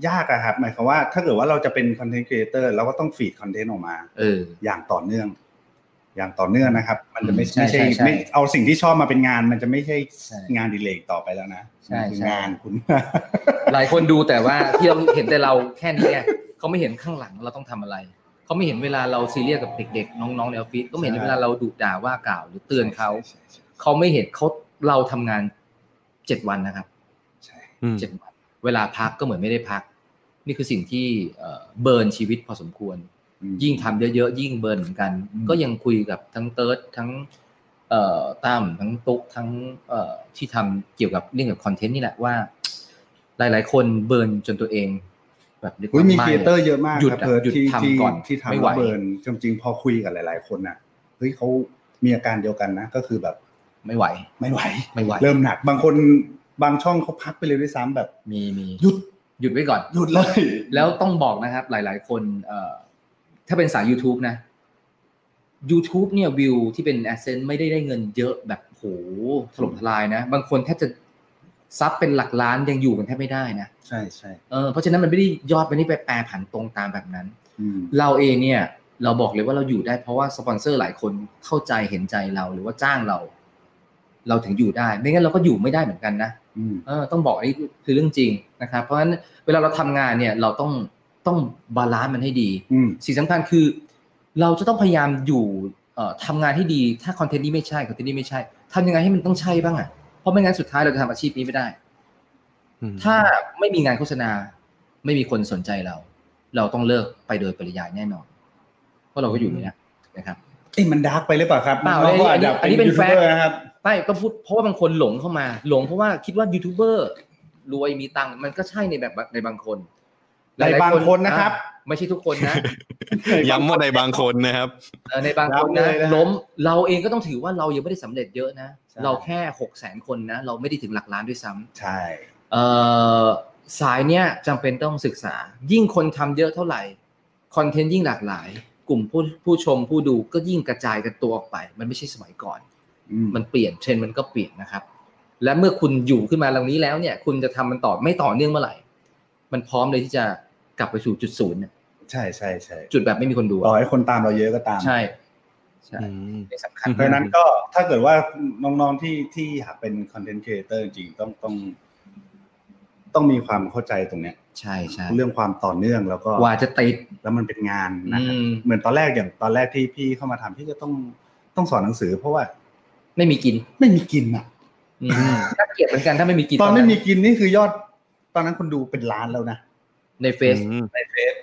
[SPEAKER 2] ยากอะครับ หมายความว่า ถ้าเกิดว่าเราจะเป็นคอนเทนต์ครีเอเตอร์เราก็ต้องฟีดคอนเทนต์ออกมา
[SPEAKER 3] เออ
[SPEAKER 2] อย่างต่อเนื่อง อย่างต่อเนื่องนะครับ มันจะไม่
[SPEAKER 3] อืม
[SPEAKER 2] ไม่
[SPEAKER 3] ใช่
[SPEAKER 2] ใช่
[SPEAKER 3] ใช่
[SPEAKER 2] ไม่เอาสิ่งที่ชอบมาเป็นงาน มันจะไม่ใช่
[SPEAKER 3] ใช่
[SPEAKER 2] งานอดีเลกต่อไปแล้วนะ
[SPEAKER 3] ใช่
[SPEAKER 2] มันคือ
[SPEAKER 3] ใช่
[SPEAKER 2] งานคุณ
[SPEAKER 3] หลายคนดูแต่ว่าที่เราเห็นแต่เราแค่นี้ไงเขาไม่เห็นข้างหลังเราต้องทำอะไร เขาไม่เห็นเวลาเราซีเรียสกับเด็กๆ น้องๆในออฟฟิศก็ไม่เห็น
[SPEAKER 2] ใช่
[SPEAKER 3] เวลาเราดุด่าว่ากล่าวหรือเตือนเขา
[SPEAKER 2] ใช่ใช่
[SPEAKER 3] เขาไม่เห็นเขาเราทำงานเจ็ดวันนะครับ
[SPEAKER 2] ใช่
[SPEAKER 1] อืม
[SPEAKER 3] เจ็ดวันเวลาพักก็เหมือนไม่ได้พัก นี่คือสิ่งที่เอ่อเบิร์นชีวิตพอสมควร ยิ่งทำเยอะๆ ยิ่งเบิร์นเหมือนกัน
[SPEAKER 2] อืม
[SPEAKER 3] ก็ยังคุยกับทั้งเติร์ดทั้งเอ่อตั้มทั้งตุ๊กทั้งเอ่อที่ทำเกี่ยวกับเรื่องกับคอนเทนต์นี่แหละว่า หลายๆ คนเบิร์นจนตัวเอง แบบเรียก
[SPEAKER 2] อุ๊ย
[SPEAKER 3] ว่า
[SPEAKER 2] มี
[SPEAKER 3] ไห
[SPEAKER 2] ครีเอเตอร์เยอะมาก
[SPEAKER 3] หยุด
[SPEAKER 2] ครับ
[SPEAKER 3] อะ
[SPEAKER 2] เพิร์ด
[SPEAKER 3] หยุด
[SPEAKER 2] ที่ที่
[SPEAKER 3] ทำก่อน
[SPEAKER 2] ที่ทำ
[SPEAKER 3] ไม่ไหว
[SPEAKER 2] แล้วเบิร์นจริงๆพอคุยกับหลาย ๆ คนน่ะเฮ้ยเขามีอาการเดียวกันนะ ก็คือแบบ
[SPEAKER 3] ไม่ไหว
[SPEAKER 2] ไม่ไหว
[SPEAKER 3] ไม่ไหว
[SPEAKER 2] เริ่มหนักบางคนบางช่องเขาพักไปเลยด้วยซ้ำแบบ
[SPEAKER 3] มีมี
[SPEAKER 2] หยุด
[SPEAKER 3] หยุดไว้ก่อน
[SPEAKER 2] หยุดเลย
[SPEAKER 3] แล้วต้องบอกนะครับ หลาย ๆ คนเอ่อถ้าเป็นสาย YouTube นะ YouTube เนี่ยวิวที่เป็น a d s e n s e ไม่ได้ได้เงินเยอะแบบโหถล่มทลายนะ บางคนแทบจะซับเป็นหลักล้านยังอยู่กันแทบไม่ได้นะ
[SPEAKER 2] ใช่ใช่
[SPEAKER 3] เออเพราะฉะนั้นมันไม่ได้ยอดมันไม่ได้ไปแปรผันตรงตามแบบนั้น
[SPEAKER 2] อืม
[SPEAKER 3] เราเองเนี่ย เราบอกเลยว่าเราอยู่ได้เพราะว่าสปอนเซอร์หลายคนเข้าใจเห็นใจเราหรือว่าจ้างเรา เราถึงอยู่ได้ ไม่งั้นเราก็อยู่ไม่ได้เหมือนกันนะ
[SPEAKER 2] อืม
[SPEAKER 3] เออต้องบอกอันนี้คือเรื่องจริงนะครับ เพราะฉะนั้นเวลาเราทำงานเนี่ยเราต้องต้องบาลานซ์มันให้ดี
[SPEAKER 2] อืม
[SPEAKER 3] สิ่งสำคัญคือ เราจะต้องพยายามอยู่เอ่อทำงานให้ดี ถ้าคอนเทนต์นี้ไม่ใช่คอนเทนต์นี้ไม่ใช่ทำยังไงให้มันต้องใช่บ้างอ่ะเพราะไม่งั้นสุดท้ายเราจะทำอาชีพนี้ไม่ได้
[SPEAKER 1] อืม
[SPEAKER 3] ถ้าไม่มีงานโฆษณา ไม่มีคนสนใจเรา เราต้องเลิกไปโดยปริยายแน่นอนเพราะเราก็อยู่ไม่ได้นะครับ
[SPEAKER 2] เอ้ยมันดาร์กไปหรือเปล่าครับ
[SPEAKER 3] เปล่า
[SPEAKER 2] น้องก็
[SPEAKER 3] อั
[SPEAKER 2] อาจ
[SPEAKER 3] นนี้
[SPEAKER 2] จะ
[SPEAKER 3] อัน
[SPEAKER 2] เป็น
[SPEAKER 3] นี้เป็น
[SPEAKER 2] ยูทูบเบอร์นะครับ
[SPEAKER 3] ไม่ก็พูดเพราะว่าบางคนหลงเข้ามา หลงเพราะว่าคิดว่ายูทูบเบอร์รวยมีตังค์มันก็ใช่ในแบบในบางคน
[SPEAKER 2] ในบางคนนะครับ
[SPEAKER 3] อ่ไม่ใช่ทุกคน นะ
[SPEAKER 1] ย้ำว่าในบางคนนะครับ
[SPEAKER 3] เออในบางคน
[SPEAKER 2] ย้ำ
[SPEAKER 3] นะ
[SPEAKER 2] เลยนะ
[SPEAKER 3] ล้มเราเองก็ต้องถือว่าเรายังไม่ได้สำเร็จเยอะนะ
[SPEAKER 2] ใช่
[SPEAKER 3] เราแค่หกแสนคนนะ เราไม่ได้ถึงหลักล้านด้วยซ้ำ
[SPEAKER 2] ใช่
[SPEAKER 3] เอ่อสายเนี้ยจำเป็นต้องศึกษา ยิ่งคนทำเยอะเท่าไหร่คอนเทนต์ยิ่งหลากหลาย กลุ่มผู้ผู้ชมผู้ดูก็ยิ่งกระจายกันตัวออกไป มันไม่ใช่สมัยก่อน
[SPEAKER 2] อืม
[SPEAKER 3] มันเปลี่ยนเทรนด์มันก็เปลี่ยนนะครับ และเมื่อคุณอยู่ขึ้นมาเหล่านี้แล้วเนี่ย คุณจะทำมันต่อไม่ต่อเนื่องเมื่อไหร่ มันพร้อมเลยที่จะกลับไปสู่จุดศูนย์เนี่ย
[SPEAKER 2] ใช่ใช่ใช่
[SPEAKER 3] จุดแบบไม่มีคนดูอะ
[SPEAKER 2] ต่อให้คนตามเราเยอะก็ตาม
[SPEAKER 3] ใช่ใช่
[SPEAKER 1] อืม
[SPEAKER 3] นี่สำคัญ
[SPEAKER 1] อืม
[SPEAKER 2] เพราะฉะนั้นก็ถ้าเกิดว่าน้องๆที่ที่อยากเป็นคอนเทนต์ครีเอเตอร์จริงๆต้องต้อง ต้องมีความเข้าใจตรงเนี้ย
[SPEAKER 3] ใช่ใช่
[SPEAKER 2] เรื่องความต่อเนื่องแล้วก็
[SPEAKER 3] กว่าจะติด
[SPEAKER 2] แล้วมันเป็นงานนะ
[SPEAKER 3] อื
[SPEAKER 2] ครับ
[SPEAKER 3] ม
[SPEAKER 2] เหมือนตอนแรกอย่างตอนแรกที่พี่เข้ามาทำพี่ก็ต้องต้องสอนหนังสือ เพราะว่า
[SPEAKER 3] ไม่มีกิน
[SPEAKER 2] ไม่มีกินอ่ะ
[SPEAKER 3] อืมน่าเกลียดเหมือนกันถ้าไม่มีกิน
[SPEAKER 2] ตอนไม่มีกินนี่คือยอด ตอนนั้นคนดูเป็นล้านแล้วนะ
[SPEAKER 3] ในเฟซ
[SPEAKER 1] อืม
[SPEAKER 2] ในเฟซ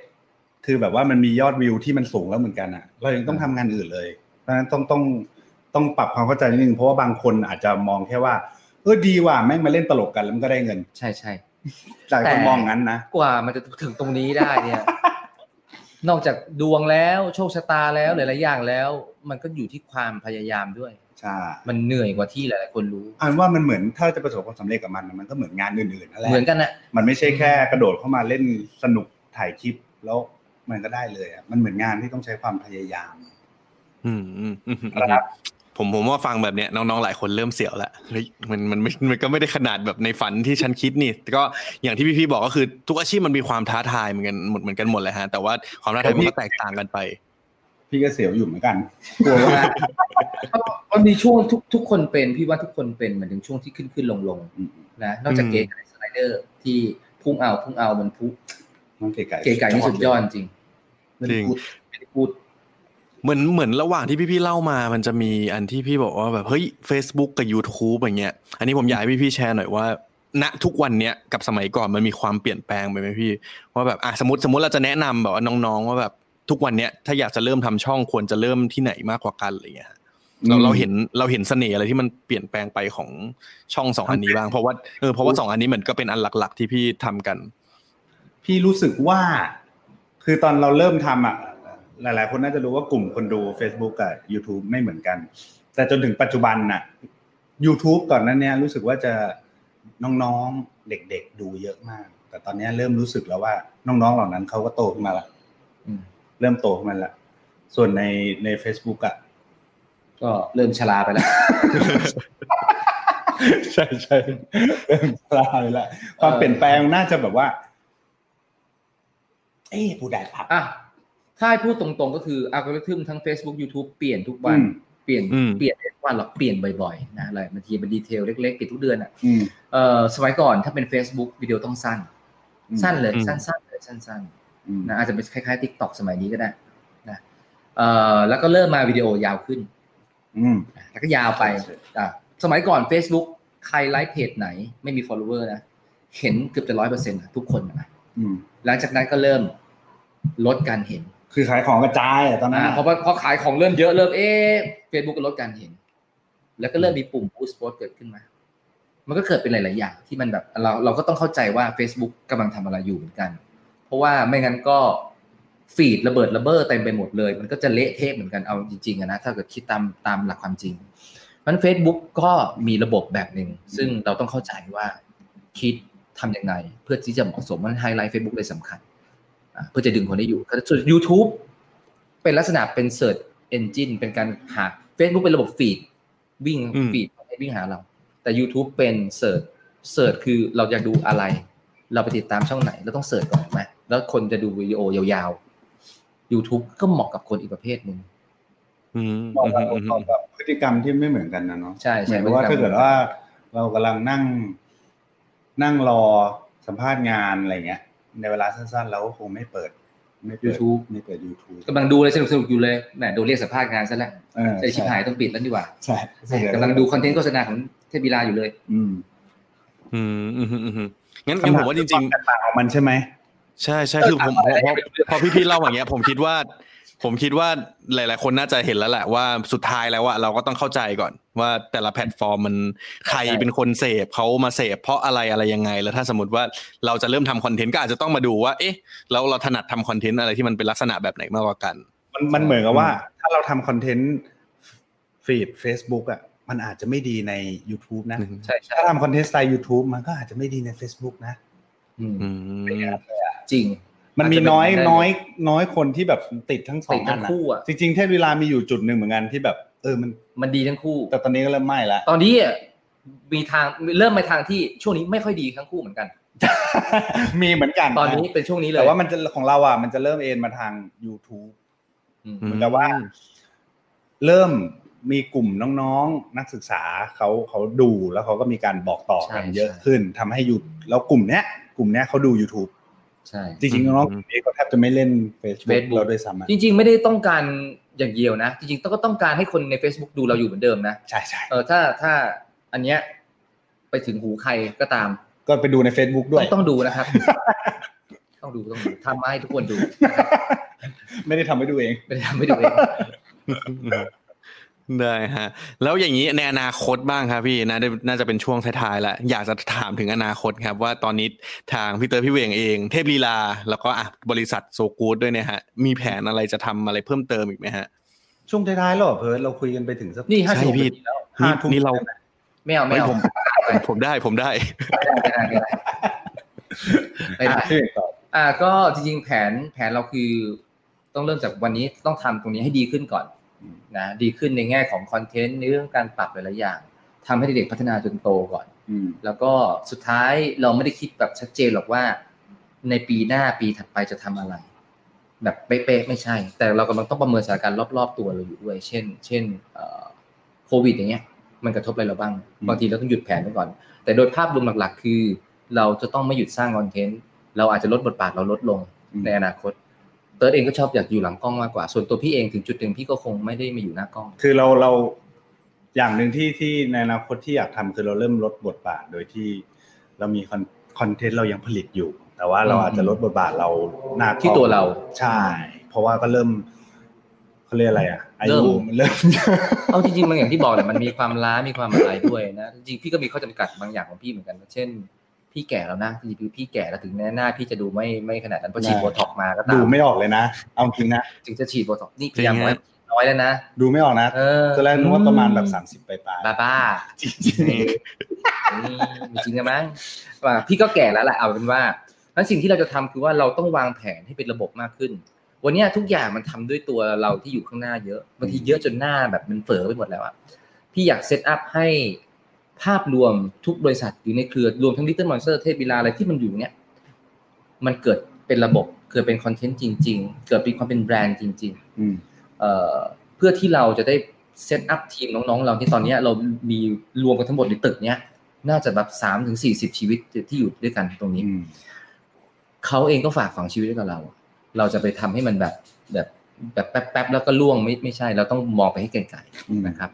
[SPEAKER 2] คือแบบว่ามันมียอดวิวที่มันสูงแล้วเหมือนกันอ่ะ เรายังต้องทำงานอื่นเลย เพราะฉะนั้นต้องต้องต้องปรับความเข้าใจนิดนึงเพราะว่าบางคนอาจจะมองแค่ว่าเออดีว่ะแม่งมาเล่นตลกกันแล้วมันก็ได้เงิน
[SPEAKER 3] ใช่ใช่
[SPEAKER 2] หลายคน
[SPEAKER 3] แต่
[SPEAKER 2] มองงั้นนะ
[SPEAKER 3] กว่ามันจะถึงตรงนี้ได้เนี่ย นอกจากดวงแล้วโชคชะตาแล้วหลายๆอย่างแล้ว มันก็อยู่ที่ความพยายามด้วย
[SPEAKER 2] ใช่
[SPEAKER 3] มันเหนื่อยกว่าที่หลายๆคนรู้
[SPEAKER 2] อันว่ามันเหมือนถ้าจะประสบความสำเร็จกับมันมันก็เหมือนงานอื่นๆนั่นแหละ
[SPEAKER 3] เหมือนกันนะ
[SPEAKER 2] มันไม่ใช่แค่กระโดดเข้ามาเล่นสนุกถ่ายคลิปแล้วมันก็ได้เลยอ่ะมันเหมือนงานที่ต้องใช้ความพยายาม
[SPEAKER 1] อืมอืมอืมอืม
[SPEAKER 2] ครับ
[SPEAKER 1] ผมผมว่าฟังแบบเนี้ยน้องๆหลายคนเริ่มเสียวแล้วเฮ้ยมันมันมันมันก็ไม่ได้ขนาดแบบในฝันที่ฉันคิดนี่แต่ก็อย่างที่พี่ๆบอกก็คือทุกอาชีพมันมีความท้าทายเหมือนกันหมดเหมือนกันหมดเลยฮะ แต่ว่าความท้าทายมันก็แตกต่างกันไป
[SPEAKER 2] พี่ก็เสียวอยู่เหมือนกันกลัวว่า
[SPEAKER 3] มันมีช่วงทุกทุกคนเป็น พี่ว่าทุกคนเป็นเหมือนถึงช่วงที่ขึ้นขึ้นลงลงๆนะนอกจาก
[SPEAKER 1] อืม
[SPEAKER 3] เก๋ไก่สไลเดอร์ที่พุ่งเอาพุ่งเอามันพุ่ง
[SPEAKER 2] น้องเก๋ไก่
[SPEAKER 3] เก๋ไก่นี่สุดยอดจริง
[SPEAKER 2] เล่นพูด
[SPEAKER 3] ไม่ได้พูด
[SPEAKER 1] เหมือนเหมือนระหว่างที่พี่ๆเล่ามามันจะมีอันที่พี่บอกว่าแบบเฮ้ย Facebook กับ YouTube อย่างเงี้ยอันนี้ผมอยากให้พี่ๆแชร์หน่อยว่า ณทุกวันเนี้ยกับสมัยก่อนมันมีความเปลี่ยนแปลงไปไหมพี่ ว่าแบบอ่ะสมมติสมมติเราจะแนะนำแบบว่าน้องๆ ว่าแบบทุกวันเนี้ยถ้าอยากจะเริ่มทำช่องควรจะเริ่มที่ไหนมากกว่ากันอะไรเงี้ยฮะเรา
[SPEAKER 2] อืม
[SPEAKER 1] เราเห็นเราเห็นเสน่ห์อะไรที่มันเปลี่ยนแปลงไปของช่องสองอันนี้บ้างเพราะว่าเออเพราะว่าสองอันนี้มันก็เป็นอันหลัก ๆ ที่พี่ทำกัน
[SPEAKER 2] พี่รู้สึกว่า คือตอนเราเริ่มทำอ่ะ หลาย ๆ คนน่าจะรู้ว่ากลุ่มคนดู Facebook กับ YouTube ไม่เหมือนกัน แต่จนถึงปัจจุบันน่ะ YouTube ก่อนนั้นเนี่ยรู้สึกว่าจะน้องๆเด็กๆ ดูเยอะมาก แต่ตอนเนี้ยเริ่มรู้สึกแล้วว่าน้องๆเหล่านั้นเขาก็โตขึ้นมาละ
[SPEAKER 3] อืม
[SPEAKER 2] เริ่มโตขึ้นมาละส่วนในใน Facebook อ่ะ
[SPEAKER 3] ก็เริ่มชราไปแล้ว
[SPEAKER 2] ใช่ใช่เริ่มคลายละความเปลี่ยนแปลงน่าจะแบบว่า เอ้ปูดาผับ
[SPEAKER 3] อ่ะถ้าให้พูดตรงๆก็คืออัลกอริทึมทั้ง Facebook YouTube เปลี่ยนทุกวัน
[SPEAKER 2] อืม
[SPEAKER 3] เปลี่ยน
[SPEAKER 1] อืม
[SPEAKER 3] เปลี่ยนทุกวันหรอกเปลี่ยนบ่อยๆนะอะไรบางทีเป็นดีเทลเล็กๆเปลี่ยนทุกเดือนอ่ะ
[SPEAKER 2] อืม
[SPEAKER 3] เอ่อสมัยก่อนถ้าเป็น Facebook วิดีโอต้องสั้น
[SPEAKER 2] อืม
[SPEAKER 3] สั้นเลย
[SPEAKER 1] อืม
[SPEAKER 3] สั้นๆเลยสั้นๆ
[SPEAKER 2] อืม
[SPEAKER 3] นะอาจจะเป็นคล้ายๆ TikTok สมัยนี้ก็ได้นะเอ่อแล้วก็เริ่มมาวิดีโอยาวขึ้น
[SPEAKER 2] อืม
[SPEAKER 3] นะแล้วก็ยาวไป
[SPEAKER 2] ใช่
[SPEAKER 3] อ่ะสมัยก่อน Facebook ใครไลฟ์เพจไหนไม่มี follower นะ เห็นเกือบจะร้อยเปอร์เซ็นต์ทุกคนนะ
[SPEAKER 2] อืม
[SPEAKER 3] หลังจากนั้นก็เริ่มลดการเห็น
[SPEAKER 2] คือขายของกระจายอะตอนนั้น
[SPEAKER 3] นะ
[SPEAKER 2] อะ
[SPEAKER 3] เพราะว่าพอขายของเริ่มเยอะเริ่มเอ๊ะ Facebook ก็ลดการเห็น แล้วก็เริ่มมีปุ่ม boost post เกิดขึ้นมา มันก็เกิดเป็นหลาย ๆ อย่าง ที่มันแบบเราเราก็ต้องเข้าใจว่า Facebook กำลังทำอะไรอยู่เหมือนกัน เพราะว่าไม่งั้นก็ฟีดระเบิดระเบ้อเต็มไปหมดเลย มันก็จะเละเทะเหมือนกันเอาจริงๆอะนะถ้าเกิดคิดตามตามหลักความจริงเพราะฉะนั้น Facebook ก็มีระบบแบบหนึ่งซึ่งเราต้องเข้าใจว่าคิดทำยังไง เพื่อที่จะเหมาะสมมันไฮไลท์ Facebook เลยสำคัญอ่ะเพื่อจะดึงคนได้อยู่ส่วน YouTube เป็นลักษณะเป็น Search Engine เป็นการหา Facebook เป็นระบบฟีดวิ่ง
[SPEAKER 1] อืม
[SPEAKER 3] ฟีดให้วิ่งหาเรา แต่ YouTube เป็น Search Search คือเราอยากดูอะไร เราไปติดตามช่องไหนเราต้องเสิร์ชก่อนถูกไหมแล้วคนจะดูวิดีโอยาวๆ YouTube ก็เหมาะกับคนอีกประเภทหนึ่ง
[SPEAKER 1] อืม
[SPEAKER 2] มอง
[SPEAKER 1] อืม
[SPEAKER 2] กับ
[SPEAKER 1] อืม
[SPEAKER 2] ม
[SPEAKER 1] อื
[SPEAKER 2] อ
[SPEAKER 1] ม
[SPEAKER 2] งกับพฤติกรรมที่ไม่เหมือนกันนะเนาะ
[SPEAKER 3] ใช่ใช่
[SPEAKER 2] หมายถึงว่า
[SPEAKER 3] พฤติกรรม
[SPEAKER 2] ถ้าเกิดว่า เรากำลังนั่ง นั่งรอสัมภาษณ์งานอะไรเงี้ย ในเวลาสั้นๆเราก็คงไม่เปิด ไม่เปิด
[SPEAKER 3] YouTube
[SPEAKER 2] ไม่เปิด YouTube
[SPEAKER 3] กำลังดูเลยสนุกสนุกๆอยู่เลยแหมโดนเรียกสัมภาษณ์งานซะแล้ว
[SPEAKER 2] เออ
[SPEAKER 3] ใจชิบหายต้องปิดแล้วดีกว่า
[SPEAKER 2] ใช่ใช่
[SPEAKER 3] กำลังดูคอนเทนต์โฆษณาของเทพบิลาอยู่เลย
[SPEAKER 2] อืม
[SPEAKER 1] อืมอืมอืมอืมงั้นงั้นผมว่าจริง
[SPEAKER 2] คำถมคือควมแตกต่างของมันใช่ไหม
[SPEAKER 1] ๆ ใช่ใช่คือผมพอพอพอพี่ๆเล่าอย่างเงี้ย ผมคิดว่า ผมคิดว่าหลาย ๆ คนน่าจะเห็นแล้วแหละว่าสุดท้ายแล้วว่าเราก็ต้องเข้าใจก่อน ว่าแต่ละแพลตฟอร์มมันใครเป็นคนเสพเขามาเสพเพราะอะไรอะไรยังไง แล้วถ้าสมมติว่าเราจะเริ่มทำคอนเทนต์ก็อาจจะต้องมาดูว่า เอ๊ะแล้วเราถนัดทำคอนเทนต์อะไรที่มันเป็นลักษณะแบบไหนมากกว่ากัน
[SPEAKER 2] มันมันเหมือนกับว่า ถ้าเราทำคอนเทนต์ฟีด Facebook อ่ะมันอาจจะไม่ดีใน YouTube นะ
[SPEAKER 3] ใช่ใช่
[SPEAKER 2] ถ้าทำคอนเทนต์สไตล์ YouTube มันก็อาจจะไม่ดีใน Facebook นะ
[SPEAKER 3] อืม
[SPEAKER 1] อืม
[SPEAKER 3] จริง
[SPEAKER 2] มันมี
[SPEAKER 3] าจจะเป็
[SPEAKER 2] น้อย
[SPEAKER 3] ไปได้เล
[SPEAKER 2] น้อยน้อยคนที่แบบติดทั้งสอ
[SPEAKER 3] ติ
[SPEAKER 2] งอั
[SPEAKER 3] ดทั้
[SPEAKER 2] น
[SPEAKER 3] ง
[SPEAKER 2] นะ
[SPEAKER 3] คู่อ่ะ
[SPEAKER 2] จริง ๆ เทพเวลามีอยู่จุดหนึ่งเหมือนกันที่แบบ เออมัน
[SPEAKER 3] มันดีทั้งคู่
[SPEAKER 2] แต่ตอนนี้ก็เริ่มไม่ละ
[SPEAKER 3] ตอนนี้อ่ะมีทางเริ่มไปทางที่ช่วงนี้ไม่ค่อยดีทั้งคู่เหมือนกัน
[SPEAKER 2] มีเหมือนกันะ
[SPEAKER 3] ตอนนี้เป็นช่วงนี้เลย
[SPEAKER 2] แต่ว่ามันจะของเราอ่ะมันจะเริ่มเอ็นมาทาง YouTube
[SPEAKER 3] อืม
[SPEAKER 1] อืม
[SPEAKER 2] เหมือนกับว่า เริ่มมีกลุ่มน้องๆ นักศึกษาเขาเขาดูแล้วเขาก็มีการบอกต่อกันเยอะขึ้นทำให้ยูแล้วกลุ่มเนี้ย กลุ่มเนี้ยเขาดู YouTube
[SPEAKER 3] ใช่
[SPEAKER 2] จริงๆน้องๆกลุ่มนี้เขาแทบจะไม่เล่น Facebook
[SPEAKER 3] Facebook
[SPEAKER 2] เราด้วยซ้ำอะ
[SPEAKER 3] จริงๆ ไม่ได้ต้องการอย่างเดียวนะ จริงๆ ต้องก็ต้องการให้คนใน Facebook ดูเราอยู่เหมือนเดิมนะ
[SPEAKER 2] ใช่ใช่
[SPEAKER 3] เออถ้าถ้าอันเนี้ยไปถึงหูใครก็ตาม
[SPEAKER 2] ก็ไปดูใน Facebook ด้
[SPEAKER 3] ต้
[SPEAKER 2] ว
[SPEAKER 3] อย งต้องดู นะครับ ต้องดูต้องดูทำมาให้ทุกคนดู
[SPEAKER 2] ไม่ได้ทำให้ดูเอง
[SPEAKER 3] ไม่ได้ทำไม่ดูเอง
[SPEAKER 1] ได้ฮะแล้วอย่างนี้ในอนาคตบ้างครับพี่นาน่าจะเป็นช่วงท้ายๆแล้วอยากจะถามถึงอนาคตครับ ว่าตอนนี้ทางพี่เตอร์พี่เวงเอง เทพลีลา แล้วก็อ่ะบริษัทโซกูดด้วยเนี่ยฮะมีแผนอะไรจะทำอะไรเพิ่มเติมอีกไหมฮะ
[SPEAKER 2] ช่วงท้ายๆแล้วเหรอเพิร์ดเราคุยกันไปถึงสัก
[SPEAKER 3] นี่ห้า
[SPEAKER 1] ใช่
[SPEAKER 3] สิบ
[SPEAKER 1] พี่
[SPEAKER 3] ปีแล้ว
[SPEAKER 2] ห้าทุ่ม
[SPEAKER 1] นี่เรา
[SPEAKER 3] ไม่เอาไม่
[SPEAKER 1] ไม่
[SPEAKER 3] เอา
[SPEAKER 1] ผม ผมได้ผมได้
[SPEAKER 3] ไม่ได้ไม่ได้ไม่ได้
[SPEAKER 2] อ่ะพี่เอกต่อ
[SPEAKER 3] อ่าก็จริงๆแผนแผนเราคือต้องเริ่มจากวันนี้ต้องทำตรงนี้ให้ดีขึ้นก่อนนะดีขึ้นในแง่ของคอนเทนต์ในเรื่องการปรับหลายๆอย่างทำให้เด็กๆพัฒนาจนโตก่อน
[SPEAKER 2] อืม
[SPEAKER 3] แล้วก็สุดท้ายเราไม่ได้คิดแบบชัดเจนหรอกว่า ในปีหน้าปีถัดไปจะทำอะไร แบบเป๊ะๆไม่ใช่ แต่เรากำลังต้องประเมินสถานการณ์รอบๆตัวเราอยู่ด้วย เช่น เช่นเอ่อโควิดอย่างเงี้ย มันกระทบอะไรเราบ้าง บางทีเราต้องหยุดแผนไปก่อน แต่โดยภาพรวมหลักๆ คือ เราจะต้องไม่หยุดสร้างคอนเทนต์ เราอาจจะลดบทบาทเราลดลงในอนาคต เติร์ดเองก็ชอบอยากอยู่หลังกล้องมากกว่า ส่วนตัวพี่เองถึงจุดหนึ่งพี่ก็คงไม่ได้มาอยู่หน้ากล้อง
[SPEAKER 2] คือเราเราอย่างหนึ่งที่ที่ในอนาคตที่อยากทำคือเราเริ่มลดบทบาทโดยที่เรามีคอนคอนเทนต์เรายังผลิตอยู่ แต่ว่าเรา
[SPEAKER 3] อืม
[SPEAKER 2] อาจจะลดบทบาทเราหน้ากล้อง
[SPEAKER 3] ที่ตัวเรา
[SPEAKER 2] ใช่ เพราะว่าก็เริ่มเขาเรียกอะไรอ่ะอา
[SPEAKER 3] เริ่
[SPEAKER 2] ยุ
[SPEAKER 3] ม
[SPEAKER 2] มันเริ่ม
[SPEAKER 3] เอาจริงๆมันอย่างที่บอกแหละมันมีความล้ามีความอะไรด้วยนะจริงๆพี่ก็มีข้อจำกัดบางอย่างของพี่เหมือนกัน เช่น พี่แก่แล้วนะจริงๆคือพี่แก่แล้วถึงแม้หน้าพี่จะดูไม่ไม่ขนาดนั้นเพราะฉีด
[SPEAKER 2] ได้
[SPEAKER 3] โบท็อกซ์มาก็ตา
[SPEAKER 2] ดู
[SPEAKER 3] ม
[SPEAKER 2] ไม่ออกเลยนะ เอาจริงนะ
[SPEAKER 3] ถึงจะฉีดโบท็อกซ์นี่
[SPEAKER 1] จ
[SPEAKER 3] พ
[SPEAKER 1] ริง
[SPEAKER 3] ยายามน้อย
[SPEAKER 1] ฮะ
[SPEAKER 3] น้อยแล้วนะ
[SPEAKER 2] ดูไม่ออกนะ
[SPEAKER 3] เออ
[SPEAKER 2] ตอนแรกนึกว่าประมาณแบบสามสิบปลาย
[SPEAKER 3] บ้าบ้า
[SPEAKER 2] ๆจริงๆ
[SPEAKER 3] นี่มีจริงนะมั้งว่าพี่ก็แก่แล้วแหละเอาเป็นว่างั้นสิ่งที่เราจะทำคือว่าเราต้องวางแผนให้เป็นระบบมากขึ้น วันเนี้ยทุกอย่างมันทำด้วยตัวเราที่อยู่ข้างหน้าเยอะบางทีเยอะจนหน้าแบบมันเฝอไปหมดแล้วอะพี่อยากเซตอัพให้ภาพรวมทุกบริษัทอยู่ในเครือรวมทั้ง Little Monster เทพบิลาอะไรที่มันอยู่เนี่ยมันเกิดเป็นระบบเกิดเป็นคอนเทนต์จริง ๆ เกิดเป็นความเป็นแบรนด์จริง
[SPEAKER 2] อืม
[SPEAKER 3] ๆเอ่อเพื่อที่เราจะได้เซตอัพทีมน้องๆ เราที่ตอนเนี้ยเรามีรวมกันทั้งหมดในตึกเนี้ยน่าจะแบบสามถึงสี่สิบชีวิตที่อยู่ด้วยกันตรงนี้
[SPEAKER 2] อืม
[SPEAKER 3] เขาเองก็ฝากฝังชีวิตไว้กับเรา เราจะไปทำให้มันแบบแบบแบบแป๊บๆแล้วก็ล่วงไม่ไม่ใช่ เราต้องมองไปให้ไกล
[SPEAKER 2] อืม
[SPEAKER 3] ๆนะครับ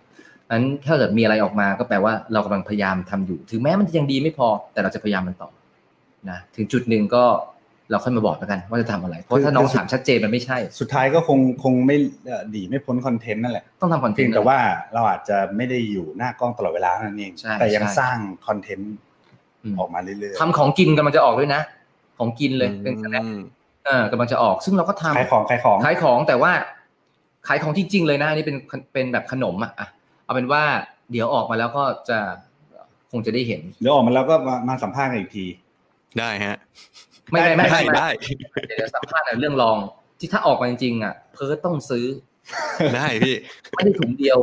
[SPEAKER 3] งั้นถ้าเกิดมีอะไรออกมาก็แปลว่าเรากำลังพยายามทำอยู่ ถึงแม้มันจะยังดีไม่พอ แต่เราจะพยายามมันต่อนะถึงจุดหนึ่งก็เราค่อยมาบอกแล้วกัน ว่าจะทำอะไร เพราะถ้าน้องถามชัดเจนมันไม่ใช่
[SPEAKER 2] สุดท้ายก็คงคงไม่เอ่อดีไม่พ้นคอนเทนต์นั่นแหละ
[SPEAKER 3] ต้องทำคอนเท
[SPEAKER 2] เพี
[SPEAKER 3] น
[SPEAKER 2] ยง
[SPEAKER 3] ต์
[SPEAKER 2] แต่ว่าเราอาจจะไม่ได้อยู่หน้ากล้องตลอดเวลาเท่านั่นเอง
[SPEAKER 3] ใช่
[SPEAKER 2] แต่ยัง
[SPEAKER 3] ใช่
[SPEAKER 2] สร้างคอนเทนต์
[SPEAKER 3] อืม
[SPEAKER 2] ออกมาเรื่อย
[SPEAKER 3] ทำของกินกำลังจะออกด้วยนะ ของกินเลยเป็นแสดง
[SPEAKER 1] อืม
[SPEAKER 3] เออกำลังจะออก ซึ่งเราก็ทำ
[SPEAKER 2] ๆขายของขายของ
[SPEAKER 3] ขายของแต่ว่าขายของจริงๆเลยนะอันนี้เป็นเป็นแบบขนมอะอ่ะเอาเป็นว่าเดี๋ยวออกมาแล้วก็จะคงจะได้เห็น
[SPEAKER 2] เดี๋ยวออกมาแล้วก็มามาสัมภาษณ์กันอีกที
[SPEAKER 1] ได้ฮะ
[SPEAKER 3] ไม่ไม่ไม่
[SPEAKER 1] ได้
[SPEAKER 3] ไม่
[SPEAKER 1] ได้
[SPEAKER 3] เดี๋ยวสัมภาษณ์หน่อยเรื่องรองที่ถ้าออกมาจริงๆอ่ะ เพิร์ทต้องซื้อ
[SPEAKER 1] ได้พี่
[SPEAKER 3] ไม่ได้ถุงเดียว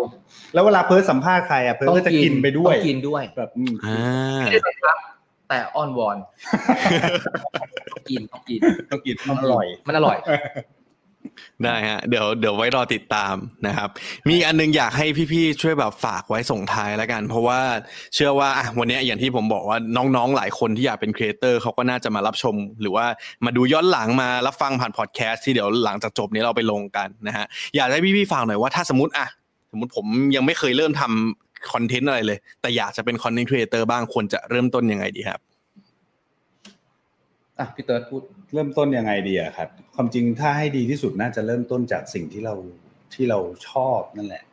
[SPEAKER 2] แล้วเวลาเพิร์ดสัมภาษณ์ใครอ่ะเพิร์ดก็จะกินไปด้วย
[SPEAKER 3] ต้องกินด้วย
[SPEAKER 2] แบบอืม
[SPEAKER 1] อ่า
[SPEAKER 3] ไม่ได้บังคับ แต่อ้อนวอนต้องกินต้องกิน
[SPEAKER 2] ต้องกินอร่อย
[SPEAKER 3] มันอร่อย
[SPEAKER 1] ได้ฮะเดี๋ยวเดี๋ยวไว้รอติดตามนะครับ มีอันนึงอยากให้พี่ๆช่วยแบบฝากไว้ส่งท้ายแล้วกัน เพราะว่าเชื่อว่าอ่ะวันเนี้ยอย่างที่ผมบอกว่าน้องๆหลายคนที่อยากเป็นครีเอเตอร์เขาก็น่าจะมารับชม หรือว่ามาดูย้อนหลังมารับฟังผ่านพอดแคสต์ที่เดี๋ยวหลังจากจบนี้เราไปลงกันนะฮะอยากให้พี่ๆฝากหน่อยว่าถ้าสมมติอ่ะสมมติผมยังไม่เคยเริ่มทำคอนเทนต์อะไรเลย แต่อยากจะเป็นคอนเทนต์ครีเอเตอร์บ้างควรจะเริ่มต้นยังไงดีครับ
[SPEAKER 3] อ่ะพี่เติร์ดพูด
[SPEAKER 2] เริ่มต้นยังไงดีอะครับ ความจริงถ้าให้ดีที่สุดน่าจะเริ่มต้นจากสิ่งที่เราที่เราชอบนั่นแหละ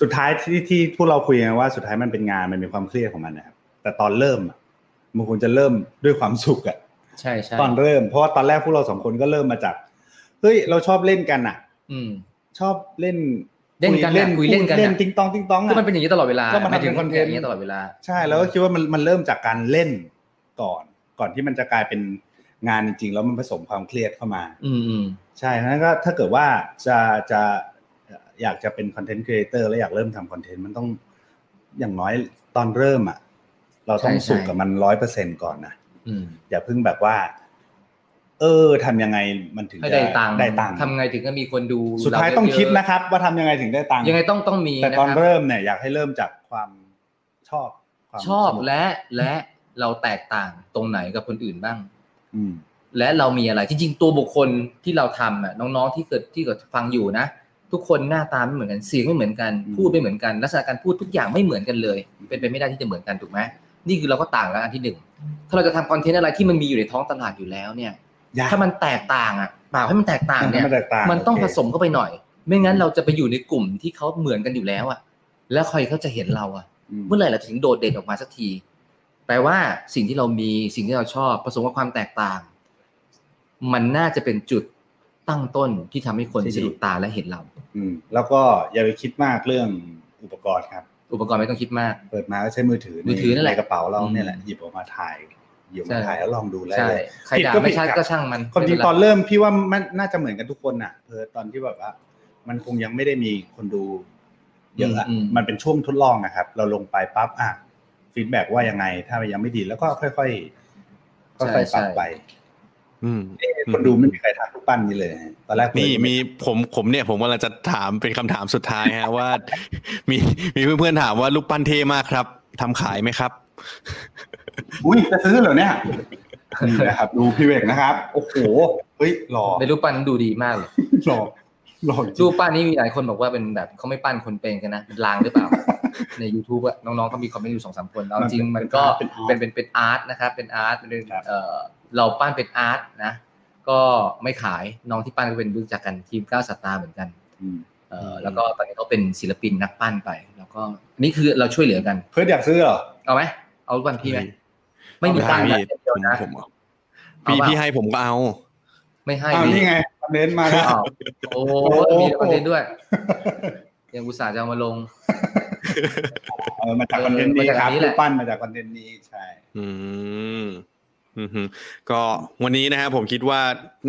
[SPEAKER 2] สุดท้ายที่ที่พวกเราคุยกันว่าสุดท้ายมันเป็นงานมันมีความเครียดของมันนะครับ แต่ตอนเริ่มอะมันควรจะเริ่มด้วยความสุขอะ
[SPEAKER 3] ใช่ใช่
[SPEAKER 2] ตอนเริ่มเพราะว่าตอนแรกพวกเราสองคนก็เริ่มมาจากเฮ้ยเราชอบเล่นกันอ่ะ
[SPEAKER 3] อืม
[SPEAKER 2] ชอบเล่น
[SPEAKER 3] เล่นกันอะคุยเล่นกันอะ
[SPEAKER 2] เล่นติ๊งตองติ๊งตอง
[SPEAKER 3] คือมันเป็น
[SPEAKER 2] อ่ะ
[SPEAKER 3] อย่างนี้ตลอดเวลา
[SPEAKER 2] ก็มัน
[SPEAKER 3] หายถึง
[SPEAKER 2] ทำเป็นคอนเทนต์
[SPEAKER 3] ย่างนี้ตลอดเวลา
[SPEAKER 2] ใช่แล้วก็คิดว่ามันมันเริ่มจากการเล่นก่อน ก่อนที่มันจะกลายเป็นงานจริงๆ แล้วมันผสมความเครียดเข้ามา
[SPEAKER 3] อืมอืม
[SPEAKER 2] ใช่นั้นก็ถ้าเกิดว่าจะจะอยากจะเป็นคอนเทนต์ครีเอเตอร์และอยากเริ่มทำคอนเทนต์มันต้องอย่างน้อยตอนเริ่มอ่ะเราต้อง
[SPEAKER 3] ใช่ใช่
[SPEAKER 2] สุขกับมันร้อยเปอร์เซ็นก่อนนะ
[SPEAKER 3] อืม
[SPEAKER 2] อย่าเพิ่งแบบว่า เออทำยังไงมันถึง
[SPEAKER 3] ให้
[SPEAKER 2] จะ
[SPEAKER 3] ได้ตังค์
[SPEAKER 2] ได้ตังค์
[SPEAKER 3] ทำไงถึงจะมีคนดู
[SPEAKER 2] สุดท้าย
[SPEAKER 3] เร
[SPEAKER 2] ต้อง
[SPEAKER 3] เะๆ
[SPEAKER 2] คิดนะครับ ว่าทำยังไงถึงได้ตังค์
[SPEAKER 3] ยังไงต้องต้องมี
[SPEAKER 2] แต่
[SPEAKER 3] นะ
[SPEAKER 2] ตอน
[SPEAKER 3] ครับ
[SPEAKER 2] เริ่มเนี่ยอยากให้เริ่มจากความชอบความ
[SPEAKER 3] ชอบ
[SPEAKER 2] สนุก
[SPEAKER 3] และและเราแตกต่างตรงไหนกับคนอื่นบ้าง
[SPEAKER 2] อืม
[SPEAKER 3] และเรามีอะไรจริง ๆ ตัวบุคคลที่เราทำอ่ะน้องๆที่เกิดที่เกิดฟังอยู่นะ ทุกคนหน้าตาไม่เหมือนกันเสียงไม่เหมือนกัน
[SPEAKER 2] อืม
[SPEAKER 3] พูดไม่เหมือนกันลักษณะการพูดทุกอย่างไม่เหมือนกันเลย เป็นไปไม่ได้ที่จะเหมือนกันถูกไหมนี่คือเราก็ต่างกันอันที่หนึ่งถ้าเราจะทำคอนเทนต์อะไรที่มันมีอยู่ในท้องตลาดอยู่แล้วเนี่ย
[SPEAKER 2] อยาก
[SPEAKER 3] ถ้ามันแตกต่างอ่ะเปล่าให้มันแตกต่างเนี่ย
[SPEAKER 2] ให้มันแตกต่าง
[SPEAKER 3] มันต้อง
[SPEAKER 2] โเค
[SPEAKER 3] ผสมเข้าไปหน่อย ไม่งั้นเราจะไปอยู่ในกลุ่มที่เขาเหมือนกันอยู่แล้วอะแล้วใครเขาจะเห็นเราอะ
[SPEAKER 2] อืม
[SPEAKER 3] เมื่อไหร่เราจะถึงโดดเด่นออกมาสักที แปลว่าสิ่งที่เรามีสิ่งที่เราชอบผสมกับความแตกต่าง มันน่าจะเป็นจุดตั้งต้นที่ทำให้คนสะดุดตาและเห็นเรา
[SPEAKER 2] อืมแล้วก็อย่าไปคิดมากเรื่องอุปกรณ์ครับ
[SPEAKER 3] อุปกรณ์ไม่ต้องคิดมาก
[SPEAKER 2] เปิดมาก็ใช้มือถือ
[SPEAKER 3] มือถือนั่นแหละ
[SPEAKER 2] ใกระเป๋าเรา
[SPEAKER 3] อืม
[SPEAKER 2] เนี่ยแหละหยิบออกมาถ่ายหยิบออกมา
[SPEAKER 3] ใช่
[SPEAKER 2] ถ่ายแล้วลองดูแล้ว
[SPEAKER 3] ใช่
[SPEAKER 2] เลย
[SPEAKER 3] ใครด่าไม่ใช่ก็ช่างมัน
[SPEAKER 2] ความจริง
[SPEAKER 3] ไเป็ไร
[SPEAKER 2] ตอนเริ่มพี่ว่ามันน่าจะเหมือนกันทุกคนน่ะเพิร์ทตอนที่แบบว่า มันคงยังไม่ได้มีคนดู เยอะอะ
[SPEAKER 3] ม
[SPEAKER 2] มันเป็นช่วงทดลองนะครับ เราลงไปปั๊บอ่ะฟีดแบ็ว่ายังไง ถ้ามันยังไม่ดีแล้วก็ค่อยๆค่อยๆปรับไป
[SPEAKER 1] อืม
[SPEAKER 2] คนดูไม่มีใครทักทุกปั้นนี่เลยฮะตอนแรกเปิด
[SPEAKER 1] นี่มีผมผมเนี่ยผมกำลังจะถามเป็นคำถามสุดท้ายฮะ ว่า มีมีเพื่อนๆถามว่าลูกปั้นเท่มากครับทำขายไหมครับ
[SPEAKER 2] อุ้ยจะซื้อเหรอเนี่ยนี่นะครับ ดูพี่เวกนะครับ โอ้โห เฮ้ยหล่อ
[SPEAKER 3] ในรูปปั้นนั้นดูดีมากเลย
[SPEAKER 2] หล่อหล่อจริ
[SPEAKER 3] รู
[SPEAKER 2] ง
[SPEAKER 3] ปปั้นนี้มีหลายคนบอกว่าเป็นแบบเขาไม่ปั้นคนเป็นกันนะเป็นลางห รือเปล่า ใน YouTube อะน้องๆเขามีคอมเมนต์อยู่สองสามคนเอาจริงมันก็เป็นเป็นเป็นอาร์ตนะครับเป็นอาร์ตเป็นเอ่อเราปั้นเป็นอาร์ตนะ ก็ไม่ขายน้องที่ปั้นก็เป็นรู้จักกันทีมก้าวสตาร์เหมือนกัน
[SPEAKER 2] อืม
[SPEAKER 3] เออแล้วก็ตอนนี้เขาเป็นศิลปินนักปั้นไป แล้วก็อันนี่คือเราช่วยเหลือกัน
[SPEAKER 2] เพื่อนอยากซื้อเหรอ
[SPEAKER 3] เอาไหมเอาวันพี่ไหมไม่มี
[SPEAKER 1] ได้
[SPEAKER 3] ตังค์นะ
[SPEAKER 1] พี่
[SPEAKER 3] เดี๋ยวนะ
[SPEAKER 1] ผมเอา
[SPEAKER 3] เอา
[SPEAKER 1] พี่
[SPEAKER 3] เปล่า
[SPEAKER 1] พี่ให้ผมก็เอา
[SPEAKER 3] ไม่ให้
[SPEAKER 2] อ้าว
[SPEAKER 3] พี่
[SPEAKER 2] นี่ไงคอนเทนต์มาแล้ว
[SPEAKER 3] อ้าวโอ้
[SPEAKER 2] โอ้
[SPEAKER 3] มีคอนเทนต์ด้วยยังอุตส่าห์จะเอามาลง
[SPEAKER 2] เออมาจากคอนเทนต์นี้
[SPEAKER 3] มาจาก
[SPEAKER 2] ครั
[SPEAKER 3] อั
[SPEAKER 2] บ
[SPEAKER 3] นนี้แห
[SPEAKER 2] รู
[SPEAKER 3] ละ
[SPEAKER 2] ปปั้นมาจากคอนเทนต์นี้ใช่
[SPEAKER 1] อืมอืมฮึก็วันนี้นะครับผมคิดว่า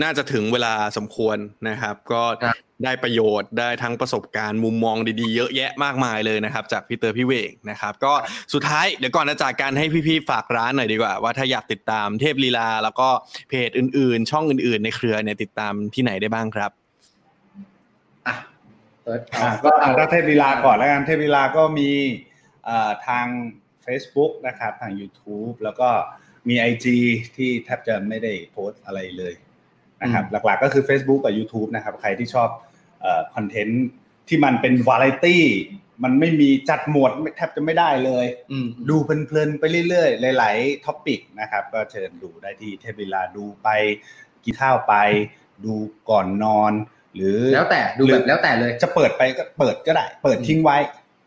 [SPEAKER 1] น่าจะถึงเวลาสมควรนะครับ ก็
[SPEAKER 3] ครับ
[SPEAKER 1] ได้ประโยชน์ได้ทั้งประสบการณ์มุมมองดีๆ เยอะแยะมากมายเลยนะครับ จากพี่เตอร์พี่เวงนะครับ ก็สุดท้ายเดี๋ยวก่อนจะจากการให้พี่ๆฝากร้านหน่อยดีกว่า ว่าถ้าอยากติดตามเทพลีลา แล้วก็เพจอื่นๆ ช่องอื่นๆ ในเครือเนี่ยติดตามที่ไหนได้บ้างครับ
[SPEAKER 3] อ่ะเปิดเอา
[SPEAKER 2] อ่ะก็ถ้าเทพลีลาก่อนแล้วกันเทพลีลาก็มีเอ่อทาง Facebook นะครับทาง YouTube แล้วก็มี IG ที่แทบจะไม่ได้โพสต์อะไรเลยนะครับหลักๆก็คือ Facebook กับ YouTube นะครับใครที่ชอบคอนเทนต์ที่มันเป็นวาไรตี้มันไม่มีจัดหมวดแทบจะไม่ได้เลย
[SPEAKER 3] อืม
[SPEAKER 2] ดูเพลินๆไปเรื่อยๆ หลายๆท็อปิกนะครับ ก็เชิญดูได้ที่เทพลีลาดูไปกินข้าวไป ดูก่อนนอน หรือ
[SPEAKER 3] แล้วแต่ดูแบบแล้วแต่เลย
[SPEAKER 2] จะเปิดไปก็เปิดก็ได้ เปิดทิ้งไว้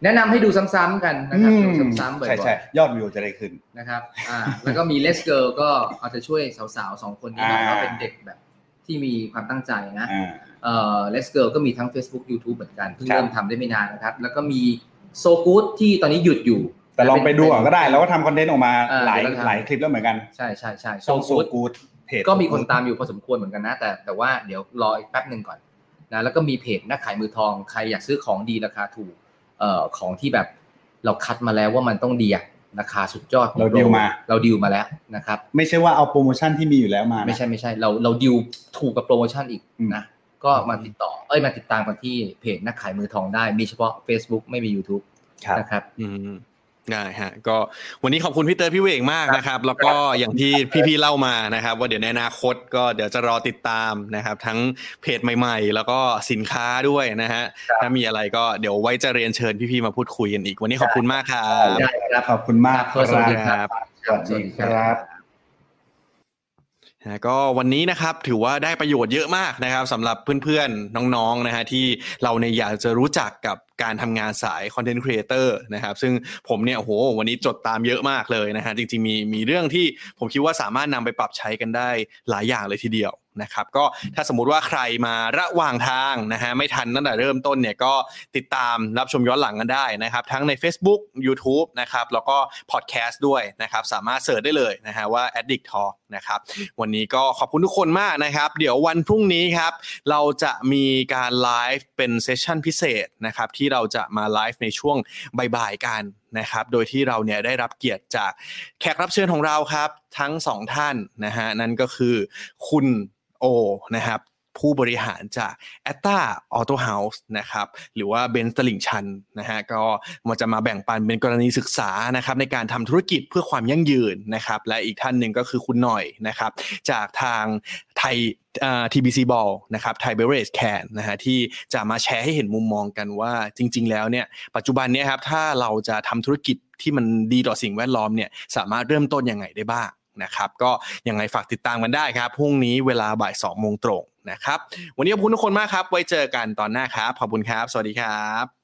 [SPEAKER 3] แนะนำให้ดูซ้ำๆกันนะครับดูซ้ำๆบ่อ
[SPEAKER 2] ใช่ใช่
[SPEAKER 3] ย
[SPEAKER 2] ยอดวิวจะได้ขึ้น
[SPEAKER 3] ๆนะครับอ่าแล้วก็มีเลสเกิร์ก็เอาจะช่วยสาวๆสองคนนี้นะ
[SPEAKER 2] อ่า
[SPEAKER 3] เขาเป็นเด็กแบบที่มีความตั้งใจนะ
[SPEAKER 2] อ่า
[SPEAKER 3] เอ่อ Let's Girl ก็มีทั้ง Facebook YouTube เหมือนกันเพิ่ง
[SPEAKER 2] ครับ
[SPEAKER 3] เริ่มทำได้ไม่นานนะครับ แล้วก็มี So Good ที่ตอนนี้หยุดอยู่
[SPEAKER 2] แต่ลองไปดูก่อนก็ได้
[SPEAKER 3] เป็น
[SPEAKER 2] เราก็ทำคอนเทนต์ออกมา
[SPEAKER 3] อ่า
[SPEAKER 2] หลาย
[SPEAKER 3] เดี๋ยวเราทำ
[SPEAKER 2] หลายคลิปแล้วเหมือนกัน
[SPEAKER 3] ใช่ใช่ใช่
[SPEAKER 2] ช่
[SPEAKER 3] So
[SPEAKER 2] องโซ
[SPEAKER 3] Good
[SPEAKER 2] กูดเพจ
[SPEAKER 3] ก็มีคนตามอยู่พอสมควรเหมือนกันนะ แต่แต่ว่าเดี๋ยวรออีกแป๊บหนึ่งก่อนนะแล้วก็มีเพจนักขายมือทองใครอยากซื้อของดีราคาถูกเอ่อของที่แบบเราคัดมาแล้วว่ามันต้องดีอะราคาสุดยอด
[SPEAKER 2] เราดีลมา
[SPEAKER 3] เราดีลมาแล้วนะครับ
[SPEAKER 2] ไม่ใช่ว่าเอาโปรโมชั่นที่มีอยู่แล้วมานะ
[SPEAKER 3] ไม่ใช่ไม่ใช่เราเราดิวถูกกับโปรโมชั่นอีก
[SPEAKER 2] อืม
[SPEAKER 3] นะ ก็มาติดต่อเอ้ยมาติดตามกันที่เพจนักขายมือทองได้ มีเฉพาะ Facebook ไม่มี YouTube
[SPEAKER 2] ครับ
[SPEAKER 3] นะครับ
[SPEAKER 1] อืมได้ฮะก็วันนี้ขอบคุณพี่เตอร์พี่เวงมากนะครับ แล้วก็อย่างที่พี่ๆเล่ามานะครับ ว่าเดี๋ยวในอนาคตก็เดี๋ยวจะรอติดตามนะครับ ทั้งเพจใหม่ๆ แล้วก็สินค้าด้วยนะฮะถ้ามีอะไรก็เดี๋ยวไว้จะเรียนเชิญพี่ๆมาพูดคุยกันอีก วันนี้ขอบคุณมากครับ
[SPEAKER 3] ได้ครับ
[SPEAKER 2] ขอบคุณมาก
[SPEAKER 3] ครับ สวัสดีครับ
[SPEAKER 2] สวัสดีครับ
[SPEAKER 1] นะก็วันนี้นะครับถือว่าได้ประโยชน์เยอะมากนะครับสำหรับเพื่อนๆน้องๆนะฮะที่เราเนี่ยอยากจะรู้จักกับการทำงานสายคอนเทนต์ครีเอเตอร์นะครับซึ่งผมเนี่ยโอ้โหวันนี้จดตามเยอะมากเลยนะฮะจริงๆมีมีเรื่องที่ผมคิดว่าสามารถนำไปปรับใช้กันได้หลายอย่างเลยทีเดียวนะครับก็ถ้าสมมุติว่าใครมาระหว่างทางนะฮะไม่ทันตั้งแต่เริ่มต้นเนี่ยก็ติดตามรับชมย้อนหลังกันได้นะครับทั้งใน Facebook YouTube นะครับแล้วก็พอดแคสต์ด้วยนะครับสามารถเสิร์ชได้เลยนะฮะว่า Addict Talk นะครับ วันนี้ก็ขอบคุณทุกคนมากนะครับ เดี๋ยววันพรุ่งนี้ครับ เราจะมีการไลฟ์เป็นเซสชันพิเศษนะครับ ที่เราจะมาไลฟ์ในช่วงบ่ายๆกันนะครับ โดยที่เราเนี่ยได้รับเกียรติจากแขกรับเชิญของเราครับ ทั้งสองท่านนะฮะนั่นก็คือคุณโอนะครับ ผู้บริหารจาก a t t a Auto House นะครับหรือว่าเบน z ์ตลิงชันนะฮะก็มันจะมาแบ่งปันเป็นกรณีศึกษานะครับในการทำธุรกิจเพื่อความยั่งยืนนะครับและอีกท่านหนึ่งก็คือคุณหน่อยนะครับ จากทางไทยอ่า TBC Ball นะครับไทยเบเรสแคนนะฮะที่จะมาแชร์ให้เห็นมุมมองกันว่าจริง ๆ แล้วเนี่ยปัจจุบันเนี่ยครับถ้าเราจะทำธุรกิจที่มันดีต่อสิ่งแวดล้อมเนี่ยสามารถเริ่มต้นยังไงได้บ้างนะครับก็ยังไงฝากติดตามกันได้ครับพรุ่งนี้เวลาบ่าย2โมงตรงนะครับ วันนี้ขอบคุณทุกคนมากครับ ไว้เจอกันตอนหน้าครับ ขอบคุณครับ สวัสดีครับ